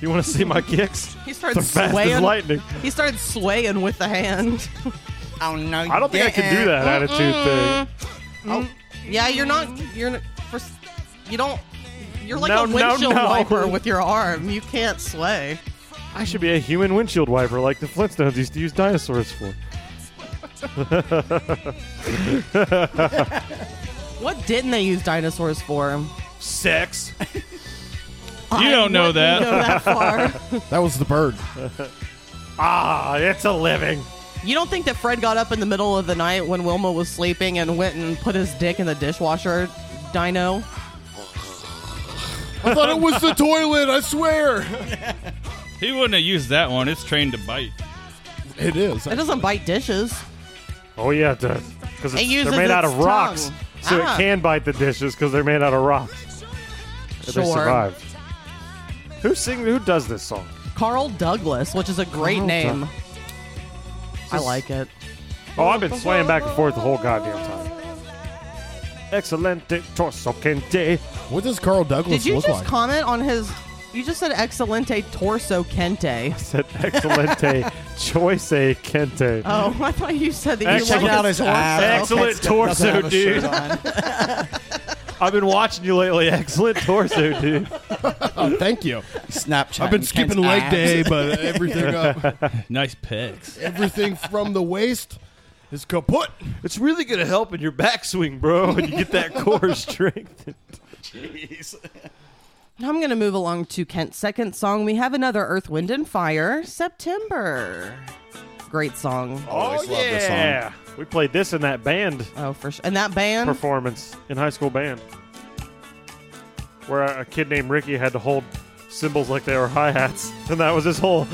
B: You want to see my kicks?
E: He started
B: They're fast as
E: swaying.
B: lightning.
E: He started swaying with the hand.
A: Oh no!
B: I don't think I can do that
E: Uh-uh.
B: attitude thing.
E: yeah, you're not. You're not- for, you don't. You're like
B: No,
E: a
B: no,
E: windshield
B: no.
E: wiper with your arm. You can't sway.
B: I should be a human windshield wiper like the Flintstones used to use dinosaurs for.
E: What didn't they use dinosaurs for?
B: Sex.
D: You don't know that.
E: Go that far.
C: That was the bird.
B: Ah, it's a living.
E: You don't think that Fred got up in the middle of the night when Wilma was sleeping and went and put his dick in the dishwasher dino?
C: I thought it was the toilet. I swear.
D: He wouldn't have used that one. It's trained to bite.
C: It is.
E: It doesn't bite dishes.
B: Oh yeah, it does. Because
E: It uses
B: they're made out
E: its
B: of rocks,
E: tongue.
B: so
E: Ah.
B: it can bite the dishes because they're made out of rocks. But They
E: Sure.
B: survived. Who sing? Who does this song?
E: Carl Douglas, which is a great
B: Carl
E: name.
B: Doug-
E: I like it.
B: Oh, I've been swaying back and forth the whole goddamn time. Excelente torso quente.
C: What does Carl Douglas
E: Did you
C: look
E: just
C: like?
E: comment on his? You just said excelente torso kente.
B: Said excelente choice eh, quente.
E: Oh, I thought you said that you
B: Excellent-
E: like
B: Check out
E: his
A: his
E: torso.
A: ass.
B: Excellent torso, dude. I've been watching you lately. Excellent torso, dude.
C: Oh, thank you.
A: Snapchat.
C: I've been skipping leg day, but everything up,
D: Nice pecs.
C: everything from the waist is kaput.
B: It's really gonna help in your backswing, bro, when you get that core strength.
E: I'm gonna move along to Kent's second song. We have another Earth, Wind, and Fire. September. Great song.
B: Oh
A: Always love this song.
B: yeah, we played this in that band
E: Oh, for sure. And that band.
B: performance in high school band, where a kid named Ricky had to hold cymbals like they were hi hats, and that was his whole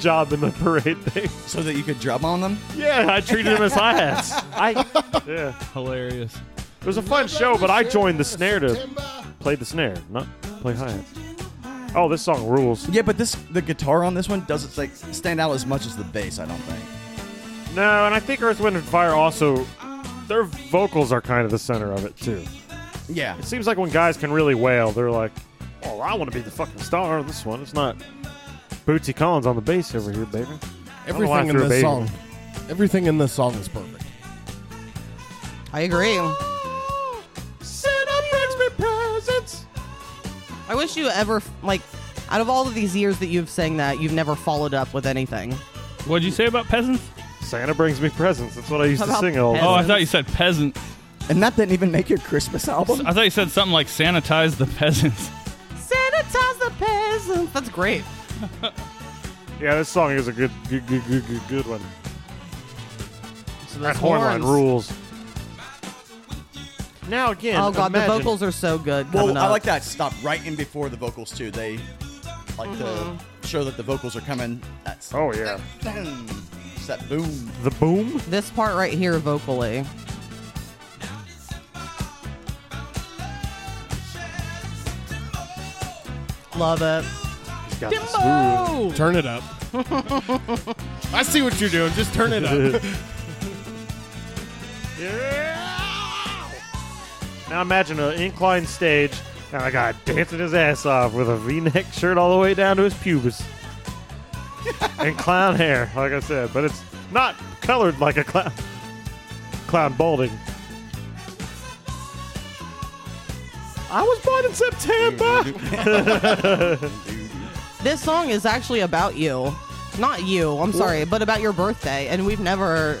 B: job in the parade thing.
A: So that you could drum on them.
B: Yeah, I treated him as hi hats. I yeah,
D: Hilarious.
B: it was a fun show, but I joined the snare to play the snare, not play hi hats. Oh, this song rules.
A: Yeah, but this the guitar on this one doesn't like stand out as much as the bass. I don't think.
B: No, and I think Earth, Wind, and Fire also, their vocals are kind of the center of it, too.
A: Yeah.
B: It seems like when guys can really wail, they're like, oh, I want to be the fucking star on this one. It's not Bootsy Collins on the bass over here, baby. I
C: Everything
B: threw
C: in
B: a
C: this
B: baby.
C: song. Everything in this song is perfect.
E: I agree.
B: Santa brings me presents.
E: I wish you ever like out of all of these years that you've sang that, you've never followed up with anything.
D: What'd you say about peasants?
B: Santa brings me presents. That's what I used to
E: About
B: sing all.
E: peasants.
D: Oh, I thought you said peasant.
A: And that didn't even make your Christmas album.
D: I thought you said something like sanitize the peasants.
E: Sanitize the peasants. That's great.
B: Yeah, this song is a good, good, good, good, good, good one.
E: So
B: That
E: those
B: horn line
E: horns.
B: rules. Now again,
E: Oh god,
B: imagine-
E: the vocals are so good.
A: Well,
E: coming
A: I
E: up.
A: like that stop right in before the vocals too. They like to show that the vocals are coming. That's
B: Oh yeah,
A: it's that boom.
B: the boom.
E: this part right here vocally. Love it.
B: He's got the smooth.
E: Dimbo!
C: Turn it up. I see what you're doing. Just turn it up.
B: Now imagine an inclined stage and a guy dancing his ass off with a V-neck shirt all the way down to his pubis and clown hair, like I said, but it's not colored like a clown. Clown balding. I was born in September.
E: This song is actually about you. Not you, I'm sorry, but about your birthday, and we've never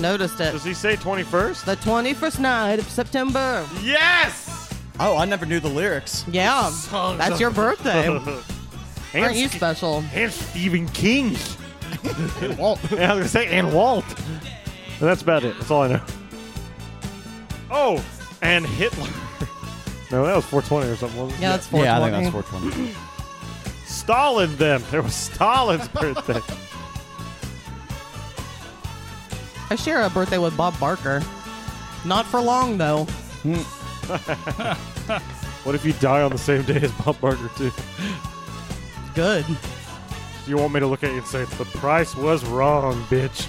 E: noticed it.
B: Does he say 21st?
E: The 21st night of September.
B: Yes.
A: Oh, I never knew the lyrics.
E: Yeah, that's your birthday. Aren't you special?
B: and Stephen King.
C: Walt.
B: Yeah, I was gonna say, and Walt. And that's about it. That's all I know. Oh, and Hitler. no, that was 420 or something, wasn't it?
E: Yeah, that's 420.
A: that's 420.
B: Stalin then. It was Stalin's birthday.
E: I share a birthday with Bob Barker. Not for long, though.
B: what if you die on the same day as Bob Barker, too?
E: Good.
B: You want me to look at you and say, the price was wrong, bitch.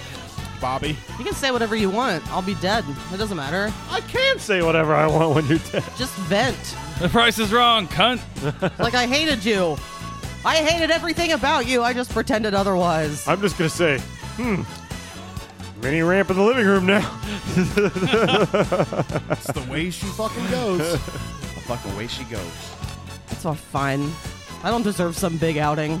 C: Bobby.
E: You can say whatever you want. I'll be dead. It doesn't matter.
B: I can say whatever I want when you're dead.
E: Just vent.
D: The price is wrong, cunt.
E: like, I hated you. I hated everything about you. I just pretended otherwise.
B: I'm just gonna say, hmm, mini ramp in the living room now.
C: That's the way she fucking goes.
A: The fucking way she goes.
E: It's all fine. I don't deserve some big outing.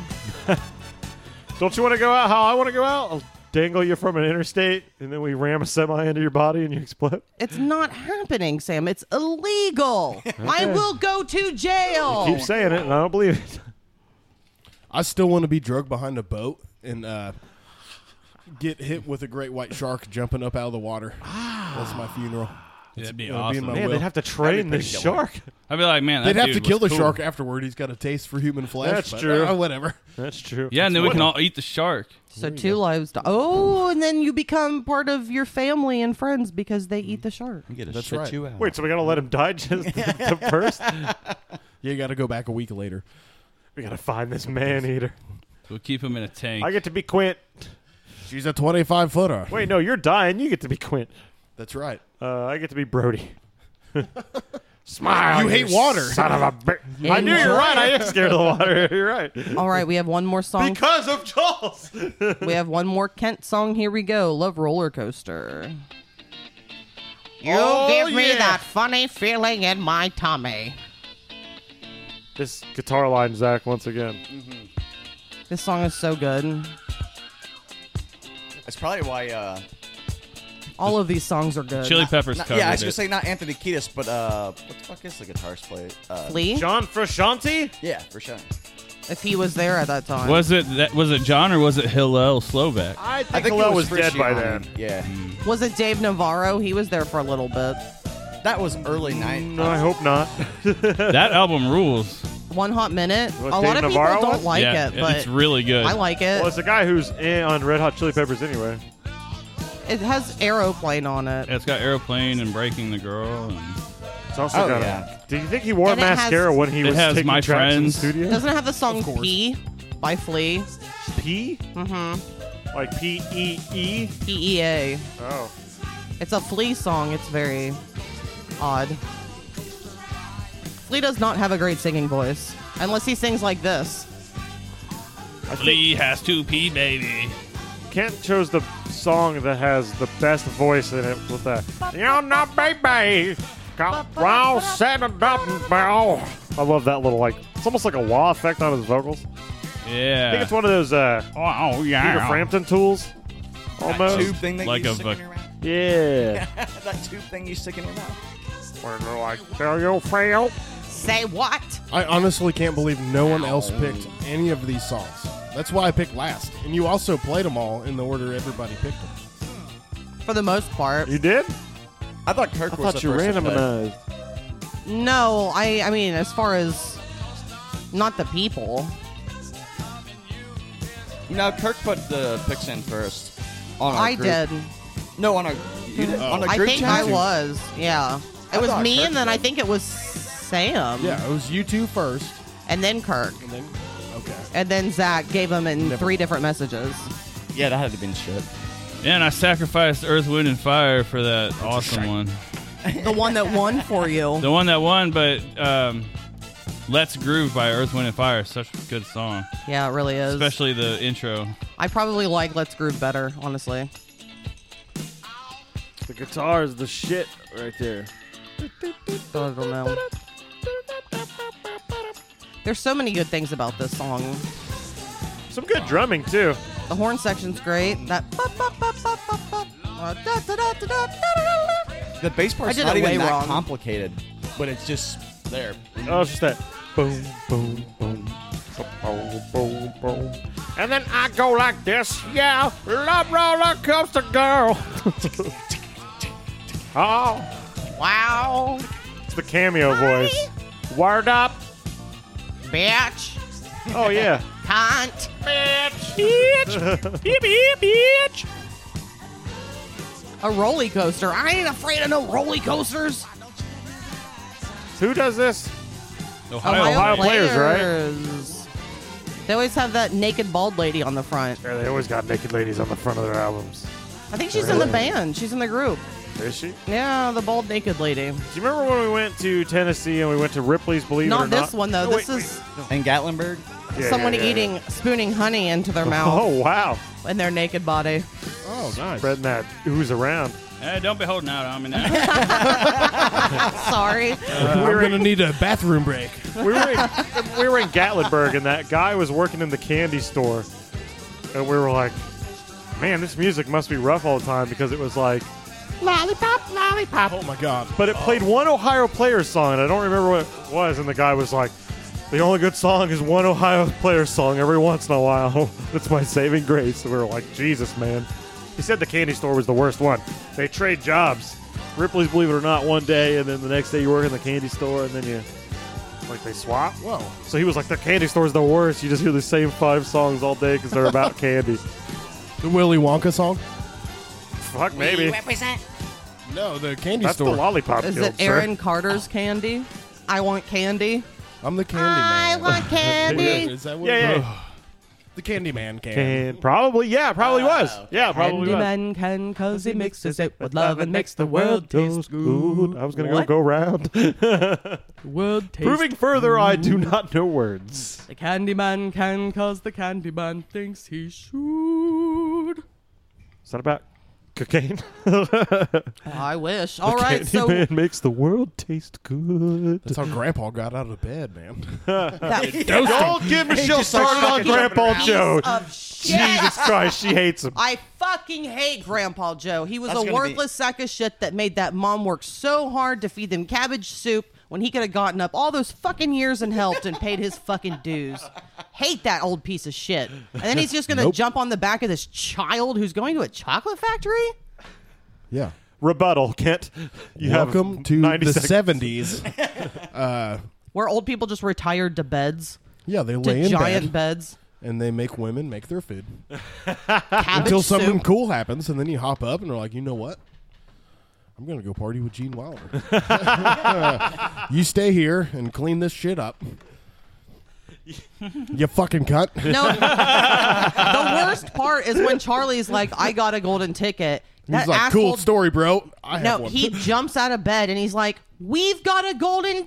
B: Don't you want to go out how I want to go out? I'll dangle you from an interstate, and then we ram a semi into your body and you explode.
E: It's not happening, Sam. It's illegal. I will go to jail.
B: Keep saying it, and I don't believe it.
C: I still want to be drugged behind a boat and uh, get hit with a great white shark jumping up out of the water.
E: Ah.
C: That's my funeral.
D: That'd be
C: It'll be in
D: awesome.
C: my
B: Man,
C: will.
B: they'd have to train this shark.
D: I'd be like, man, that
C: They'd have
D: dude
C: to kill the
D: was cool.
C: shark afterward. He's got a taste for human flesh.
B: That's
C: but,
B: true.
C: uh, whatever.
B: That's true.
D: Yeah, and then we
B: That's
D: can
B: what-
D: all eat the shark.
E: So two lives. To- oh, and then you become part of your family and friends because they eat the shark.
A: Get a
C: That's
A: shit
C: right.
A: you out.
B: Wait, so we gotta let him digest the, the first?
C: Yeah, you got to go back a week later.
B: We gotta find this man eater.
D: We'll keep him in a tank.
B: I get to be Quint.
C: She's a 25 footer.
B: Wait, no, you're dying. You get to be Quint.
C: That's right.
B: Uh, I get to be Brody. Smile.
C: You hate water.
B: Son of a bitch. I knew you're right. I am scared of the water. You're right.
E: All right, we have one more song.
B: Because of Jaws.
E: we have one more Kent song. Here we go. Love roller coaster. You
B: Oh,
E: give me
B: yeah.
E: that funny feeling in my tummy.
B: This guitar line, Zach, once again.
E: This song is so good.
A: That's probably why. Uh,
E: All of these songs are good.
D: Chili Peppers
A: not-
D: covered
A: yeah, I was gonna
D: it.
A: say not Anthony Kiedis, but uh, what the fuck is the guitarist play? Uh,
E: Flea,
B: John Frusciante?
A: yeah, for sure.
E: if he was there at that time.
D: Was it that? Was it John or was it Hillel Slovak?
B: I think,
A: I think
B: Hillel
A: it
B: was, dead by
A: Frusciante.
B: then.
A: Yeah,
E: Was it Dave Navarro? He was there for a little bit.
A: that was early night.
B: No, Mm, I hope not.
D: that album rules.
E: One hot minute.
B: What,
E: a
B: Dave
E: lot of
B: Navarro
E: people
B: was?
E: don't like
D: yeah,
E: it, but
D: it's really good.
E: I like it.
B: Well, it's a guy who's eh on Red Hot Chili Peppers anyway.
E: It has aeroplane on it.
D: It's got airplane and breaking the girl. And
B: It's also
A: Oh,
B: got
A: yeah.
B: a. Do you think he wore
E: And it has-
B: mascara when he
D: It
B: was
D: has
B: taking
D: My
B: tracks in the
D: Friends.
B: studio?
E: Doesn't it have the song
C: Of course.
E: P by Flea?
B: P? Mm-hmm. Like P E E?
E: P E A.
B: Oh.
E: It's a Flea song. It's very odd. Flea does not have a great singing voice unless he sings like this.
B: I think
D: Lee has to pee, baby.
B: Kent chose the s- song that has the best voice in it with that. You're not baby. Got round, set it up, and bow. I love that little like. It's almost like a wah effect on his vocals. I think
D: Yeah.
B: it's one of those uh,
D: oh, yeah.
B: Peter Frampton tools,
A: That
B: almost.
A: tube thing that
D: Like
A: you
D: a
A: stick in
D: voc-
A: your mouth.
B: Yeah.
A: that tube thing you stick in your mouth.
B: Where they're like, there you fail.
E: Say what?
C: I honestly can't believe no one else picked any of these songs. That's why I picked last. And you also played them all in the order everybody picked them.
E: For the most part.
B: You did?
A: I thought Kirk
B: I
A: was
B: thought
A: the
B: you
A: first to pick.
B: randomized.
E: No, I I mean as far as not the people.
A: No, Kirk put the picks in first. On our
E: I
A: group.
E: did. Mm-hmm.
A: No, on a you did, on a
E: I
A: group
E: think
A: chat?
E: I was. Yeah. It
A: I
E: was
A: thought
E: me
A: Kirk
E: and then
A: did.
E: I think it was Sam.
C: Yeah, it was you two first,
E: And then Kirk.
C: and then okay.
E: And then Zach gave him in three different messages.
A: Yeah, that had to have been shit.
D: And I sacrificed Earth, Wind, and Fire for that awesome one.
E: The one that won for you.
D: The one that won, but um, Let's Groove by Earth, Wind, and Fire is such a good song.
E: Yeah, it really is.
D: Especially the intro.
E: I probably like Let's Groove better, honestly.
B: The guitar is the shit right there.
E: So I don't know. There's so many good things about this song.
B: Some good drumming too.
E: The horn section's great. That.
A: The bass
E: I
A: part's
E: did
A: not
E: it
A: even
E: way
A: that
E: wrong.
A: complicated, but it's just there.
B: Oh, it's just that boom, boom, boom, boom, boom, boom. And then I go like this, yeah, love roller coaster girl. oh,
E: Wow,
B: it's the cameo voice. Wired up.
E: bitch,
B: Oh yeah.
E: cunt. A roller coaster. I ain't afraid of no roller coasters.
B: Who does this?
D: Ohio.
B: Oh, Ohio players, right?
E: players. They always have that naked bald lady on the front.
B: Yeah, they always got naked ladies on the front of their albums.
E: I think she's in the band. She's in the group.
B: Is she?
E: Yeah, the bald naked
B: Do
E: lady.
B: you remember when we went to Tennessee and we went to Ripley's? Believe it
E: Not
B: or
E: this
B: not?
E: one though.
B: No,
E: this
B: wait,
E: is
A: And Gatlinburg,
B: wait. Yeah,
E: someone
B: yeah, yeah,
E: eating, spooning honey into their
B: yeah.
E: mouth
B: Oh wow!
E: and their naked body.
C: Oh, nice.
B: Spreading that who's around.
D: Eh, don't be holding out on me now.
E: Sorry.
B: Uh,
C: We're gonna need a bathroom break.
B: we were in, we were in Gatlinburg, and that guy was working in the candy store, and we were like, "Man, this music must be rough all the time because it was like, lollipop, lollipop."
C: Oh my god.
B: But it played one Ohio Players song, and I don't remember what it was. And the guy was like, "The only good song is one Ohio Players song every once in a while. That's my saving grace." And we were like, "Jesus, man!" He said the candy store was the worst one. They trade jobs. Ripley's, believe it or not, one day, and then the next day you work in the candy store, and then you like they swap.
C: Whoa.
B: So he was like, the candy store's the worst. You just hear the same five songs all day because they're about candy.
C: The Willy Wonka song?
B: Fuck, maybe.
C: No, the candy
B: That's the
C: store.
B: lollipop
E: Is
B: guild,
E: it Aaron Carter's candy? I want candy.
C: I'm the candy
E: I
C: man.
E: want candy.
C: Is that what?
B: Yeah, yeah.
C: The candy man can.
B: sir. And probably, yeah, probably was. Yeah, probably was.
E: Candyman can cause he mixes it with love and makes the world taste
B: good. I was gonna
E: What?
B: go go round,
E: world taste.
B: proving further I do not know words.
E: The Candyman can cause the Candyman thinks he should.
B: Is that about cocaine?
E: I wish. All right, so
B: Candyman makes the world taste good.
C: That's how Grandpa got out of bed, man.
B: Don't get Michelle started on Grandpa Joe.
E: of shit.
B: Jesus Christ, she hates him.
E: I fucking hate Grandpa Joe. He was
A: That's
E: a
A: gonna be-
E: worthless sack of shit that made that mom work so hard to feed them cabbage soup when he could have gotten up all those fucking years and helped and paid his fucking dues. Hate that old piece of shit. And then he's just gonna jump on the back of this child who's going to a chocolate factory.
C: Yeah.
B: Rebuttal, Kent. You have
C: Welcome to
B: 90
C: the
B: seconds.
C: seventies.
E: Where old people just retired to beds,
C: Yeah, they
E: to
C: lay in
E: giant
C: bed
E: beds.
C: and they make women make their food
E: Cabbage
C: until
E: soup.
C: something cool happens, and then you hop up and they're like, you know what? I'm gonna go party with Gene Wilder. you stay here and clean this shit up. you fucking cunt.
E: No. the worst part is when Charlie's like, I got a golden ticket. That
C: He's like,
E: asshole
C: cool story, bro. I have
E: No,
C: one.
E: he jumps out of bed and he's like, "We've got a golden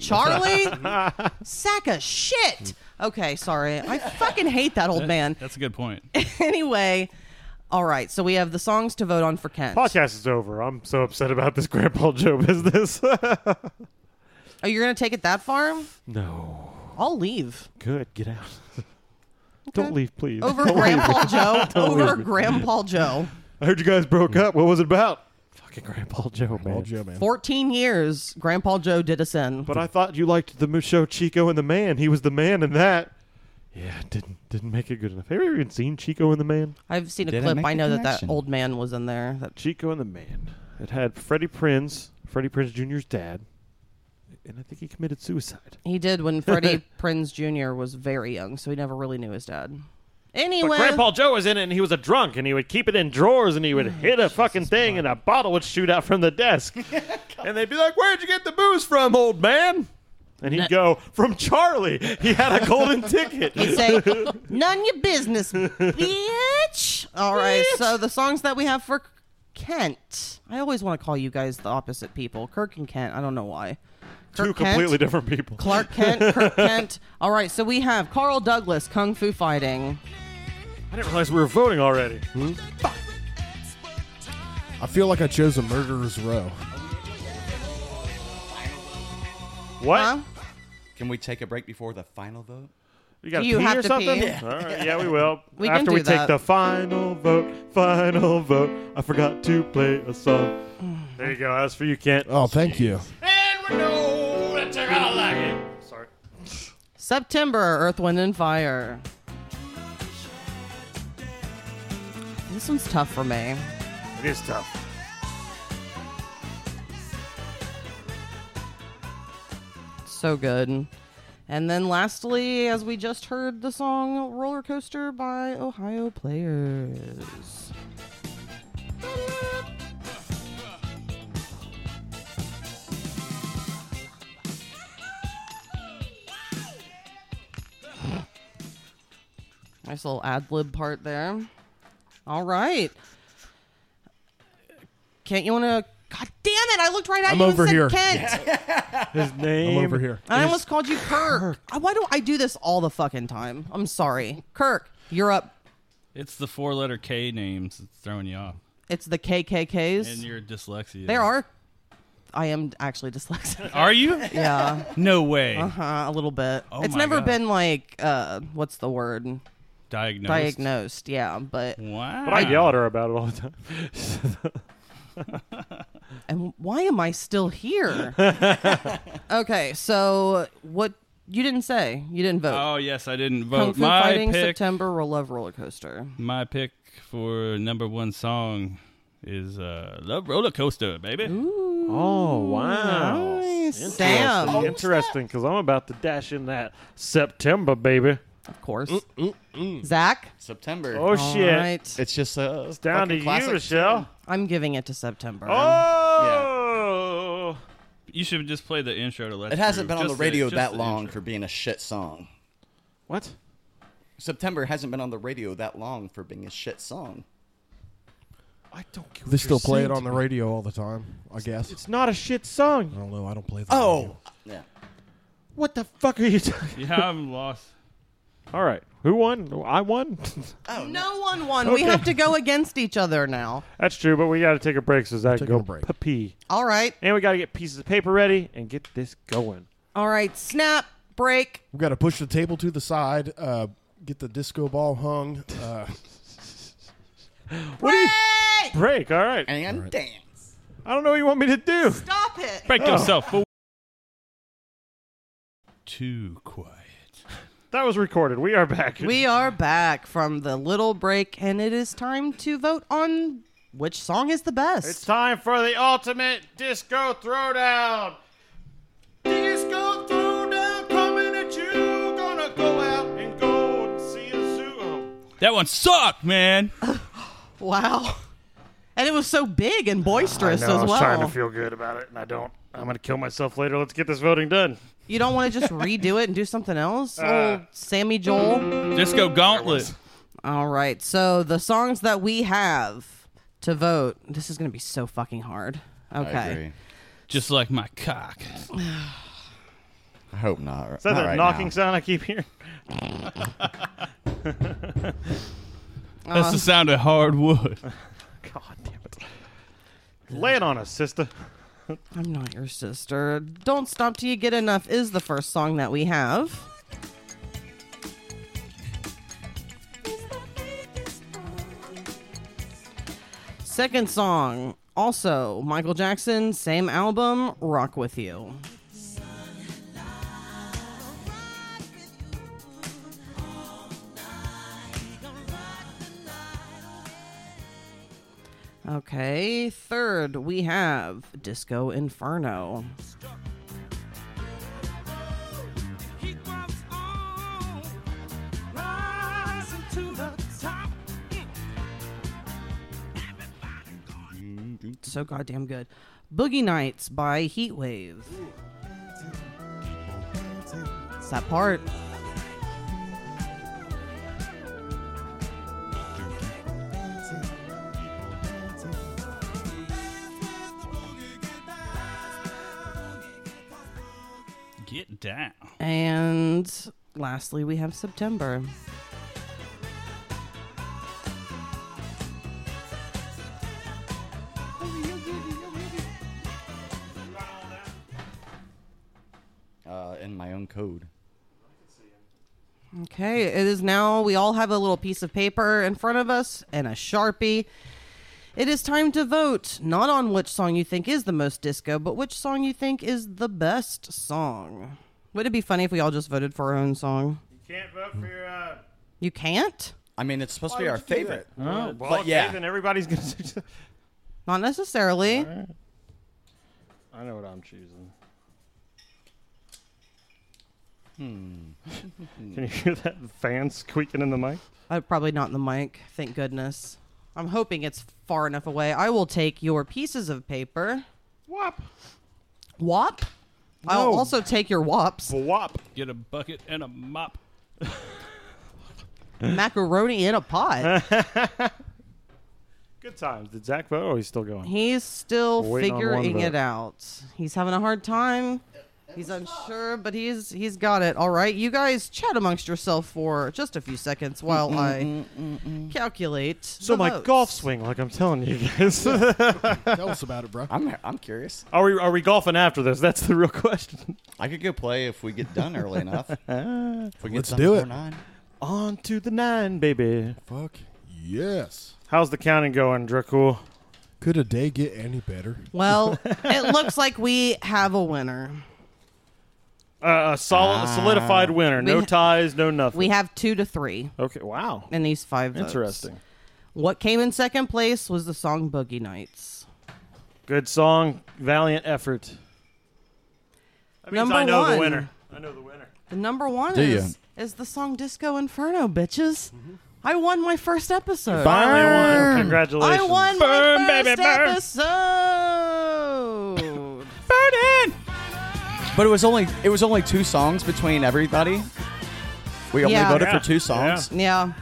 E: Charlie." Sack of shit. Okay, sorry. I fucking hate that old man.
D: That's a good point.
E: anyway, All right, so we have the songs to vote on for Kent.
B: Podcast is over. I'm so upset about this Grandpa Joe business.
E: Oh, you're gonna take it that far?
B: no.
E: I'll leave.
B: Good. Get out. Don't leave, please.
E: Over
B: Don't leave.
E: Grandpa Joe.
B: Don't
E: Over
B: leave me.
E: Grandpa Joe.
B: I heard you guys broke up. What was it about? Fucking Grandpa Joe, man.
C: Well, Joe, man.
E: 14 years, Grandpa Joe did us in.
B: But I thought you liked the mo- show Chico and the Man. He was the man in that. Yeah, didn't didn't make it good enough. Have you ever even seen Chico and the Man?
E: I've seen a
A: Didn't
E: clip.
A: make
E: I
A: the
E: know that that
A: connection.
E: old man was in there. That
B: Chico and the Man. It had Freddie Prinz, Freddie Prinz Jr.'s dad, and I think he committed suicide.
E: he did when Freddie Prinz Jr. was very young, so he never really knew his dad.
B: But
E: Anyway,
B: Grandpa Joe was in it, and he was a drunk, and he would keep it in drawers, and he
E: Oh,
B: would hit a fucking thing, and a bottle would shoot out from the desk, and they'd be like, "Where'd you get the booze from, old man?" And he'd go, "From Charlie. He had a golden ticket."
E: he'd say, "None your business, bitch." All right, so the songs that we have for Kent. I always want to call you guys the opposite people, Kirk and Kent. I don't know why.
B: Two
E: Kirk Kent?
B: completely different people.
E: Clark Kent, Kirk Kent. All right, so we have Carl Douglas, Kung Fu Fighting.
B: I didn't realize we were voting already.
C: I feel like I chose a murderer's row.
B: What?
E: Huh?
A: Can we take a break before the final vote?
B: You got
E: Do you
B: pee
E: have
B: or
E: to
B: something?
E: pee?
B: All right, yeah, we will.
E: We can
B: After we
E: do
B: take
E: that.
B: the final vote, final vote. I forgot to play a song.
E: Mm.
B: There you go. That's for you, Kent.
C: Oh, thank you.
B: Sorry.
E: September, Earth, Wind, and Fire. This one's tough for me.
B: It is tough.
E: So good. And then lastly, as we just heard the song Roller Coaster by Ohio Players. Nice little ad lib part there. All right. Kent, you want to? God damn it! I looked right at
C: I'm
E: you and
C: over
E: said
C: here.
E: Kent.
B: His name.
C: I'm over here.
E: I almost called you Kirk. Uh, Why don't I do this all the fucking time? I'm sorry. Kirk, you're up.
D: It's the four letter K names that's throwing you off.
E: It's the KKKs.
D: And your dyslexia.
E: there are. I am actually dyslexic.
D: Are you?
E: yeah,
D: No way.
E: uh, a little bit.
D: Oh
E: it's
D: my
E: never
D: God.
E: been like, uh, what's the word?
D: Diagnosed.
E: Diagnosed. Yeah, but
D: Wow.
B: But I yell at her about it all the time.
E: and why am I still here? okay, so what? You didn't say. You didn't vote.
D: Oh yes, I didn't
E: Kung
D: vote.
E: Fu
D: My
E: Fighting
D: pick.
E: September. Will love roller coaster.
D: My pick for number one song is uh, "Love Roller Coaster," baby.
B: Oh wow.
E: Sam, of
B: Interesting, because I'm about to dash in that September, baby.
E: course. Zach.
A: September.
B: Oh
E: All
B: shit.
E: right.
A: It's just uh, it's
B: Down to you, Michelle.
E: I'm giving it to September.
B: Oh.
D: You should just play the intro to let.
A: It hasn't been on the radio that long for being a shit song.
B: What?
A: September hasn't been on the radio that long for being a shit song.
B: I don't get what
C: They
B: you're
C: still play it
B: saying
C: on
B: to
C: the
B: me.
C: radio all the time, I guess.
B: It's not a shit song.
C: I don't know. I don't play the
E: Oh!
C: radio.
A: yeah.
B: What the fuck are you talking?
D: yeah, I'm lost.
B: All right, who won? I won.
E: No one won. We have to go against each other now.
B: That's true, but we got to take a break so Zach can
C: taking
B: go
C: a break.
B: pee,
E: All right.
B: and we got to get pieces of paper ready and get this going.
E: All right. Snap. Break.
C: We've got to push the table to the side, uh, get the disco ball hung. Uh,
B: What do you
E: Break.
B: break? All right,
A: And dance.
B: I don't know what you want me to do.
E: Stop it.
D: Break
B: Oh.
D: yourself. For... Too quiet.
B: That was recorded. We are back.
E: We are back from the little break, and it is time to vote on which song is the best.
B: it's time for the ultimate disco throwdown. Disco throwdown coming at you. Gonna go out and go and see a zoo. Oh.
D: That one sucked, man.
E: wow. And it was so big and boisterous
B: I know, I
E: as
B: was trying to
E: well.
B: feel good about it, and I don't. I'm gonna kill myself later. Let's get this voting done.
E: you don't want to just redo it and do something else?
B: Uh,
E: Old Sammy Joel.
D: Disco Gauntlet.
E: All right. So the songs that we have to vote, this is going to be so fucking hard. Okay.
A: I agree.
D: Just like my cock.
A: I hope not.
B: Is that
A: not
B: the
A: right
B: knocking
A: now.
B: sound I keep hearing?
D: That's the sound of hard wood.
B: God damn it. Lay it on us, sister.
E: I'm not your sister. Don't stop till you get enough is the first song that we have. Second song, also Michael Jackson, same album, Rock With You. Okay, third we have Disco Inferno. So goddamn good. Boogie Nights by Heatwave. It's that part.
D: Get down.
E: And lastly, we have September.
A: uh, in my own code.
E: Okay, it is now. We all have a little piece of paper in front of us and a sharpie. It is time to vote, not on which song you think is the most disco, but which song you think is the best song. Would it be funny if we all just voted for our own song?
B: You can't vote for your. Uh...
E: You can't?
A: I mean, it's supposed to be our favorite.
B: Oh, well,
A: But yeah.
B: Then everybody's going to.
E: Not necessarily.
B: I know what I'm choosing. Hmm. Can you hear that fan squeaking in the mic?
E: Uh, probably not in the mic, thank goodness. I'm hoping it's far enough away. I will take your pieces of paper.
B: Wop.
E: Wop? I'll
B: No.
E: also take your wops.
B: Wop.
D: Get a bucket and a mop.
E: Macaroni in a pot.
B: eh. Good times. Did Zach vote? Oh, he's still going.
E: He's still
B: Waiting on one
E: figuring
B: vote.
E: it out. He's having a hard time. He's unsure, but he's he's got it. All right, you guys chat amongst yourself for just a few seconds while I calculate.
B: So
E: the
B: my
E: votes.
B: golf swing, like I'm telling you guys.
C: Tell us about it, bro.
A: I'm I'm curious.
B: are we are we golfing after this? That's the real question.
A: I could go play if we get done early enough. If we get
C: Let's
A: done
C: do
A: before
C: it.
A: Nine.
B: On to the nine, baby.
C: Fuck yes.
B: How's the counting going, Dracul?
C: Could a day get any better?
E: Well, it looks like we have a winner.
B: Uh, a solid, solidified winner. No
E: We-
B: ties, no nothing.
E: We have two to three
B: okay. Wow.
E: in these five. votes.
B: Interesting.
E: What came in second place was the song "Boogie Nights."
B: Good song. Valiant effort. That means
E: Number
B: I know
E: one.
B: the winner. I know the winner.
E: The number one
A: Do ya?
E: is is the song "Disco Inferno." Bitches,
B: Mm-hmm.
E: I won my first episode.
B: Finally won. Congratulations.
E: I won
D: Burn,
E: my
D: baby,
E: first
D: burn.
E: episode.
A: But it was only it was only two songs between everybody. We only
E: Yeah.
A: voted
B: Yeah.
A: for two songs.
E: yeah,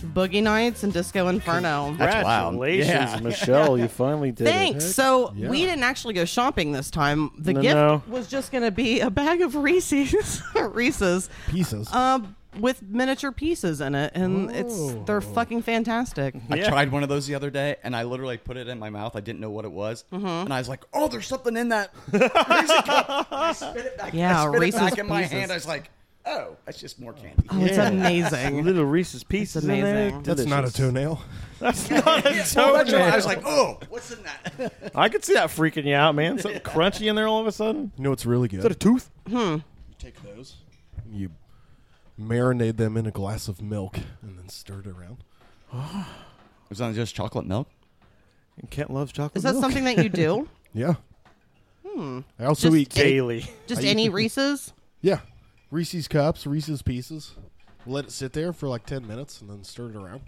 E: Boogie Nights and Disco Inferno.
A: That's wild.
B: Congratulations,
A: Yeah.
B: Michelle. You finally did
E: Thanks.
B: it.
E: So
C: Yeah.
E: we didn't actually go shopping this time. The
B: No,
E: gift
B: no.
E: was just going to be a bag of Reese's, Reese's,
C: Pieces.
E: uh, with miniature pieces in it, and it's they're fucking fantastic.
B: Yeah.
A: I tried one of those the other day, and I literally put it in my mouth. I didn't know what it was,
E: Mm-hmm.
A: and I was like, "Oh, there's something in that." Reese's cup. I spit it back,
E: Yeah,
A: I spit
E: Reese's
A: it back in my
E: Pieces.
A: hand. I was like, "Oh, that's just more candy."
E: Oh, it's amazing.
B: Little Reese's Pieces. in there.
E: amazing.
C: That's not a toenail.
B: That's not a
A: Oh, that's
B: toenail.
A: right. I was like, "Oh, what's in that?"
B: I could see that freaking you out, man. Something crunchy in there all of a sudden.
C: You know what's really
B: Is that a
C: good?
B: tooth?
A: Take those.
C: You marinate them in a glass of milk and then stir it around.
A: Was that just chocolate milk?
B: And Kent loves chocolate.
E: Is that
B: milk.
E: something that you do?
C: Yeah. Hmm. I also
E: Just
C: eat.
B: daily?
E: Just
C: I-
E: any Reese's?
C: Yeah. Reese's cups, Reese's pieces. Let it sit there for like 10 minutes and then stir it around.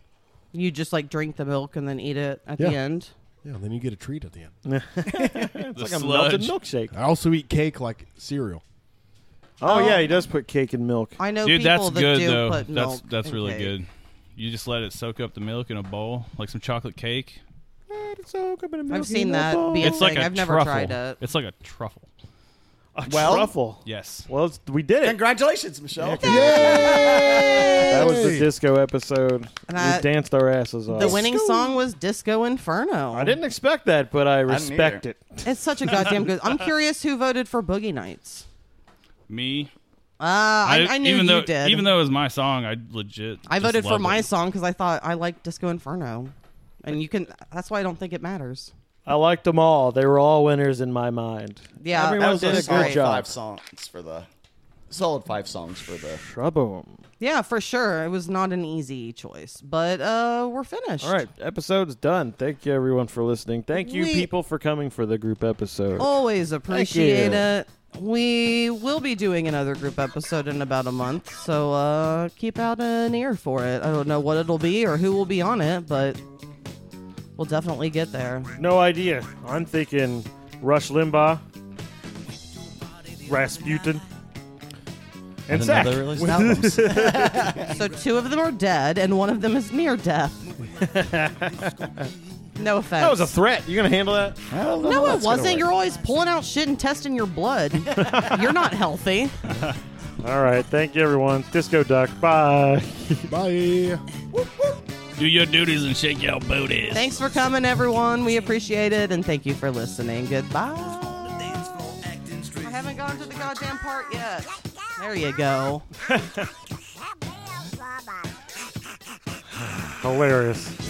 E: You just like drink the milk and then eat it at the
C: Yeah.
E: end.
C: Yeah, and then you get a treat at the end.
D: It's
B: It's like a melted milkshake.
C: I also eat cake like cereal.
B: Oh, yeah, he does put cake and milk.
E: I know
D: Dude,
E: people
D: that's
E: that
D: good
E: do
D: though.
E: put milk.
D: That's that's
E: in
D: really
E: cake.
D: good. You just let it soak up the milk in a bowl, like some chocolate cake.
E: I've seen that. Be a
D: It's like
E: thing.
D: a
E: I've never
D: truffle.
E: tried it.
D: It's like a truffle.
B: A
A: Well-
B: truffle.
D: Yes.
B: Well, it's- we did it.
A: Congratulations, Michelle.
B: That was the
C: Hey.
B: disco episode. we
E: And I-
B: danced our asses off.
E: The winning song was Disco Inferno.
B: I didn't expect that, but I
A: didn't
B: respect
A: either.
B: it.
E: It's such a goddamn good. I'm curious who voted for Boogie Nights.
D: Me.
E: Ah, I, I, knew
D: even
E: you
D: though,
E: did.
D: Even though it was my song, I legit.
E: I
D: just
E: voted for
D: loved
E: my
D: it.
E: song because I thought I liked Disco Inferno, and you can. That's why I don't think it matters.
B: I liked them all. They were all winners in my mind.
E: Yeah,
B: everyone
E: that
A: was
B: did
A: a
B: a
A: solid
B: good job.
A: five songs for the solid five songs for the
B: Trouble.
E: Yeah, for sure. It was not an easy choice, but uh, we're finished.
B: All right, episode's done. Thank you everyone for listening. Thank you
E: We-
B: people for coming for the group episode.
A: Oh.
E: Always appreciate
B: you.
E: it. We will be doing another group episode in about a month, so uh, keep out an ear for it. I don't know what it'll be or who will be on it, but we'll definitely get there.
B: No idea. I'm thinking Rush Limbaugh, Rasputin, and Zach.
A: released albums.
E: So two of them are dead, and one of them is near death. no offense.
B: That was a threat. You gonna handle that?
E: no, it wasn't. You're always pulling out shit and testing your blood. You're not healthy.
B: All right. Thank you everyone. Disco Duck. Bye.
C: Bye.
D: Do your duties and shake your booties.
E: Thanks for coming, everyone. We appreciate it, and thank you for listening. Goodbye. I haven't gone to the goddamn part yet. There you go.
B: Hilarious.